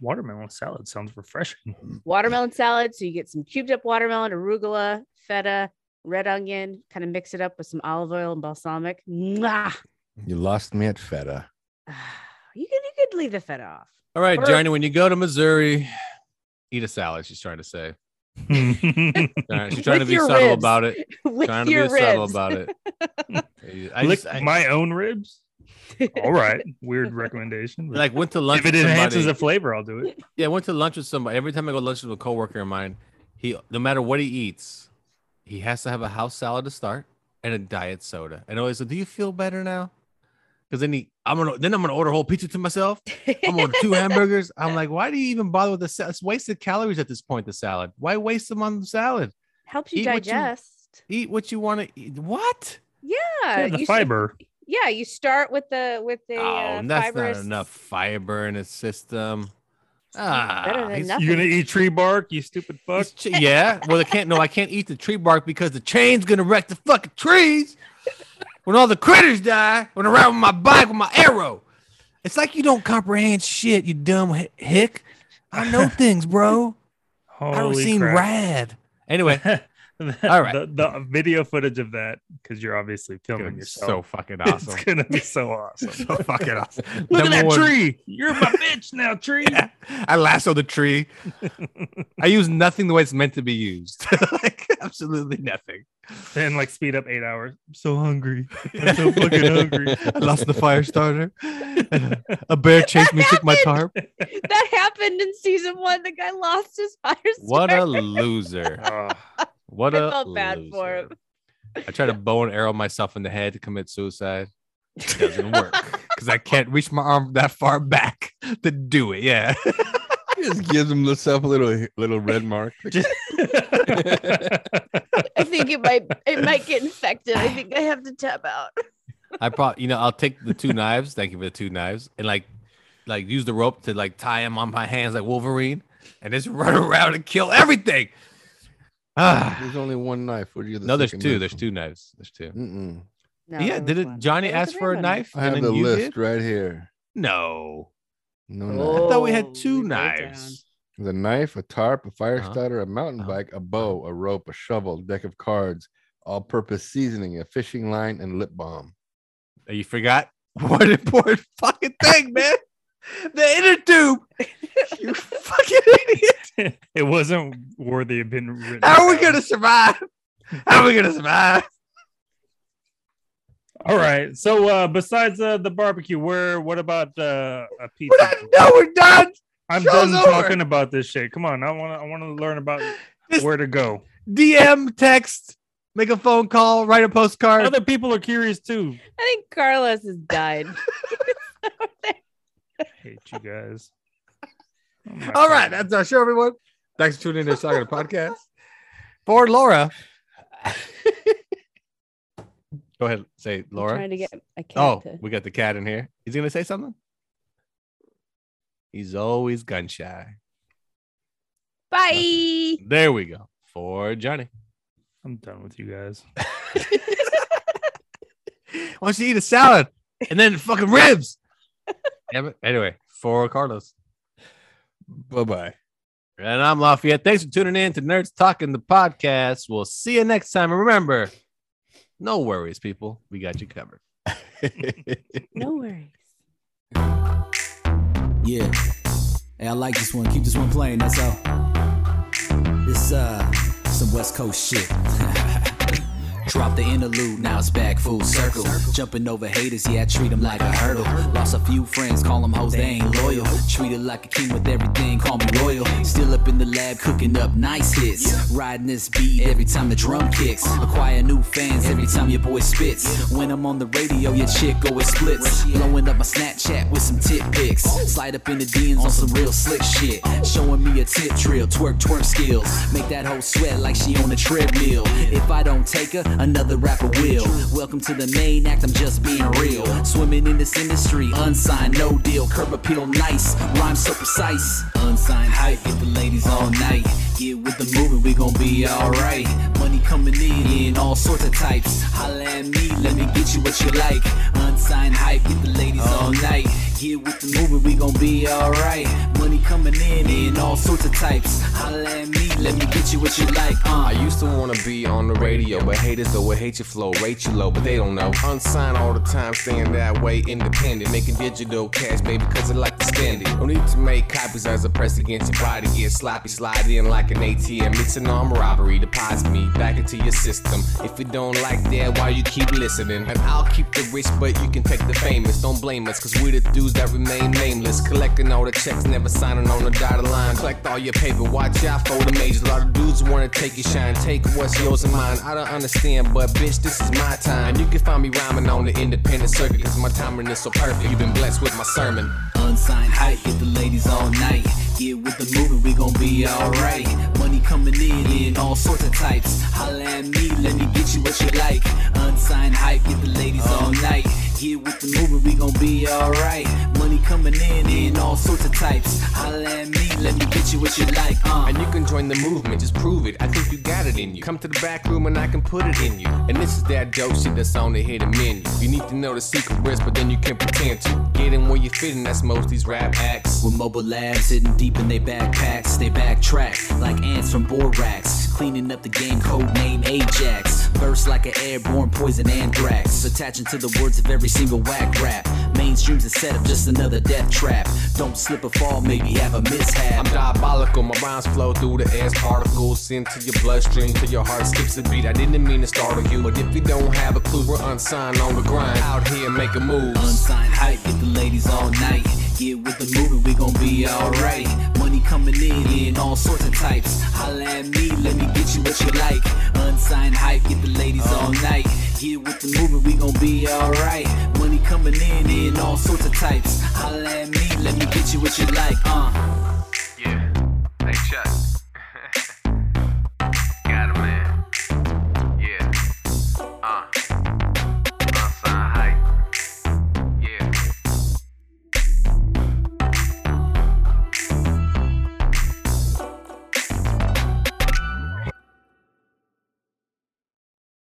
E: Watermelon salad sounds refreshing.
D: [LAUGHS]
H: Watermelon salad. So you get some cubed up watermelon, arugula, feta, red onion, kind of mix it up with some olive oil and balsamic. Mwah! [SIGHS]
D: You lost me at feta.
H: You could you could leave the feta off. [LAUGHS]
C: All right,
H: Or-
C: Johnny, when you go to Missouri, eat a salad, she's trying to say. All right, she's trying to
H: With
C: be
H: your
C: subtle
H: ribs.
C: about it.
H: With
C: trying to be
H: your
C: subtle
H: ribs.
C: about it.
E: [LAUGHS]
C: I
E: Lick
C: just, I,
E: my own ribs. All
H: [LAUGHS]
E: right, weird recommendation. but
C: like went to lunch
E: if it
C: with
E: enhances
C: somebody.
E: the flavor, I'll do it.
H: Uh,
C: yeah, I went to lunch with somebody. Every time I go to lunch with a coworker of mine, he no matter what he eats, he has to have a house salad to start and a diet soda. And I always said, "Do you feel better now?" Because then he, I'm gonna then I'm gonna order a whole pizza to myself. I'm on
H: [LAUGHS]
C: two hamburgers. I'm like, why do you even bother with the salad? It's wasted calories at this point. The salad. Why waste them on the salad?
H: Helps you
C: Eat what you-
H: digest.
C: Eat what you want to eat. What?
H: Yeah.
E: Yeah, the
H: you should-
E: fiber.
H: yeah, you start with the with the
C: oh,
H: uh,
C: and that's
H: fibrous-
C: not enough fiber in his system.
H: better than
C: Ah, he's-
H: nothing.
E: You're gonna eat tree bark, you stupid fuck.
C: Ch- yeah. Well, I can't. No, I can't eat the tree bark because the chain's gonna wreck the fucking trees. when all the critters die, when I ride with my bike with my arrow. It's like you don't comprehend shit, you dumb hi- hick. I [LAUGHS] know things, bro. I've
E: Holy
C: seen
E: crap.
C: rad. [LAUGHS] Anyway,
E: [LAUGHS] The-
C: All right.
E: The, the video footage of that, because you're obviously filming
C: be
E: yourself.
C: so fucking [LAUGHS] awesome.
E: [LAUGHS] It's gonna be so awesome.
C: so fucking awesome.
E: Look
C: Number
E: at that
C: one-
E: tree. You're [LAUGHS] my bitch now, tree.
C: I lasso the tree. I use nothing the way it's meant to be used. [LAUGHS] like absolutely nothing.
E: Then like speed up eight hours. I'm so hungry.
C: [LAUGHS]
E: I'm so fucking hungry.
C: I
E: [LAUGHS]
C: lost the fire starter. A bear chased me, [LAUGHS] took my tarp.
H: [LAUGHS] that happened in season one. The guy lost his [LAUGHS] fire.
C: What a
H: starter.
C: loser.
E: Ugh.
C: What
H: I
C: a
H: felt bad for him.
C: I tried to bow and arrow myself in the head to commit suicide. It doesn't work because I can't reach my arm that far back to do it. Yeah. [LAUGHS]
D: Just gives him himself a little little red mark.
H: I think it might
C: [LAUGHS]
H: it might get infected. I think I have to tap out.
C: I probably, you know, I'll take the two knives. Thank you for the two knives, and like, like use the rope to like tie him on my hands like Wolverine, and just [LAUGHS] run around and kill
D: [SIGHS]
C: everything. Ah.
D: There's only one knife. What are you? The
C: no, there's
D: second
C: two.
D: knife
C: There's
D: from?
C: two knives. There's two.
D: Mm-mm.
H: No,
C: yeah,
H: there
C: did
H: was
C: it?
H: one.
C: Johnny
H: There was
C: asked for a
H: another one.
C: knife.
D: I have
C: and
D: the
C: then you
D: list
C: did?
D: right here.
C: No,
D: No
C: I
D: knife.
C: thought we had
H: Oh,
C: two
H: we wrote down.
C: knives.
D: The knife, a tarp, a fire
C: Uh-huh.
D: starter, a mountain bike, a bow, a rope, a shovel, deck of cards, all-purpose seasoning, a fishing line, and lip balm.
C: Oh, You forgot [LAUGHS] one important fucking thing, man. the inner tube.
H: [LAUGHS]
C: You fucking idiot.
E: [LAUGHS] it wasn't worthy of being written.
C: How are we
E: down.
C: gonna survive? How are we gonna survive?
E: All right. So uh besides uh, the barbecue, where what about uh, a pizza?
C: We're not, no, we're done.
E: I'm
C: Show's
E: done
C: over.
E: talking about this shit. Come on, I want to. I want to learn about
C: Just
E: where to go.
C: DM, text, make a phone call, write a postcard.
E: Other people are curious too.
H: I think Carlos has died.
E: I hate you guys.
C: [LAUGHS]
E: I'm not
C: All
E: gonna-
C: right, that's our show, everyone. Thanks for tuning in to Saga Podcast. For Laura. Go ahead, say
H: I'm
C: Laura.
H: trying to get a cat.
C: Oh,
H: to-
C: we got the cat in here. He's gonna say something. He's always gun shy.
H: Bye.
C: [LAUGHS]
H: [LAUGHS]
C: There we go. For Johnny.
E: I'm done with you guys.
C: Why don't you eat a salad and then fucking
H: [LAUGHS]
C: ribs? Damn it. Anyway, for Carlos.
D: Bye bye.
C: And I'm Lafayette. Thanks for tuning in to Nerds Talking the Podcast. We'll see you next time. And remember, no worries, people. We got you covered. [LAUGHS]
H: No worries.
O: Yeah. Hey, I like this one. Keep this one playing. That's all. It's uh some West Coast shit. Drop the interlude, now it's back full circle. Jumping over haters, yeah, I treat them like a hurdle. Lost a few friends, call them hoes, they ain't loyal. Treated like a king with everything, call me royal. Still up in the lab, cooking up nice hits. Riding this beat every time the drum kicks. Acquire new fans every time your boy spits. When I'm on the radio, your chick always splits. Blowing up my Snapchat with some tip pics. Slide up in the DMs on some real slick shit. Showing me a tip drill, twerk, twerk skills. Make that hoe sweat like she on a treadmill. If I don't take her, another rapper will. Welcome to the main act, I'm just being real. Swimming in this industry, unsigned, no deal. Curb appeal, nice. Rhyme so precise. Unsigned hype, get the ladies all night. Get with the movement, we gon' be alright. Money coming in in all sorts of types. Holla at me, let me get you what you like. Unsigned hype, get the ladies all night. Get with the movement, we gon' be alright. Money coming in in all sorts of types. Holla at me, let me get you what you like. Uh.
B: I used to wanna be on the radio, but haters though would hate your flow, rate you low, but they don't know. Unsigned all the time, staying that way, independent, making digital cash, baby, cause I like to spend it. No need to make copies as I press against your body, get sloppy, slide in like an ATM. It's an armed robbery, deposit me back into your system. If you don't like that, why you keep listening? And I'll keep the rich, but you can take the famous. Don't blame us, cause we're the dudes that remain nameless. Collecting all the checks, never signing on the dotted line. Collect all your paper, watch out for the majors. A lot of dudes wanna take your shine, take what's yours and mine. I don't understand, but bitch, this is my time. You can find me rhyming on the independent circuit, cause my timing is so perfect. You've been blessed with my sermon.
O: Unsigned hype, get the ladies all night. Get with the movement, we gon' be alright. Money coming in in all sorts of types. Holla at me, let me get you what you like. Unsigned hype, get the ladies all night. Get with the movement, we gon' be alright. Money coming in in all all sorts of types. Holla at me, let me get you what you like. Uh.
C: And you can join the movement, just prove it. I think you got it in you. Come to the back room and I can put it in you. And this is that dope shit that's on the hidden menu. You need to know the secret risk, but then you can pretend to. Get in where you fit in, that's most these rap acts.
O: With mobile labs hidden deep in their backpacks, they backtrack like ants from borax. Cleaning up the game code name Ajax. Burst like an airborne poison anthrax. Attaching to the words of every single whack rap. Mainstream's a setup, just another death trap. Don't slip or fall, maybe have a mishap.
C: I'm diabolical, my rhymes flow through the ass particles, sent to your bloodstream till your heart skips a beat. I didn't mean to startle you, but if you don't have a clue, we're unsigned on the grind. Out here making moves.
O: Unsigned hype, hit the ladies all night. Get with the movement, we gon' be alright. Money coming in in all sorts of types. Holla at me, let me get you what you like. Unsigned hype, get the ladies all night. Get with the movement, we gon' be alright. Money coming in in all sorts of types. Holla at me, let me get you what you like. Uh.